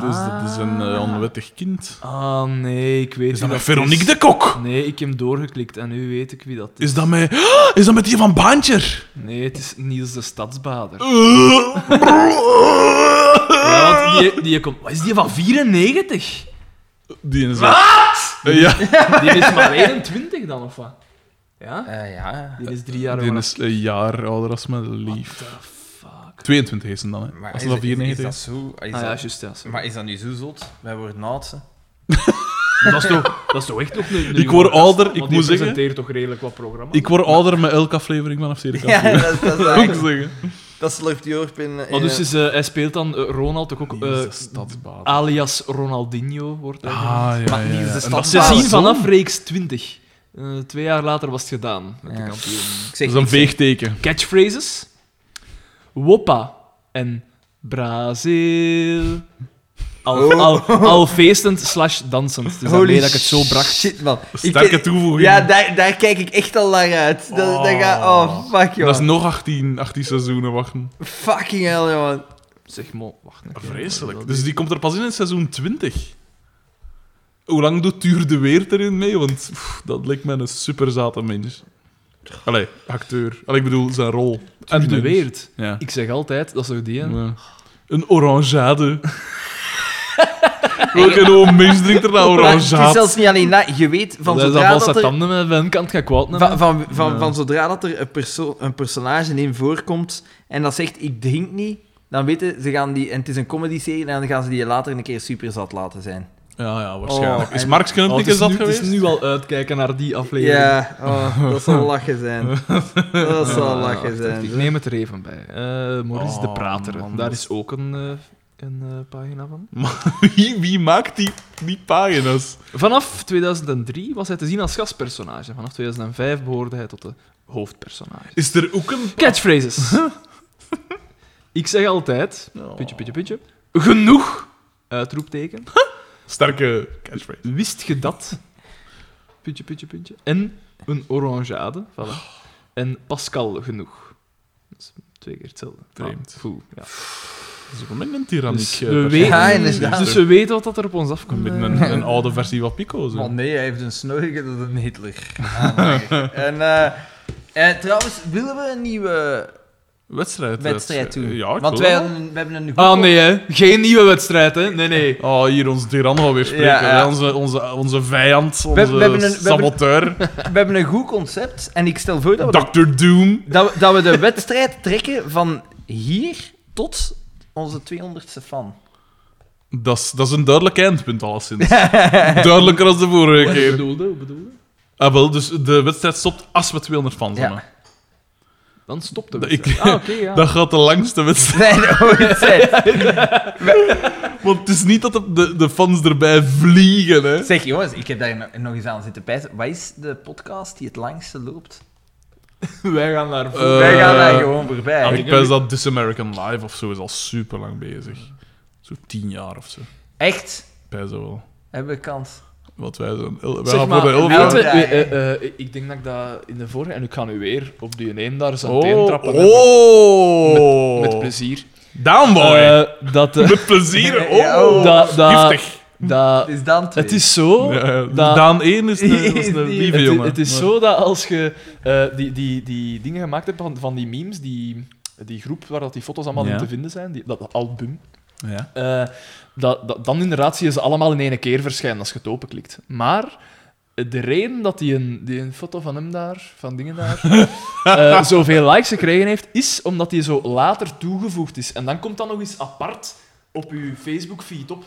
Speaker 1: Dus dat is een eh, onwettig kind.
Speaker 2: Ah, nee, ik weet
Speaker 1: Is
Speaker 2: wie
Speaker 1: dat met
Speaker 2: het
Speaker 1: Veronique
Speaker 2: is.
Speaker 1: de Kok?
Speaker 2: Nee, ik heb hem doorgeklikt en nu weet ik wie dat is.
Speaker 1: Is dat met... Is dat met die van Baantjer?
Speaker 2: Nee, het is Niels de Stadsbader. Ja,
Speaker 1: Ja,
Speaker 2: want die, die komt... Wat is die van 94?
Speaker 1: Die is... Wat? Ja,
Speaker 2: Die is maar 21 dan, of wat? Ja?
Speaker 5: Eh, ja.
Speaker 2: Die is drie jaar
Speaker 1: die
Speaker 2: ouder.
Speaker 1: is een jaar ouder als mijn lief.
Speaker 2: What the fuck?
Speaker 1: 22 is hem dan, hè.
Speaker 3: Maar
Speaker 1: Als
Speaker 3: is,
Speaker 1: hij dat
Speaker 3: is- is
Speaker 1: 94
Speaker 3: dat
Speaker 1: is.
Speaker 3: zo? Is
Speaker 2: Ah ja,
Speaker 3: dat-
Speaker 2: juist, ja. sorry.
Speaker 3: maar is dat nu zo zot? Wij worden oudste.
Speaker 2: Maar Dat, is toch, dat is toch echt nog een... een
Speaker 1: Ik word
Speaker 2: jonge gast,
Speaker 1: ouder,
Speaker 2: want
Speaker 1: ik
Speaker 2: die
Speaker 1: moet zeggen-
Speaker 2: presenteert toch redelijk wat programma's?
Speaker 1: Ik word ouder met elke aflevering van FC de
Speaker 3: Ja,
Speaker 1: Kampioen.
Speaker 3: dat, dat,
Speaker 1: Dat moet ik
Speaker 3: dat,
Speaker 1: zeggen.
Speaker 3: dat slurpt Jorp in... in
Speaker 2: Maar dus is, eh, hij speelt dan eh, Ronald toch ook... eh,
Speaker 1: stadsbaas.
Speaker 2: alias Ronaldinho wordt hij
Speaker 1: Ah,
Speaker 2: genoemd.
Speaker 1: ja, ja,
Speaker 5: die is
Speaker 1: ja.
Speaker 5: de
Speaker 1: En dat
Speaker 2: Ze
Speaker 1: is
Speaker 2: zien
Speaker 1: zo'n-
Speaker 2: vanaf reeks 20. Eh, twee jaar later was het gedaan met de
Speaker 5: Ja.
Speaker 2: kampioen.
Speaker 5: Ik
Speaker 1: Dat
Speaker 5: zeg
Speaker 1: is een
Speaker 5: niks, hè.
Speaker 1: veegteken.
Speaker 2: Catchphrases. Woppa en Brazil. Al,
Speaker 1: Oh.
Speaker 2: al, al feestend slash dansend. Dus daarmee dat ik het zo bracht.
Speaker 3: Shit, man.
Speaker 1: Sterke toevoeging.
Speaker 3: Ja, daar, daar kijk ik echt al naar uit. Dat, dat gaat... Oh, fuck, joh.
Speaker 1: Dat is nog 18, 18 seizoenen wachten.
Speaker 3: Fucking hell, joh.
Speaker 2: Zeg maar, wacht. een keer.
Speaker 1: Vreselijk.
Speaker 2: Dat-
Speaker 1: Dus die komt er pas in in seizoen 20. Hoe lang doet Tuur de Weert erin mee? Want pff, dat lijkt mij een super zate mens. Allee, acteur. Allee, ik bedoel, zijn rol.
Speaker 2: En dus? beweert.
Speaker 1: Ja.
Speaker 2: Ik zeg altijd, dat zou die.
Speaker 1: Ja. Een orangeade. Welke oom mens drinkt er nou
Speaker 3: Maar het is
Speaker 1: orangeade?
Speaker 3: zelfs niet alleen dat. Je weet van
Speaker 2: dat is
Speaker 3: zodra
Speaker 2: dat
Speaker 3: dat
Speaker 2: valse
Speaker 3: er...
Speaker 2: tanden met een kant gaat kwaad. nemen.
Speaker 3: Van, van, van, van zodra dat er een, perso een personage in voorkomt en dat zegt ik drink niet, dan weten ze gaan die, en het is een comedy serie, en dan gaan ze die later een keer super zat laten zijn.
Speaker 1: Ja, ja, waarschijnlijk.
Speaker 3: Oh,
Speaker 1: is
Speaker 3: en-
Speaker 1: Marx geen
Speaker 2: Oh, het,
Speaker 1: dikke
Speaker 2: is
Speaker 1: zat
Speaker 2: nu, het is
Speaker 1: geweest?
Speaker 2: nu al uitkijken naar die aflevering.
Speaker 3: Ja, oh, dat zal lachen zijn. Dat zal
Speaker 2: Ah,
Speaker 3: lachen
Speaker 2: wacht even, Ik
Speaker 3: zijn.
Speaker 2: neem het er even bij. Eh Morris
Speaker 1: Oh,
Speaker 2: de Prater.
Speaker 1: man,
Speaker 2: Daar
Speaker 1: dat
Speaker 2: is ook een, eh, een eh, pagina van.
Speaker 1: Wie, wie maakt die, die pagina's?
Speaker 2: Vanaf 2003 was hij te zien als gastpersonage. Vanaf 2005 behoorde hij tot de hoofdpersonage.
Speaker 1: Is er ook een...
Speaker 2: Catchphrases. ik zeg altijd,
Speaker 1: Oh.
Speaker 2: putje, putje, putje, genoeg, uitroepteken.
Speaker 1: Sterke catchphrase.
Speaker 2: Wist je dat? Puntje, puntje, puntje. En een orangeade. Voilà. En Pascal genoeg. Dat is twee keer hetzelfde.
Speaker 1: Vreemd.
Speaker 2: Ah, Goed, ja.
Speaker 1: Dat is ook een een tyranniek
Speaker 2: Dus
Speaker 1: eh,
Speaker 2: we
Speaker 1: persoon.
Speaker 2: weten-
Speaker 3: Ja, inderdaad.
Speaker 2: Dus we weten wat dat er op ons
Speaker 1: Een,
Speaker 2: afkomt.
Speaker 1: beetje een, een oude versie van Pico. Zo.
Speaker 3: Maar nee, hij heeft een snorige dat een Hitler.
Speaker 2: Ah,
Speaker 3: aanhanger. en eh, eh, trouwens, willen we een nieuwe
Speaker 1: Wedstrijd.
Speaker 3: wedstrijd doen?
Speaker 1: eh, Ja, ik
Speaker 3: Want
Speaker 1: wil
Speaker 3: wij
Speaker 1: dat.
Speaker 3: hadden- we hebben een groep
Speaker 2: Ah nee, hè. geen nieuwe wedstrijd, hè? Nee, nee.
Speaker 1: Oh, hier ons tiran gaan weer spreken.
Speaker 3: Ja, ja.
Speaker 1: hè. Onze, onze, onze vijand, onze
Speaker 3: we hebben een- we hebben-
Speaker 1: saboteur,
Speaker 3: We hebben een goed concept en ik stel voor dat we, de,
Speaker 1: Dr. Doom.
Speaker 3: dat, we- dat we de wedstrijd trekken van hier tot onze 200ste fan.
Speaker 1: Dat is- dat is een duidelijk eindpunt, alleszins. Duidelijker dan de vorige
Speaker 2: Wat
Speaker 1: keer.
Speaker 2: bedoelde, wat bedoelde?
Speaker 1: Ah, wel, dus de wedstrijd stopt als we 200 fans
Speaker 3: Ja.
Speaker 1: hebben.
Speaker 2: Dan stopt de
Speaker 1: Dat
Speaker 2: wedstrijd.
Speaker 1: ik-
Speaker 2: Ah, oké, ja.
Speaker 1: Dat gaat de langste wedstrijd.
Speaker 3: Nee, dat ooit zijn.
Speaker 1: Want het is niet dat de- de, de fans erbij vliegen, hè.
Speaker 3: Zeg jongens, ik heb daar no- nog eens aan zitten pijzen. Wat is de podcast die het langste loopt?
Speaker 2: Wij gaan naar voren.
Speaker 1: Eh,
Speaker 3: Wij gaan daar gewoon voorbij.
Speaker 1: ik ben dat This American Life of zo is al super lang bezig. Zo tien jaar of zo.
Speaker 3: Echt?
Speaker 1: Bij zo wel.
Speaker 3: Hebben we kans?
Speaker 1: Wat wij zijn. El- Wij
Speaker 2: Zeg
Speaker 1: gaan voor
Speaker 2: maar,
Speaker 1: de elf
Speaker 2: laten we-
Speaker 1: jaar.
Speaker 3: jaar.
Speaker 2: eh, eh, eh, ik denk dat ik dat in de vorige... En ik ga nu weer op die een daar zijn teen
Speaker 1: Oh,
Speaker 2: trappen.
Speaker 1: oh.
Speaker 2: Met plezier.
Speaker 1: Downboy.
Speaker 2: Eh, dat... eh,
Speaker 1: Met plezier. Oh,
Speaker 3: Ja, oh.
Speaker 2: dat, dat,
Speaker 1: giftig.
Speaker 2: dat,
Speaker 3: Het is dan twee.
Speaker 2: het is zo...
Speaker 1: Ja,
Speaker 2: dat-
Speaker 1: Daan 1 is een, was een
Speaker 2: Die-
Speaker 1: lieve
Speaker 2: het,
Speaker 1: jongen.
Speaker 2: Het is
Speaker 1: Maar-
Speaker 2: zo dat als je eh, die, die, die dingen gemaakt hebt van, van die memes, die, die groep waar dat die foto's allemaal
Speaker 1: Ja.
Speaker 2: in te vinden zijn, die, dat, dat album,
Speaker 1: Ja.
Speaker 2: eh, dat, dat, dan inderdaad zie je ze allemaal in één keer verschijnen als je het openklikt. Maar eh, de reden dat die een, die een foto van hem daar, van dingen daar, eh, zoveel likes gekregen heeft, is omdat die zo later toegevoegd is. En dan komt dat nog eens apart op je Facebook-feed op.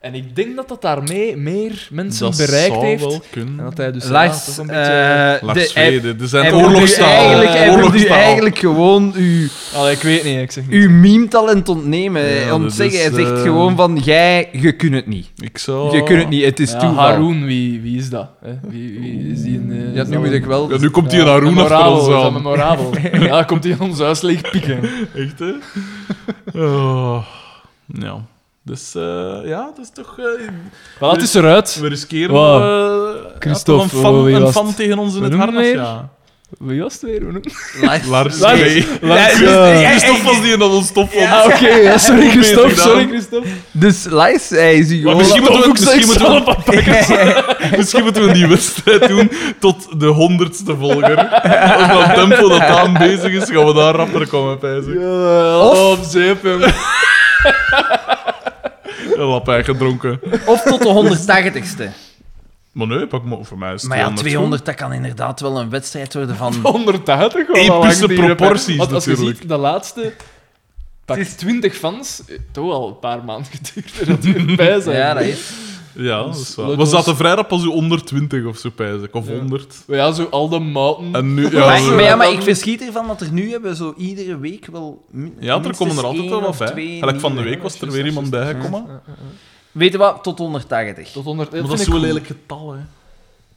Speaker 2: En ik denk dat dat daarmee meer mensen
Speaker 1: Dat
Speaker 2: bereikt
Speaker 1: zou
Speaker 2: heeft.
Speaker 1: wel
Speaker 2: En
Speaker 1: kunnen.
Speaker 2: dat hij dus
Speaker 3: Lars,
Speaker 2: ja, toch een
Speaker 3: eh,
Speaker 2: beetje...
Speaker 1: Lars
Speaker 3: de- hij-
Speaker 1: Zweden. Er zijn
Speaker 3: hij wil nu
Speaker 1: oorlogstaal.
Speaker 3: Eigenlijk, hij wil nu
Speaker 1: Oorlogstaal.
Speaker 3: eigenlijk gewoon uw,
Speaker 2: Allee, ik weet niet, ik zeg niet.
Speaker 3: uw meme-talent ontnemen.
Speaker 1: Ja,
Speaker 3: ontzeggen.
Speaker 1: dat is,
Speaker 3: Hij zegt
Speaker 1: eh,
Speaker 3: gewoon van, jij, je kunt het niet.
Speaker 1: Ik zou...
Speaker 3: Je kunt het niet, het is
Speaker 2: Ja,
Speaker 3: toeval.
Speaker 2: Haroon, wie, wie is dat? hè? Wie, wie is die? Een, eh,
Speaker 3: Ja, nu moet ik wel...
Speaker 1: Ja, nu komt hier naar Roen achter
Speaker 2: memorabel,
Speaker 1: ons
Speaker 2: is dat
Speaker 1: aan.
Speaker 2: memorabel? ja, komt hij ons huis leegpikken.
Speaker 1: Echt, hè? Oh. Ja. Dus eh, ja, dat is toch... eh,
Speaker 2: Wel, het is eruit.
Speaker 1: we riskeren
Speaker 2: Wow.
Speaker 1: eh, ja,
Speaker 2: Christophe,
Speaker 1: toch een fan,
Speaker 2: oh, wie
Speaker 1: een
Speaker 2: was
Speaker 1: fan
Speaker 2: het?
Speaker 1: tegen ons in
Speaker 2: We
Speaker 1: het
Speaker 2: doen
Speaker 1: harnas,
Speaker 2: weer?
Speaker 1: ja.
Speaker 2: Wie was het weer? Hoe noem-
Speaker 3: Dus
Speaker 1: Lars
Speaker 2: Lars-
Speaker 1: nee.
Speaker 2: Lars-
Speaker 1: Christophe
Speaker 2: eh,
Speaker 1: Christophe was die en dat ons top vond.
Speaker 2: Ah, oké, ja, sorry
Speaker 1: Goed bezig
Speaker 2: Christophe,
Speaker 1: gedaan.
Speaker 2: sorry Christophe.
Speaker 3: Dus Lars, hij is hier
Speaker 1: Maar
Speaker 3: gewoon...
Speaker 1: misschien moeten we,
Speaker 2: Ook zeg,
Speaker 1: misschien, moeten
Speaker 2: zal
Speaker 1: we, misschien moeten we die wedstrijd doen tot de honderdste volger. Op dat tempo dat aan bezig is, gaan we daar rapper komen, pijzen.
Speaker 2: Of zeep hem.
Speaker 1: Een lap eigen gedronken.
Speaker 3: Of tot de 180ste.
Speaker 1: Maar nee, pak me voor mij is Oh,
Speaker 3: Maar ja,
Speaker 1: 200.
Speaker 3: 200, dat kan inderdaad wel een wedstrijd worden van...
Speaker 2: 180 wel al
Speaker 1: Epische
Speaker 2: lang die rep-
Speaker 1: proporties,
Speaker 2: Want als
Speaker 1: natuurlijk.
Speaker 2: je ziet, de laatste... Pak 20 fans, eh, toch al een paar maanden geduurd dat die erbij zijn.
Speaker 3: Ja, dat is...
Speaker 1: Ja, dat is waar.
Speaker 2: Leuk
Speaker 1: We
Speaker 2: was-
Speaker 1: zaten vrij rap als u 120 of zo, pijs ik. Of
Speaker 2: Ja.
Speaker 1: 100.
Speaker 2: Maar ja, zo al de mouten.
Speaker 1: En nu... Ja,
Speaker 3: Maar,
Speaker 1: zo-
Speaker 3: maar ja, maar ik verschiet ervan dat er nu hebben zo iedere week wel min-
Speaker 1: ja, er
Speaker 3: minstens
Speaker 1: komen er altijd wel
Speaker 3: één
Speaker 1: wat
Speaker 3: of
Speaker 1: bij.
Speaker 3: twee
Speaker 1: Gelijk van de
Speaker 3: nieuwe.
Speaker 1: week was er weer iemand bijgekomen.
Speaker 3: Weet je wat? Tot 180.
Speaker 2: Tot 100.
Speaker 1: Maar dat is zo'n lelijk getal, hè.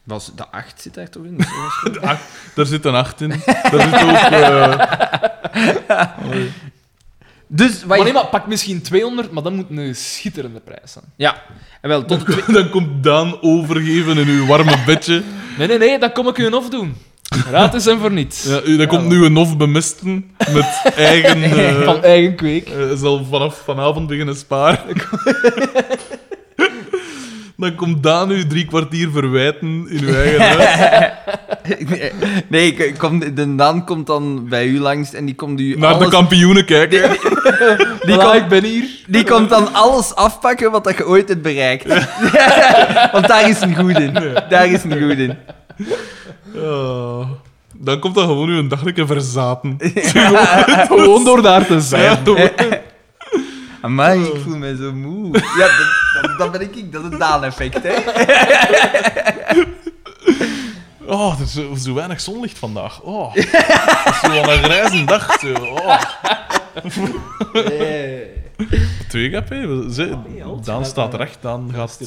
Speaker 3: Dat is- de 8 zit daar toch in?
Speaker 1: De acht- Daar zit een 8 in. Daar zit ook... eh,
Speaker 3: dus, wat
Speaker 2: Maar
Speaker 3: je-
Speaker 2: nee, maar pak misschien 200, maar dan moet een schitterende prijs zijn.
Speaker 3: Ja. En wel, tot...
Speaker 1: Dan komt Daan overgeven in uw warme bedje.
Speaker 2: Nee, nee, nee, dat kom ik u een afdoen. Raad is en voor niets.
Speaker 1: Ja, u- daar komt nu een of bemesten met eigen... eh,
Speaker 2: Van eigen kweek.
Speaker 1: eh, zal vanaf vanavond beginnen sparen. Dan komt Daan u drie kwartier verwijten in uw eigen huis.
Speaker 3: Nee, ik- ik kom, de Daan komt dan bij u langs en die komt u
Speaker 1: Naar de
Speaker 3: alles-
Speaker 1: kampioenen kijken.
Speaker 3: die,
Speaker 2: Voilà,
Speaker 3: komt,
Speaker 2: ik ben hier.
Speaker 3: die komt dan alles afpakken wat dat je ooit hebt bereikt. Want daar is een goed in. Daar is een goed in.
Speaker 1: Oh. Dan komt dat gewoon een dagelijke verzaten.
Speaker 2: Gewoon door daar te zijn.
Speaker 1: Ja, gewoon.
Speaker 3: Amai,
Speaker 1: Oh.
Speaker 3: ik voel me zo moe. Ja, dat, dat, dat ben ik ik. Dat is het Daan-effect, hè.
Speaker 1: Oh, er is zo, zo weinig zonlicht vandaag. Oh. Het is Zo'n grijze dag. Zo. Oh. Twee kp. we- ze- Daan staat recht, Daan gaat...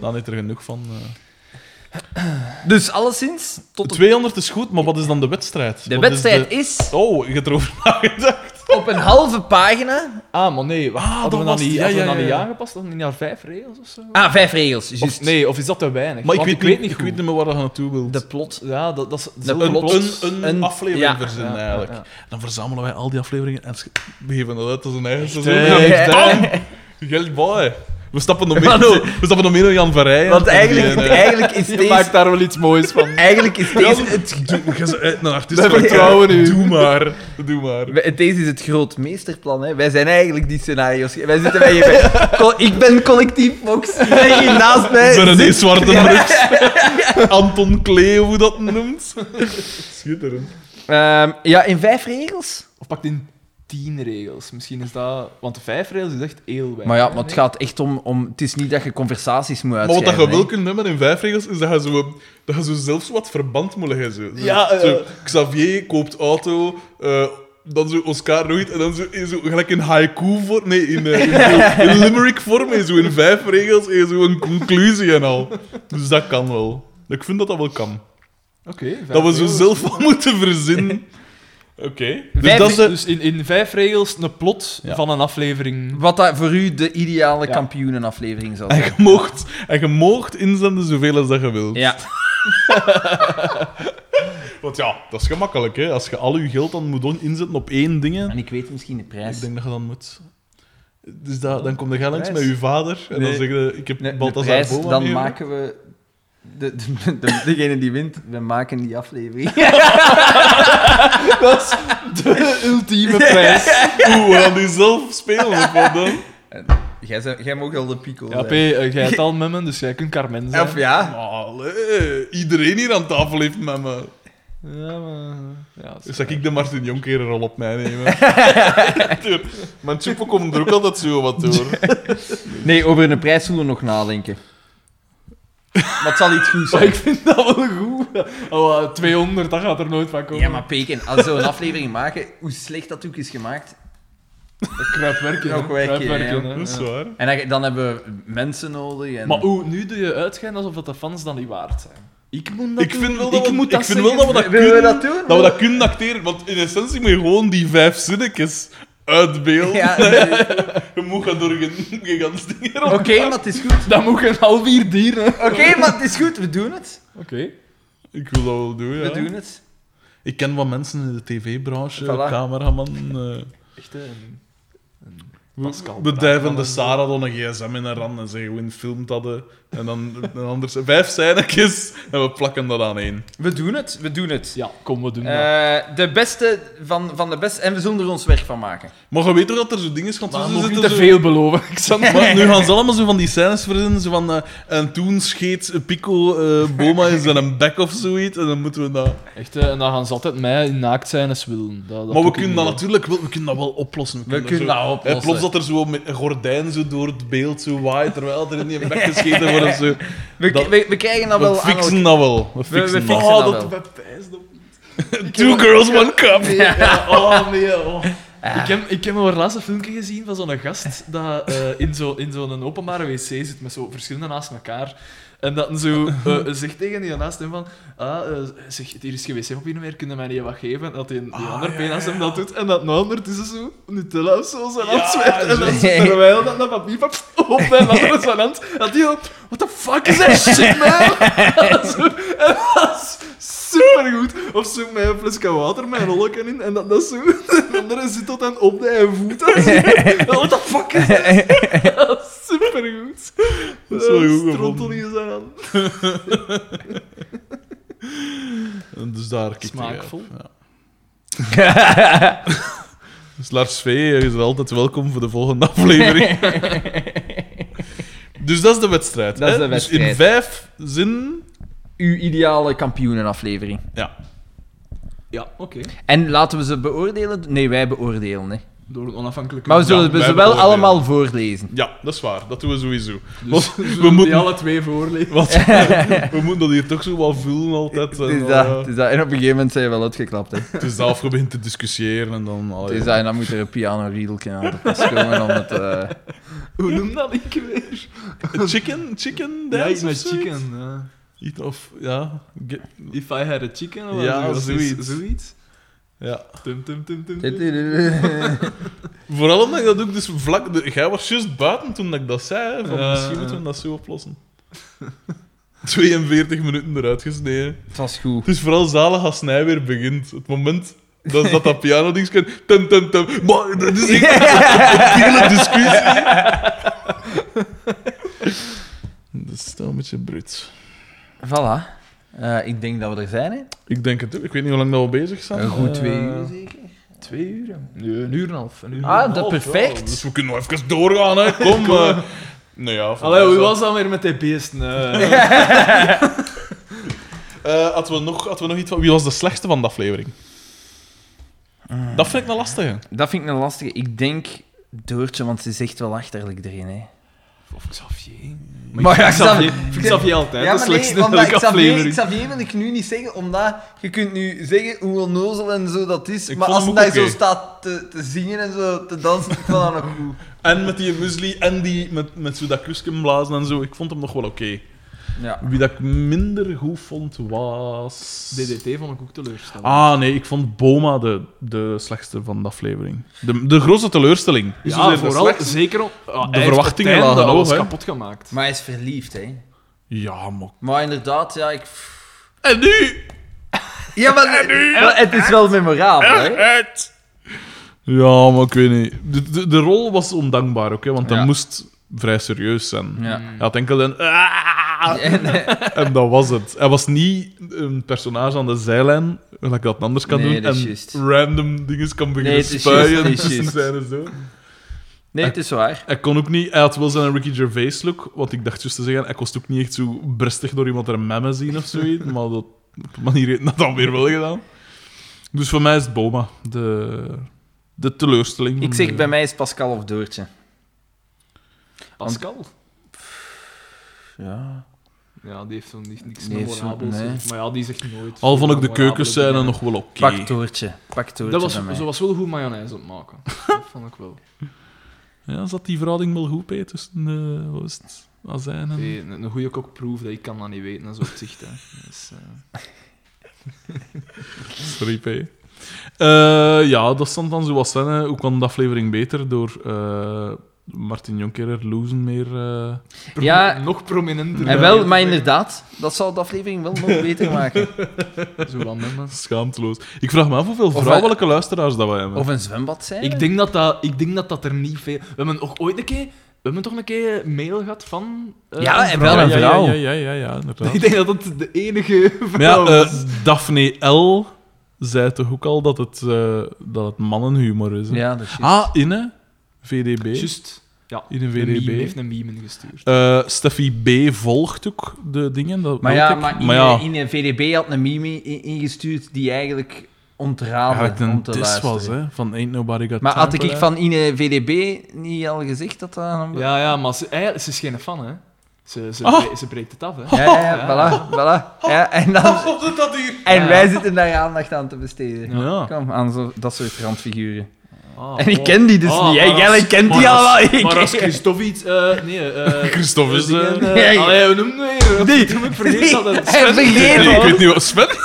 Speaker 1: Dan heeft er genoeg van. eh.
Speaker 3: Dus alleszins, tot op...
Speaker 1: 200 is goed, maar wat is dan de wedstrijd?
Speaker 3: dus De
Speaker 1: Wat is
Speaker 3: wedstrijd is
Speaker 1: de- Oh, je hebt erover nagedacht.
Speaker 3: op een halve pagina...
Speaker 2: Ah, maar nee. Wacht,
Speaker 1: Ah,
Speaker 2: hadden
Speaker 1: dat
Speaker 2: we dat
Speaker 1: was het.
Speaker 2: niet,
Speaker 1: Ja,
Speaker 2: hadden we
Speaker 1: ja,
Speaker 2: dat niet
Speaker 1: ja, ja.
Speaker 2: aangepast? Dan in jaar vijf regels of zo?
Speaker 3: Ah, vijf regels, juist.
Speaker 2: Of, nee, of is dat te weinig?
Speaker 1: Maar ik
Speaker 2: Want
Speaker 1: weet, niet, ik
Speaker 2: goed.
Speaker 1: weet niet meer waar dat naartoe wil.
Speaker 3: De plot.
Speaker 2: Ja, dat, dat is
Speaker 3: De
Speaker 2: zo'n
Speaker 1: een,
Speaker 2: plot.
Speaker 1: een, een,
Speaker 3: Een-
Speaker 1: aflevering
Speaker 3: ja.
Speaker 1: verzinnen,
Speaker 2: Ja, ja,
Speaker 1: eigenlijk.
Speaker 2: ja.
Speaker 1: Dan verzamelen wij al die afleveringen en sch- we geven dat uit als een eigen seizoen.
Speaker 2: hè,
Speaker 1: En
Speaker 3: echt,
Speaker 1: bam! Geld boy. We stappen nog meer,
Speaker 3: Want-
Speaker 1: we stappen nog meer naar Jan Verrijen.
Speaker 3: Want eigenlijk,
Speaker 1: En, eh,
Speaker 3: eigenlijk is
Speaker 2: Je
Speaker 3: deze...
Speaker 2: maakt daar wel iets moois van.
Speaker 3: Eigenlijk is
Speaker 1: Ja,
Speaker 3: deze...
Speaker 1: doe- je bent een artiest.
Speaker 2: Wij
Speaker 1: van-
Speaker 2: vertrouwen u.
Speaker 1: Doe maar. Doe maar.
Speaker 3: We- Deze is het groot meesterplan. Hè. Wij zijn eigenlijk die scenario's. Wij zitten bij je. Co- ik ben collectief Fox. En hier naast mij.
Speaker 1: Bij René
Speaker 3: zit-
Speaker 1: Zwartenbroeks. Anton Klee, hoe dat noemt. Schitterend.
Speaker 3: Ehm, ja, in vijf regels.
Speaker 2: Of pakt in tien regels. Misschien is dat... Want de vijf regels is echt heel weinig.
Speaker 3: Maar ja, maar het gaat echt om, om. Het is niet dat je conversaties moet
Speaker 1: Maar wat
Speaker 3: uitschrijven.
Speaker 1: dat je
Speaker 3: hè.
Speaker 1: wel kunt hebben in vijf regels, is dat je, zo, dat je zo zelfs wat verband moet leggen. Zo. Zo-
Speaker 2: Ja, eh.
Speaker 1: zo, Xavier koopt auto, eh, dan zo Oscar nooit, en dan zo, in zo gelijk in haiku-vorm, nee, in, eh, in, zo- in limerick-vorm, en zo in vijf regels, en zo een conclusie en al. Dus dat kan wel. Ik vind dat dat wel kan.
Speaker 2: Oké, vijf
Speaker 1: Dat we zo
Speaker 2: regels.
Speaker 1: zelf wel moeten verzinnen. Oké. Dus
Speaker 3: Vijf-
Speaker 1: dat is de-
Speaker 2: Dus in, in vijf regels een plot
Speaker 1: Ja.
Speaker 2: van een aflevering.
Speaker 3: Wat dat voor u de ideale
Speaker 2: Ja.
Speaker 3: kampioenenaflevering zou
Speaker 1: eh, En
Speaker 3: zijn.
Speaker 1: je moogt, en je moogt inzenden zoveel als dat je wilt.
Speaker 3: Ja.
Speaker 1: Want ja, dat is gemakkelijk, hè. Als je al je geld dan moet on- inzetten op één ding...
Speaker 3: En ik weet misschien de prijs.
Speaker 1: Ik denk dat je dan moet. Dus dat, dan kom je langs
Speaker 2: Prijs?
Speaker 1: met je vader en
Speaker 3: Nee.
Speaker 1: dan zeg je: Ik heb
Speaker 3: De, de
Speaker 1: Balthazar
Speaker 3: prijs,
Speaker 1: Boma
Speaker 3: dan
Speaker 1: mee.
Speaker 3: maken we. De, de- de- degene die wint, we maken die aflevering.
Speaker 2: Dat is de ultieme prijs.
Speaker 1: Oeh, we gaan die zelf spelen of wat dan?
Speaker 3: Jij, zou- jij mag al de pico.
Speaker 2: Ja, P,
Speaker 3: zijn.
Speaker 2: eh, jij hebt al memmen, dus jij kunt Carmen zijn.
Speaker 3: Of ja.
Speaker 1: Allee, iedereen hier aan tafel heeft met me.
Speaker 2: Ja, maar... Ja, dat is-
Speaker 1: Dus dat ik de Martin Jonker rol op mij nemen. Door- Mijn Chupo komt er ook altijd zo wat door.
Speaker 3: Nee, over een prijs zullen we nog nadenken. Maar het zal iets goed
Speaker 2: Maar
Speaker 3: zijn.
Speaker 2: ik vind dat wel goed. Oh, eh, 200, dat gaat er nooit van komen.
Speaker 3: Ja, maar Peken, als we een aflevering maken, hoe slecht dat ook is gemaakt.
Speaker 2: Kruipwerken, hè.
Speaker 3: Ook werken,
Speaker 2: Kruipwerken,
Speaker 3: ja.
Speaker 2: hè.
Speaker 1: Dat is
Speaker 2: Ja.
Speaker 1: waar.
Speaker 3: En dan- dan hebben we mensen nodig. En...
Speaker 2: Maar hoe, nu doe je uitgaan alsof dat de fans dan niet waard zijn. Ik moet dat
Speaker 1: Ik vind
Speaker 2: doen.
Speaker 1: wel dat
Speaker 2: ik
Speaker 1: we-
Speaker 2: moet
Speaker 1: ik
Speaker 2: dat
Speaker 1: vind wel
Speaker 2: zeggen.
Speaker 1: dat we
Speaker 3: Willen we
Speaker 1: kunnen-
Speaker 3: dat doen?
Speaker 1: Dat we dat kunnen acteren, want in essentie moet je gewoon die vijf zinnetjes uitbeelden.
Speaker 3: Ja, nee.
Speaker 1: Je moet gaan door je gigantisch ding erop.
Speaker 3: Oké, maar het is goed.
Speaker 2: Dat moet een half uur dieren. Oké.
Speaker 3: Oké, maar het is goed. We doen het.
Speaker 1: Ik wil dat wel doen, ja.
Speaker 3: We doen het.
Speaker 1: Ik ken wat mensen in de tv-branche,
Speaker 3: Voilà.
Speaker 1: cameraman, eh
Speaker 2: Echt een... Pascal
Speaker 1: Pascal bedijvende
Speaker 2: Braakman.
Speaker 1: Sarah dan een gsm in haar hand en zeggen hoe filmt dat eh, en dan een anders vijf scènetjes en we plakken dat aan één.
Speaker 3: We doen het. We doen het.
Speaker 2: Ja, kom, we doen dat.
Speaker 3: Eh, de beste van, van de beste. En we zullen er ons werk van maken.
Speaker 1: Maar je weet toch dat er zo dingen is, want
Speaker 2: Maar
Speaker 1: ze
Speaker 2: moet niet
Speaker 1: dus zitten
Speaker 2: te
Speaker 1: zo...
Speaker 2: veel beloven, Xander.
Speaker 1: Maar nu gaan ze allemaal zo van die scènes verzinnen, zo van... eh, en toen scheet Pico eh, Boma in zijn bek of zoiets, en dan moeten we dat...
Speaker 2: Echt, eh, en dan gaan ze altijd mij in naakt zijn als willen. Dat,
Speaker 1: maar
Speaker 2: dat
Speaker 1: we
Speaker 2: doe ik
Speaker 1: kunnen
Speaker 2: niet,
Speaker 1: dat
Speaker 2: hoor.
Speaker 1: natuurlijk wel, we kunnen dat wel oplossen. We, zo-
Speaker 3: kunnen dat oplossen.
Speaker 1: eh, Plots dat er zo met een gordijn zo door het beeld zo waait, terwijl er in die bek gescheten wordt of zo.
Speaker 3: We,
Speaker 1: Dat-
Speaker 3: we, we krijgen dat
Speaker 1: We
Speaker 3: wel aan
Speaker 1: fixen dat wel. We
Speaker 3: we
Speaker 1: fixen
Speaker 3: fixen
Speaker 1: dat.
Speaker 3: dat
Speaker 1: Oh,
Speaker 3: wel.
Speaker 1: dat Two girls, one cup.
Speaker 2: Ja, oh nee, oh. Ik, heb, ik heb een laatste filmpje gezien van zo'n gast dat eh, in zo'n in zo'n openbare wc zit met zo verschillende naast elkaar. En dat dan zo eh, zegt tegen die naast hem van... Ah, eh, zeg, hier is geen wc-papier meer, kunnen mij niet wat geven? En dat die, die andere pen naast hem dat doet. En dat een ander tussen zo Nutella of zo zijn hand
Speaker 1: Ja,
Speaker 2: zwerft. En dan
Speaker 3: zo.
Speaker 2: terwijl dat, dat papier pap, op en ander zijn hand. Dat die zo... What the fuck is that shit, man? Zo, en dat is supergoed. Of zo met een flesje water met een holken in. En dat, dat zo... De andere zit tot aan op de voet. Dat is- Oh, What the fuck is that? Dat is supergoed. Eh,
Speaker 1: Dat is wel goed gevonden.
Speaker 2: Strontel in zijn hand.
Speaker 1: En dus daar kikte jij op,
Speaker 2: Smaakvol.
Speaker 1: Ja. dus Lars V is altijd welkom voor de volgende aflevering. dus dat is de wedstrijd.
Speaker 5: Dat
Speaker 1: hè?
Speaker 5: is de
Speaker 1: Dus in
Speaker 5: wedstrijd.
Speaker 1: vijf zinnen.
Speaker 5: Uw ideale kampioenenaflevering.
Speaker 1: Ja.
Speaker 2: Ja, oké.
Speaker 5: En laten we ze beoordelen? Nee, wij beoordelen. Hè.
Speaker 2: Door een onafhankelijke...
Speaker 5: Maar we zullen
Speaker 1: wij
Speaker 5: ze wel
Speaker 1: beoordelen.
Speaker 5: allemaal voorlezen.
Speaker 1: ja, dat is waar. Dat doen we sowieso.
Speaker 2: Dus
Speaker 1: Want
Speaker 2: we
Speaker 1: we
Speaker 2: zullen die
Speaker 1: moeten-
Speaker 2: alle twee voorlezen.
Speaker 1: Want we moeten dat hier toch zo wel vullen altijd.
Speaker 5: Het
Speaker 1: en,
Speaker 5: is
Speaker 1: eh,
Speaker 5: dat, het is dat. En op een gegeven moment zijn we wel uitgeklapt. Hè.
Speaker 1: het is dat of je begint te discussiëren en dan...
Speaker 5: Het
Speaker 1: allee.
Speaker 5: is dat, en dan moet er een piano-riedeltje aan de pas komen om het... eh,
Speaker 2: Hoe noem dat ik weer?
Speaker 1: Chicken? Chicken
Speaker 2: Ja,
Speaker 1: dance
Speaker 2: iets
Speaker 1: of
Speaker 2: met
Speaker 1: zoiets?
Speaker 2: chicken. ja.
Speaker 1: Iets of... Ja. ge-
Speaker 2: If I had a chicken of
Speaker 1: Ja, zoiets.
Speaker 2: zoiets. zoiets.
Speaker 1: ja.
Speaker 2: Tum, tum, tum, tum, tum.
Speaker 1: Vooral omdat ik dat ook dus vlak... de- Jij was juist buiten toen dat ik dat zei. hè, Van,
Speaker 2: Ja,
Speaker 1: misschien
Speaker 2: ja.
Speaker 1: moeten we dat zo oplossen. 42 minuten eruit gesneden.
Speaker 5: Het was goed.
Speaker 1: Het is vooral zalig als hij weer begint. Het moment dat dat, dat piano ding kan... Tum, tum, tum. Maar dat is echt een hele discussie. Dat is toch een beetje bruut.
Speaker 5: Voilà. Eh, ik denk dat we er zijn, hè?
Speaker 1: Ik denk het ook. Ik weet niet hoe lang dat we bezig zijn.
Speaker 5: Een goed
Speaker 1: Eh,
Speaker 5: twee uur, zeker?
Speaker 2: Twee uur? een uur en een half. Een uur en
Speaker 5: Ah,
Speaker 2: een
Speaker 5: dat
Speaker 2: half, ja.
Speaker 5: perfect.
Speaker 1: Dus we kunnen nog even doorgaan, hè. Kom. eh. nou ja, voor
Speaker 2: Allee,
Speaker 1: mij
Speaker 2: hoe
Speaker 1: is dat-
Speaker 2: was dat weer met die beesten? eh?
Speaker 1: Eh, hadden, we nog, hadden we nog iets van... Wie was de slechtste van de aflevering?
Speaker 2: Ah.
Speaker 1: Dat vind ik een lastige.
Speaker 5: Dat vind ik een lastige. Ik denk Doortje, want ze is echt wel achterlijk erin, hè?
Speaker 2: Of Xavier.
Speaker 5: Maar ja,
Speaker 2: Xavier,
Speaker 5: Xavier-
Speaker 2: ik Xavier altijd
Speaker 3: Ja,
Speaker 2: de
Speaker 3: maar nee,
Speaker 2: slechtste
Speaker 3: want dat- Xavier,
Speaker 2: aflevering.
Speaker 3: Xavier wil ik nu niet zeggen, omdat je kunt nu zeggen hoe onnozel en zo dat is,
Speaker 1: Ik
Speaker 3: maar
Speaker 1: vond
Speaker 3: als
Speaker 1: hem
Speaker 3: hij
Speaker 1: ook
Speaker 3: zo
Speaker 1: oké.
Speaker 3: staat te, te zingen en zo te dansen, ik vond dat nog goed.
Speaker 1: En met die muesli en die met, met zo dat kuskenblazen en zo. Ik vond hem nog wel oké.
Speaker 5: Ja.
Speaker 1: Wie dat ik minder goed vond, was...
Speaker 2: DDT vond ik ook teleurstellend.
Speaker 1: Ah, nee. Ik vond Boma de, de slechtste van de aflevering. De, de grootste teleurstelling.
Speaker 5: Dus
Speaker 1: Niet
Speaker 2: ja,
Speaker 1: zozeer de
Speaker 2: vooral
Speaker 1: slechtste.
Speaker 2: zeker om, Ah, hij heeft
Speaker 1: verwachtingen
Speaker 2: het einde
Speaker 1: lagen
Speaker 2: alles
Speaker 1: hoog, hè.
Speaker 2: kapot gemaakt.
Speaker 5: Maar hij is verliefd, hè?
Speaker 1: Ja, maar...
Speaker 5: Maar inderdaad, ja, ik...
Speaker 1: En nu...
Speaker 3: Ja, maar maar het is wel memorabel, hè?
Speaker 1: Het. Ja, maar ik weet niet. De, de, de rol was ondankbaar ook, hè, want dat
Speaker 5: Ja.
Speaker 1: moest vrij serieus zijn.
Speaker 5: Ja.
Speaker 1: Hij had enkel een... "Ah!"
Speaker 5: En,
Speaker 1: En dat was het. Hij was niet een personage aan de zijlijn, gelijk dat een anders kan
Speaker 5: Nee,
Speaker 1: doen,
Speaker 5: dat is
Speaker 1: en
Speaker 5: juist.
Speaker 1: random dingen kan beginnen
Speaker 5: het is juist,
Speaker 1: spuien
Speaker 5: het is
Speaker 1: tussen
Speaker 5: juist.
Speaker 1: zijn en zo.
Speaker 5: nee, het is waar.
Speaker 1: Hij kon ook niet... Hij had wel zijn Ricky Gervais look, want ik dacht juist te zeggen, hij kost ook niet echt zo brestig door iemand er een memme zien of zoiets, maar dat, op een manier heeft hij dat dan weer wel gedaan. Dus voor mij is het Boma, de, de teleurstelling. van
Speaker 5: Ik zeg,
Speaker 1: de-
Speaker 5: bij mij is Pascal of Doortje.
Speaker 2: Pascal?
Speaker 5: Ja.
Speaker 2: Ja, die heeft zo niet, niks
Speaker 5: Die heeft zo-
Speaker 2: memorabels.
Speaker 5: nee.
Speaker 2: hè. Maar ja, die zegt nooit.
Speaker 1: Al vond ik de
Speaker 2: memorabele
Speaker 1: keukenscène
Speaker 2: dingen.
Speaker 1: nog wel oké.
Speaker 5: Pak Doortje. Pak Doortje
Speaker 2: Dat was,
Speaker 5: bij mij.
Speaker 2: ze was wel goed mayonaise aan het maken. Dat vond ik wel.
Speaker 1: Ja, zat die verhouding wel goed bij tussen de... Wat is het? Azijn en...
Speaker 2: Nee, een, een goede kokproef, dat ik kan dat niet weten, dat is opzicht. Hè. Dus, eh,
Speaker 1: Sorry, P. Eh, ja, dat stond dan zoals zijn. hè. Hoe kwam de aflevering beter? Door eh, Martin Jonkerer, Loezen meer... eh,
Speaker 2: pro-
Speaker 5: Ja.
Speaker 2: nog prominenter.
Speaker 5: En wel, maar inderdaad, dat zal de aflevering wel nog beter maken.
Speaker 2: Zo wat minder.
Speaker 1: schaamteloos. Ik vraag me af hoeveel
Speaker 5: wij-
Speaker 1: vrouwelijke luisteraars dat wij hebben.
Speaker 5: Of een zwembad zijn.
Speaker 2: Ik denk dat dat, ik denk dat, dat er niet veel. We hebben ook ooit een keer. We hebben toch een keer mail gehad van. eh,
Speaker 5: Ja, en wel
Speaker 1: ja,
Speaker 5: een
Speaker 1: ja,
Speaker 5: vrouw.
Speaker 1: Ja, ja, ja, ja, ja, inderdaad.
Speaker 2: Ik denk dat het de enige
Speaker 1: Maar ja,
Speaker 2: vrouw
Speaker 1: eh,
Speaker 2: was.
Speaker 1: Daphne L. zei toch ook al dat het, eh, dat het mannenhumor is. hè?
Speaker 5: Ja, dat is juist.
Speaker 1: ah, Inne. VDB.
Speaker 2: Juist. Ja,
Speaker 1: In een
Speaker 2: een
Speaker 1: VDB.
Speaker 2: meme heeft een meme ingestuurd.
Speaker 1: Eh Steffi B. volgt ook de dingen. Dat
Speaker 5: Ah, Maar
Speaker 1: weet
Speaker 5: ja,
Speaker 1: ik.
Speaker 5: maar,
Speaker 1: maar
Speaker 5: in,
Speaker 1: ja,
Speaker 5: in een VDB had een meme i- ingestuurd die eigenlijk ontraadde
Speaker 1: eigenlijk
Speaker 5: om
Speaker 1: een
Speaker 5: te
Speaker 1: dis
Speaker 5: luisteren.
Speaker 1: was, hè, van Ain't Nobody Got
Speaker 5: Maar had
Speaker 1: Time
Speaker 5: ik
Speaker 1: for
Speaker 5: van in een VDB niet al gezegd dat dat... een-
Speaker 2: Ja, ja, maar ze, eigenlijk- ze is geen fan, hè? Ze,
Speaker 1: Ah.
Speaker 2: ze, bre- ze breekt het af, hè?
Speaker 5: Ja, ja, ja, voilà, voilà. Ja, en dan,
Speaker 1: That. Wat is dat hier?
Speaker 5: en
Speaker 2: Ja.
Speaker 5: wij zitten daar aandacht aan te besteden.
Speaker 1: Ja.
Speaker 5: Kom, aan zo, dat soort randfiguren.
Speaker 2: Ah,
Speaker 5: En ik
Speaker 2: wow.
Speaker 5: ken die dus
Speaker 2: Ah,
Speaker 5: niet, hè.
Speaker 2: maar
Speaker 5: Jij
Speaker 2: als-
Speaker 5: kent
Speaker 2: maar
Speaker 5: die
Speaker 2: als-
Speaker 5: allemaal. Ik-
Speaker 2: Maar als Christophe iets... eh, nee, eh...
Speaker 1: Christophe is,
Speaker 2: dingen,
Speaker 1: eh,
Speaker 2: eh,
Speaker 5: ja, ja.
Speaker 2: allee, hoe noem je hem?
Speaker 5: Die.
Speaker 2: Toen ik vergeet dat het...
Speaker 5: Hij vergeet
Speaker 1: Nee, ik
Speaker 5: het.
Speaker 1: weet niet wat Sven.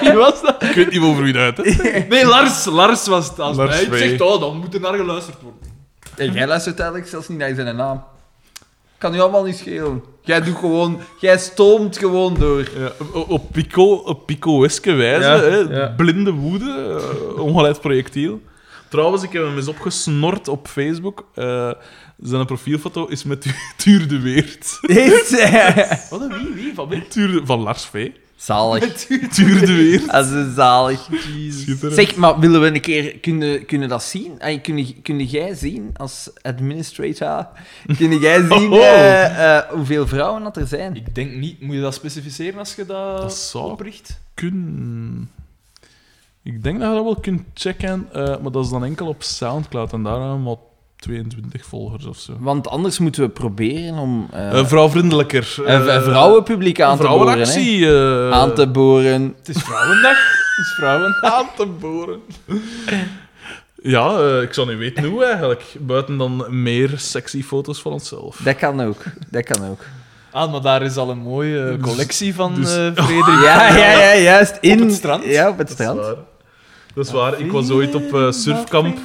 Speaker 2: Wie was dat?
Speaker 1: Ik weet niet over wie dat uit.
Speaker 2: Nee, Lars. Lars was het. Als
Speaker 1: Lars
Speaker 2: hij
Speaker 1: V.
Speaker 2: zegt, oh, dan moet er naar geluisterd worden.
Speaker 3: En jij luistert eigenlijk zelfs niet naar zijn naam. Kan u allemaal niet schelen. Jij doet gewoon... Jij stoomt gewoon door.
Speaker 1: Ja, op- Eh, op pico, op picoeske wijze,
Speaker 3: Ja,
Speaker 1: hè,
Speaker 3: ja.
Speaker 1: blinde woede, eh, ongeleid projectiel. Trouwens, ik heb hem eens opgesnort op Facebook. Eh, zijn profielfoto is met Tuur de Weert.
Speaker 5: Is, eh,
Speaker 2: Wat, wie, wie, van wie?
Speaker 1: Tuur de- van Lars V.
Speaker 3: Zalig.
Speaker 1: Tuurde weer.
Speaker 3: Dat is zalig.
Speaker 1: Schitterend.
Speaker 3: Zeg, maar willen we een keer... Kunnen, kunnen dat zien? Ay, kunnen, kunnen jij zien, als administrator... Kunnen jij zien
Speaker 1: Oh.
Speaker 3: eh, eh, hoeveel vrouwen dat er zijn?
Speaker 2: Ik denk niet. Moet je dat specificeren als je dat,
Speaker 1: Dat zou-
Speaker 2: opricht?
Speaker 1: kun... Ik denk dat je dat wel kunt checken, eh, maar dat is dan enkel op Soundcloud en daar hebben we maar 22 volgers of zo.
Speaker 3: Want anders moeten we proberen om... eh,
Speaker 1: Eh, vrouwvriendelijker.
Speaker 3: een v-
Speaker 1: eh,
Speaker 3: vrouwenpubliek aan te boren. hè.
Speaker 1: vrouwenactie. eh,
Speaker 3: Aan te boren.
Speaker 2: Het is vrouwendag. Het is vrouwendag.
Speaker 1: aan te boren. Ja, eh, ik zou niet weten hoe eigenlijk. Buiten dan meer sexy foto's van onszelf.
Speaker 3: Dat kan ook. Dat kan ook.
Speaker 2: Ah, maar daar is al een mooie eh, collectie van
Speaker 1: dus-
Speaker 2: eh, Frederik.
Speaker 3: Ah, Ja, ja, ja, juist. In,
Speaker 2: het strand?
Speaker 3: Ja, op het
Speaker 1: Dat is
Speaker 3: strand.
Speaker 1: waar. Dat is waar. Ik was ooit op eh, surfkamp.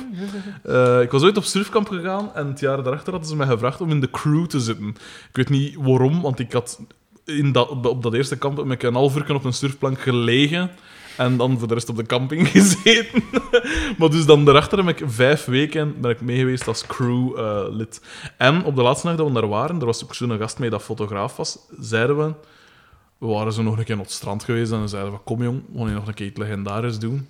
Speaker 1: Eh, ik was ooit op surfkamp gegaan en het jaar daarachter hadden ze mij gevraagd om in de crew te zitten. Ik weet niet waarom, want ik had in dat, op, dat- op dat eerste kamp met een half uur op een surfplank gelegen en dan voor de rest op de camping gezeten. maar dus dan daarachter heb ik vijf weken ben ik mee geweest als crew-lid. en op de laatste dag dat we daar waren, er was ook zo'n gast mee dat fotograaf was, zeiden we... We waren zo nog een keer op het strand geweest en we zeiden we, kom jong, we gaan hier nog een keer iets legendarisch doen.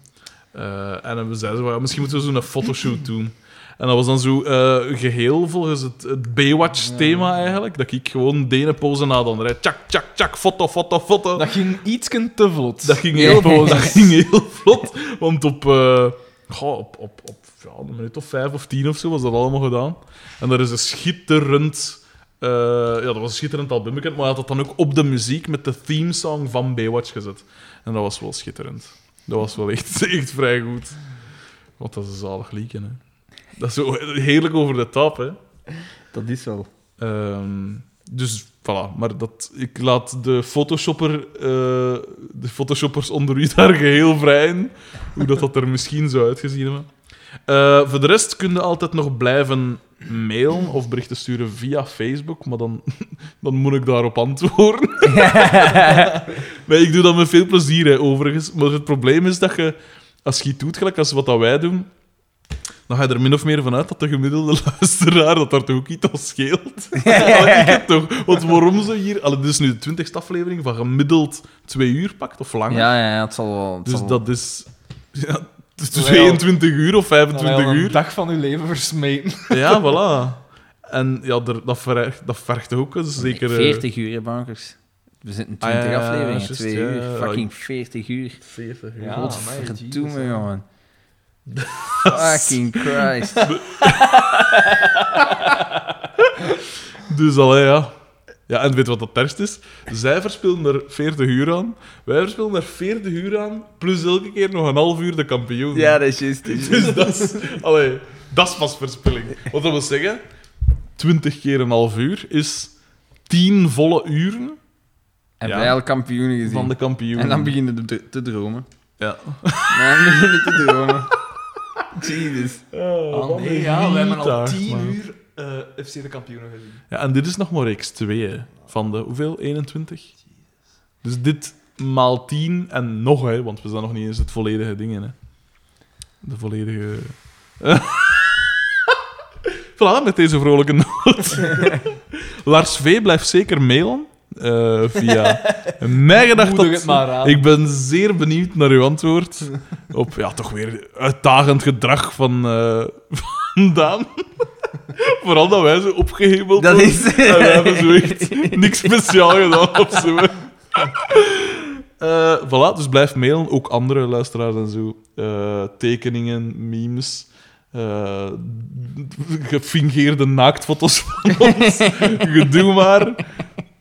Speaker 1: Eh, en dan zeiden we, ja, misschien moeten we zo'n fotoshoot doen. En dat was dan zo eh, geheel volgens het, het Baywatch-thema eigenlijk. Dat ik gewoon de ene pose na de andere. Tjak, tjak, tjak, foto, foto, foto.
Speaker 2: Dat ging ietsken te vlot.
Speaker 1: Dat ging heel, vlot, dat ging heel vlot. Want op, eh, goh, op, op, op ja, een minuut of vijf of tien of zo was dat allemaal gedaan. En er is een schitterend... eh, ja, dat was een schitterend album bekend, maar hij had dat dan ook op de muziek met de themesong van Baywatch gezet. En dat was wel schitterend. Dat was wel echt, echt vrij goed. Want dat is een zalig liedje, hè. Dat is zo heerlijk over de tap, hè.
Speaker 3: Dat is wel.
Speaker 1: Ehm, dus voilà, maar dat, ik laat de, photoshopper, eh, de photoshoppers onder u daar geheel vrij in. Hoe dat, dat er misschien zou uitgezien hebben. Eh, voor de rest kun je altijd nog blijven mailen of berichten sturen via Facebook, maar dan, dan moet ik daarop antwoorden. nee, ik doe dat met veel plezier, hè, overigens. Maar het probleem is dat je, als je het doet, gelijk als wat dat wij doen, dan ga je er min of meer van uit dat de gemiddelde luisteraar dat daar toch ook iets aan scheelt. Allee, ik heb toch, want waarom ze hier... Allee, dit is nu de twintigste aflevering van gemiddeld twee uur pakt, of langer.
Speaker 3: Ja, ja, ja, het zal wel. het
Speaker 1: dus
Speaker 3: zal wel.
Speaker 1: dat is... Ja, het is 22 uur of
Speaker 2: Dan wil je
Speaker 1: 25
Speaker 2: een
Speaker 1: uur.
Speaker 2: dag van uw leven versmeten.
Speaker 1: Ja, voilà. En ja, er- dat vergt, dat vergt ook een zekere...
Speaker 3: 40 uur, hè, bankers. We zitten 20
Speaker 1: eh, Ah, ja, ja,
Speaker 3: afleveringen,
Speaker 1: juist,
Speaker 3: 2
Speaker 1: ja,
Speaker 3: uur.
Speaker 1: ja, ja.
Speaker 3: Fucking 40 uur.
Speaker 1: 40 uur.
Speaker 2: Ja, amai,
Speaker 3: Godverdomme,
Speaker 2: Jesus, hè.
Speaker 3: jongen. Fucking Christ.
Speaker 1: Dus allee, ja. Ja, en weet je wat dat terst is? Zij verspillen er 40 uur aan, wij verspillen er 40 uur aan, plus elke keer nog een half uur de kampioen.
Speaker 3: Ja, dat is juist. dat is juist.
Speaker 1: Dus dat is, allee, dat is pas verspilling. Wat dat wil zeggen, 20 keer een half uur is 10 volle uren
Speaker 3: Hebben
Speaker 1: Ja.
Speaker 3: wij al kampioenen gezien?
Speaker 1: van de kampioen.
Speaker 3: En dan beginnen de dr- te dromen.
Speaker 1: Ja.
Speaker 3: Dan beginnen te dromen. Jesus.
Speaker 1: Oh,
Speaker 2: Ah, nee, ja, we hebben al tien uur eh, FC de kampioenen gezien.
Speaker 1: Ja, en dit is nog maar reeks 2 van de hoeveel? 21? Dus dit maal 10 en nog, hè, want we zijn nog niet eens het volledige ding in. Hè. De volledige. voilà, met deze vrolijke noot. Lars V blijft zeker mailen. eh, via mijgedacht.
Speaker 2: Moedig het maar aan.
Speaker 1: Ik ben zeer benieuwd naar uw antwoord. Op ja, toch weer uitdagend gedrag van, eh, van Daan. Vooral dat wij zo opgehemeld
Speaker 3: Dat
Speaker 1: worden.
Speaker 3: is-
Speaker 1: En wij hebben zo echt niks speciaal gedaan of zo. Eh, voilà, dus blijf mailen. Ook andere luisteraars en zo. Eh, tekeningen, memes. eh, gefingeerde naaktfoto's van ons. Gedoe maar.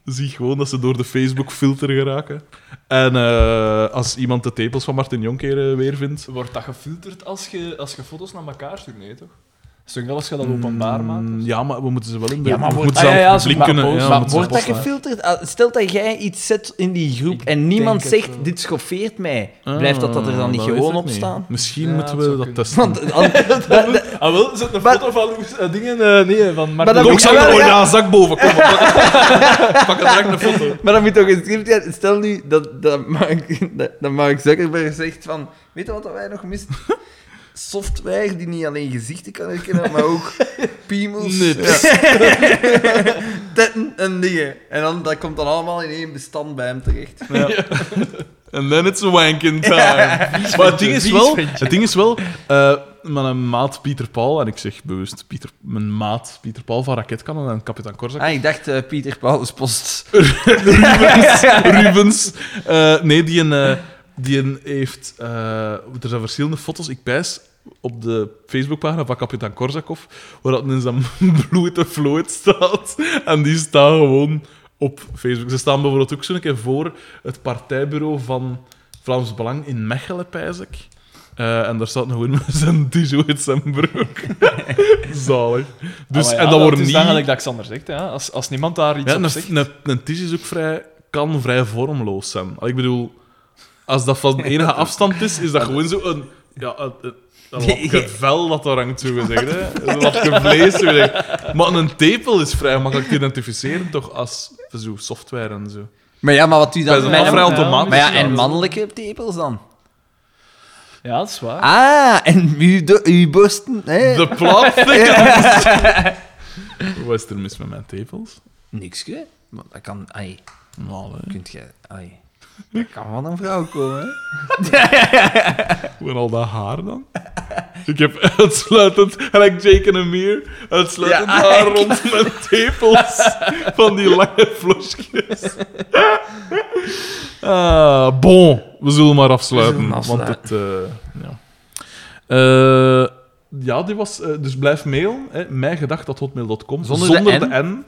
Speaker 1: Zie gewoon dat ze door de Facebook-filter geraken. En eh, als iemand de tepels van Martin Jonker eh, weer vindt...
Speaker 2: Wordt dat gefilterd als je, als je foto's naar elkaar stuurt? Nee, toch? Is toch wel als je dat openbaar maakt?
Speaker 1: Mm, Ja, maar we moeten ze wel in de...
Speaker 3: Ja, maar
Speaker 1: we
Speaker 3: wordt-
Speaker 1: moeten ze
Speaker 2: Ah, dus. ja,
Speaker 1: aan
Speaker 2: ja,
Speaker 1: het
Speaker 2: ze-
Speaker 1: publiek
Speaker 2: maar
Speaker 1: kunnen...
Speaker 2: post-
Speaker 1: ja, we
Speaker 2: maar
Speaker 3: Maar
Speaker 1: moeten ze
Speaker 3: wordt dat
Speaker 1: posten.
Speaker 3: gefilterd? Ah, Stel dat jij iets zet in die groep
Speaker 2: Ik
Speaker 3: en niemand
Speaker 2: denk het
Speaker 3: zegt,
Speaker 2: wel.
Speaker 3: dit schoffeert mij. Blijft dat, Ah, dat er dan niet
Speaker 1: weet
Speaker 3: gewoon
Speaker 1: ik
Speaker 3: op staan?
Speaker 1: Misschien
Speaker 2: Ja,
Speaker 1: moeten
Speaker 2: het
Speaker 1: we
Speaker 2: zou
Speaker 1: dat
Speaker 2: kunnen.
Speaker 1: testen.
Speaker 3: Want eh, al- dat- dat-
Speaker 2: Ah, wel, zet een
Speaker 3: Maar-
Speaker 2: foto van hoe- eh, dingen. eh, nee, van
Speaker 3: Maar
Speaker 2: Martin.
Speaker 3: dat
Speaker 1: Kom, ik
Speaker 3: moet
Speaker 1: zal
Speaker 3: je
Speaker 1: er
Speaker 3: wel,
Speaker 1: gewoon
Speaker 3: ja.
Speaker 1: ja, een zak boven. Kom, pak- pak er direct een foto.
Speaker 3: Maar dan moet toch geschreven zijn. Stel nu dat, dat, Mark, dat, dat Mark Zuckerberg zegt van... Weet je wat dat wij nog mist? software die niet alleen gezichten kan herkennen, maar ook piemels.
Speaker 1: Nips.
Speaker 3: Tetten en dingen. En dan, dat komt dan allemaal in één bestand bij hem terecht.
Speaker 1: And then it's wanking time. maar het ding is wel, het ding is wel eh, mijn maat Pieter Paul, en ik zeg bewust Pieter, mijn maat Pieter Paul van Raketkanon en Kapitan Korsak,
Speaker 3: Ah, ik dacht eh, Pieter Paulus Post.
Speaker 1: Rubens, Rubens. Eh, nee, die, een, eh, die een heeft... eh, er zijn verschillende foto's. Ik pijs op de Facebookpagina van Kapitan Korsakov, waar dat in zijn bloed en vloed staat. En die staan gewoon op Facebook. Ze staan bijvoorbeeld ook zo'n keer voor het partijbureau van Vlaams Belang in Mechelen, pijs ik. Eh, en daar staat nog in met zijn Dijon uit zijn broek. Zalig. Dus,
Speaker 2: Ah, maar ja,
Speaker 1: en dat wordt
Speaker 2: is
Speaker 1: niet...
Speaker 2: dan gelijk dat Xander zegt. Hè. Als, als niemand daar iets
Speaker 1: Ja,
Speaker 2: op
Speaker 1: een,
Speaker 2: zegt...
Speaker 1: een, een tisch is ook vrij, kan vrij vormloos zijn. Al, Ik bedoel, als dat van enige afstand is, is dat gewoon zo een... Ja, een, een, een lapje vel dat er hangt, zo gezegd. Hè? Een lapje vlees, zo gezegd. Maar een tepel is vrij makkelijk te identificeren, toch, als zo software en zo.
Speaker 3: Maar ja, maar wat doe je
Speaker 1: Dat is
Speaker 3: dan?
Speaker 1: een
Speaker 3: met-
Speaker 1: wel vrij
Speaker 2: ja,
Speaker 1: automatisch.
Speaker 3: Maar ja, en
Speaker 1: trouwens.
Speaker 3: mannelijke tepels dan?
Speaker 2: Ja, dat is waar.
Speaker 3: Ah, en uw, do- uw borsten, hè?
Speaker 1: De plaat thickens. Wat is er mis met mijn tepels?
Speaker 3: Niks, hè? Maar dat kan... Ai,
Speaker 1: Nou, hè.
Speaker 3: kunt je... Ai. Dat kan van een vrouw komen, hè?
Speaker 1: Hoe en al dat haar dan? Ik heb uitsluitend, gelijk Jake en Amir, uitsluitend
Speaker 3: Ja,
Speaker 1: haar rond met tepels van die lange vlosjes. Ah, bon, we zullen maar afsluiten.
Speaker 3: We zullen afsluiten.
Speaker 1: Want het, eh, ja. Eh, ja, die was, eh, dus blijf mailen, hè, mijngedacht.hotmail.com,
Speaker 3: Zonder
Speaker 1: zonder,
Speaker 3: de
Speaker 1: de N.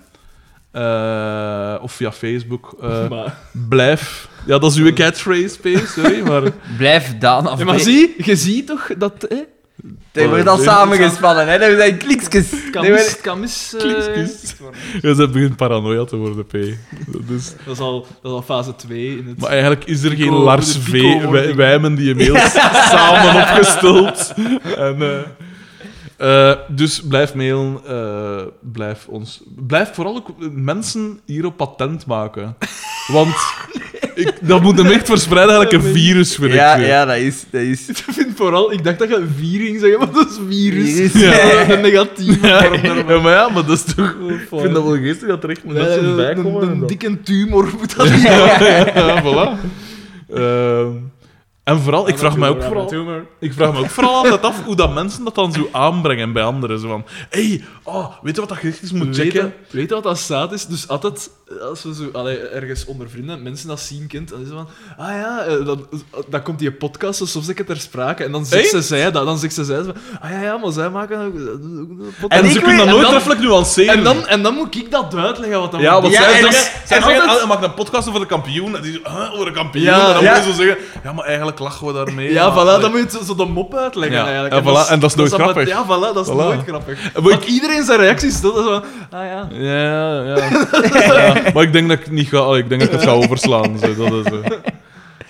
Speaker 1: Eh, of via Facebook. eh,
Speaker 2: maar,
Speaker 1: blijf. Ja, dat is uw catchphrase, P, sorry, maar...
Speaker 3: Blijf Daan af.
Speaker 2: Ja, maar zie, je ziet toch dat... Hè,
Speaker 3: Die wordt
Speaker 1: Oh,
Speaker 3: al samengespannen, hè? Er zijn kliksjes.
Speaker 2: het kan
Speaker 3: Die
Speaker 2: mis...
Speaker 3: worden-
Speaker 2: het kan mis eh,
Speaker 1: Kliksjes. Ja, ze begint paranoia te worden, P. Dus,
Speaker 2: dat, is al, dat is al fase 2 in het...
Speaker 1: maar eigenlijk is er geen
Speaker 2: Pico-
Speaker 1: Lars
Speaker 2: de
Speaker 1: V.
Speaker 2: Pico-wording.
Speaker 1: Wij, wij hebben die mails samen opgesteld. En, eh, eh, dus blijf mailen. eh, blijf, ons, blijf vooral ook mensen hierop patent maken. Want ik, dat moet hem echt verspreiden, eigenlijk een virus, vind
Speaker 3: Ja,
Speaker 1: ik.
Speaker 3: ja, dat is... Dat is...
Speaker 2: Ik vind vooral... Ik dacht dat je vier ging zeggen, maar dat is virus.
Speaker 3: Virus.
Speaker 1: Ja.
Speaker 2: Een negatief.
Speaker 1: Ja, maar ja, maar dat is toch... Ik vind dat
Speaker 2: wel
Speaker 1: wel geestig dat er echt mensen bij
Speaker 2: een,
Speaker 1: komen. en
Speaker 2: een
Speaker 1: dat-
Speaker 2: dikke tumor moet dat
Speaker 1: ja, voilà. Ehm, en vooral, ik vraag, mij ook vooral, ik vraag me ook vooral altijd af hoe dat mensen dat dan zo aanbrengen bij anderen. Zo van, hey, oh, weet je wat dat gericht is? Moet
Speaker 2: Weet je,
Speaker 1: checken.
Speaker 2: weet je wat dat staat is? Dus altijd, als we zo allee, ergens onder vrienden mensen dat zien, kind, dan is het van, ah ja, eh, dan, dan komt die podcast, dus soms ik het ter sprake, en dan zegt ze
Speaker 1: Echt?
Speaker 2: zij dat, dan zegt ze zij, zo van, ah ja, ja, maar zij maken ook, eh, ook een podcast.
Speaker 1: En,
Speaker 2: En,
Speaker 1: ze
Speaker 3: ik
Speaker 1: kunnen dat
Speaker 2: weet-
Speaker 1: nooit
Speaker 2: en dan-
Speaker 1: treffelijk nuanceren.
Speaker 2: en, dan, en dan moet ik dat uitleggen, wat dat
Speaker 1: ja, want
Speaker 2: moet-
Speaker 3: Ja,
Speaker 1: zij
Speaker 3: en
Speaker 1: zeggen,
Speaker 3: dan-
Speaker 1: zij zeggen,
Speaker 2: altijd-
Speaker 1: "Ah, maak een podcast over de kampioen. En die zo, huh, over de kampioen.
Speaker 2: Ja,
Speaker 1: en dan
Speaker 2: ja.
Speaker 1: moet je zo zeggen, ja, maar eigenlijk lachen we daarmee.
Speaker 2: ja,
Speaker 1: maar-
Speaker 2: voilà, dan moet je het zo, zo de mop uitleggen
Speaker 1: Ja,
Speaker 2: eigenlijk.
Speaker 1: en voilà, en dat is nooit
Speaker 2: apart-
Speaker 1: grappig.
Speaker 2: Ja, voilà, dat is
Speaker 1: Voilà.
Speaker 2: nooit grappig.
Speaker 1: Maar
Speaker 2: Want
Speaker 1: ik-
Speaker 2: iedereen zijn reacties stelt, dat is van, ah ja.
Speaker 1: Ja, ja. ja. Maar ik denk dat ik niet ga, ik denk dat ik het ga overslaan. Zo, dat is, eh.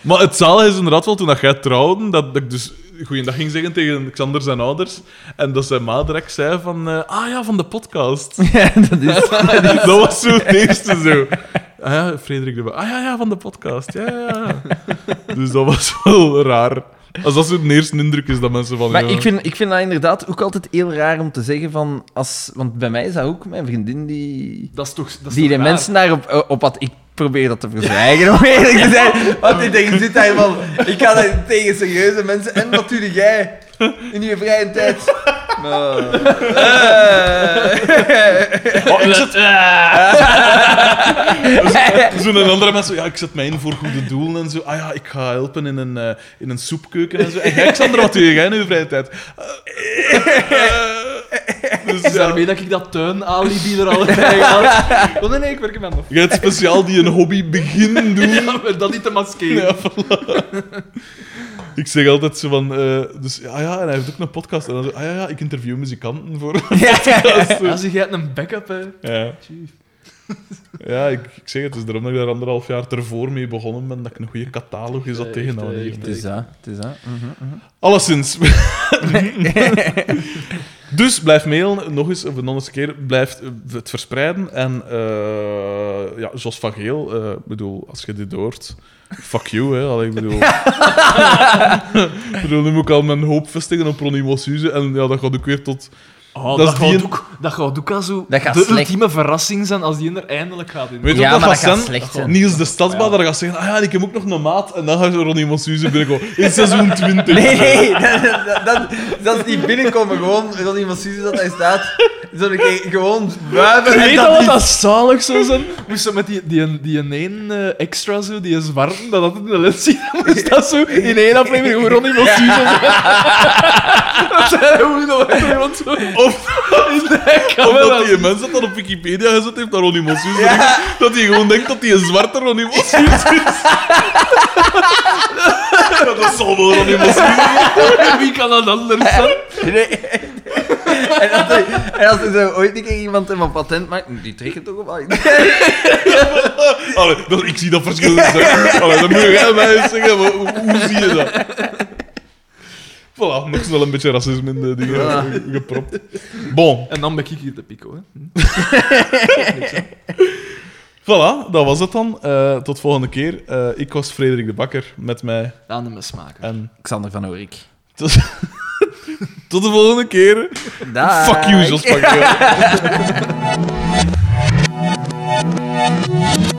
Speaker 1: Maar het zalige is inderdaad wel toen dat jij trouwde, dat, dat ik dus goeiedag ging zeggen tegen Xander zijn ouders. En dat zijn ma direct zei van, eh, ah ja, van de podcast.
Speaker 3: Ja, dat is...
Speaker 1: dat was zo het eerste zo. Ah ja, Frederik de Wa- Ah ja, ja, van de podcast. Ja, ja, ja. Dus dat was wel raar. Als dat zo de eerste indruk is dat mensen van...
Speaker 3: Maar
Speaker 1: ja.
Speaker 3: ik vind, ik vind dat inderdaad ook altijd heel raar om te zeggen van... Als, want bij mij is dat ook mijn vriendin die...
Speaker 2: Dat is toch, dat is
Speaker 3: Die
Speaker 2: toch
Speaker 3: de
Speaker 2: raar?
Speaker 3: mensen daarop op had. Ik probeer dat te verzwijgen, om eerlijk te zijn. Want ik denk, zit daar van... Ik ga dat tegen serieuze mensen... En natuurlijk jij. In je vrije tijd. Maar,
Speaker 1: Oh, ik zet... Zo- Zo'n andere mensen, ja, ik zet mij in voor goede doelen en zo. Ah ja, ik ga helpen in een, eh, in een soepkeuken en zo. En jij, Xander, wat doe jij in uw vrije tijd? Eh, eh, dus
Speaker 2: Dus
Speaker 1: ja,
Speaker 2: daarmee dat ik dat tuinalibi er altijd bij had. Oh nee, nee, ik werk hem aan nog.
Speaker 1: je hebt speciaal die een hobby beginnen doen.
Speaker 2: Ja, maar dat niet te maskeren.
Speaker 1: Ja, voilà. Ik zeg altijd zo van, eh, dus ah ja, en hij heeft ook een podcast. En dan zo, ah ja, ja ik interview muzikanten voor een podcast.
Speaker 2: Als je hebt een backup, hè.
Speaker 1: Ja.
Speaker 2: Tjie.
Speaker 1: Ja, ik, ik zeg het, dus daarom dat ik daar anderhalf jaar ervoor mee begonnen ben, dat ik een goede catalogus had
Speaker 2: Echt,
Speaker 3: eh,
Speaker 1: tegenhouden.
Speaker 2: echt,
Speaker 1: hier.
Speaker 2: echt.
Speaker 3: dat, het is dat.
Speaker 1: Alleszins. Dus blijf mailen, nog eens, of een andere keer, blijf eh, het verspreiden. En eh, ja, Jos van Geel, eh, ik bedoel, als je dit hoort, fuck you, hè. Allee, ik bedoel... ik bedoel, nu moet ik al mijn hoop vestigen op Ronnie Mossuze. En ja, dat gaat ook weer tot...
Speaker 2: Oh,
Speaker 1: Dat
Speaker 2: dat,
Speaker 1: is
Speaker 2: gaat
Speaker 1: die-
Speaker 2: ook, dat gaat ook al zo
Speaker 5: Dat gaat
Speaker 2: de
Speaker 5: slecht.
Speaker 2: ultieme verrassing zijn als die er eindelijk gaat in.
Speaker 1: Weet je
Speaker 5: Ja,
Speaker 1: wat
Speaker 5: maar
Speaker 1: dat
Speaker 5: dat
Speaker 1: gaat
Speaker 5: gaat
Speaker 1: zijn?
Speaker 5: slecht zijn.
Speaker 1: Niels de Stadsbader gaat zeggen, ah ja, ik heb ook nog een maat. En dan gaat Ronnie Mossuze binnenkomen. In seizoen 20.
Speaker 3: Nee, nee, dat, dat, dat, dat is niet binnenkomen. Gewoon, dat iemand ziet dat hij staat. Zodat ik gewoon buiten
Speaker 2: Weet
Speaker 3: en
Speaker 2: je
Speaker 3: dat
Speaker 2: wat
Speaker 3: niet-
Speaker 2: dat zalig zou zijn? Moest ze met die, die, die een eh, extra zo, die zwarte, dat had in de lens zien. Dan moest dat zo in één aflevering gewoon Ronnie Mossuus Dat zijn hoe nog rond zo.
Speaker 1: Of,
Speaker 2: in de
Speaker 1: dat
Speaker 2: camera.
Speaker 1: die mens dat dan op Wikipedia gezet heeft, dat Ronnie Mossuze is, Dat hij gewoon denkt dat hij een zwarte Ronnie Mossuze is. Ja, dat zal wel Ronnie Mossuze
Speaker 2: Wie kan dat anders zijn?
Speaker 3: Nee. En als er- En als er zo ooit een keer iemand hem een patent maakt, die trekt het toch op.
Speaker 1: Allee, dat, ik zie dat verschil. niet. Allee, dat moet jij mij eens zeggen, maar hoe, hoe zie je dat? Voilà, nog snel een beetje racisme in de dingen eh, gepropt. Bon,
Speaker 2: En dan ben ik hier de pico. Hè.
Speaker 1: voilà, dat was het dan. Eh, tot volgende keer. Eh, ik was Frederik de Bakker met mij
Speaker 2: Aan de mes maken.
Speaker 1: en
Speaker 5: Xander van Oorik.
Speaker 1: tot, tot de volgende keer.
Speaker 5: Daag.
Speaker 1: Fuck you, Jos Pak.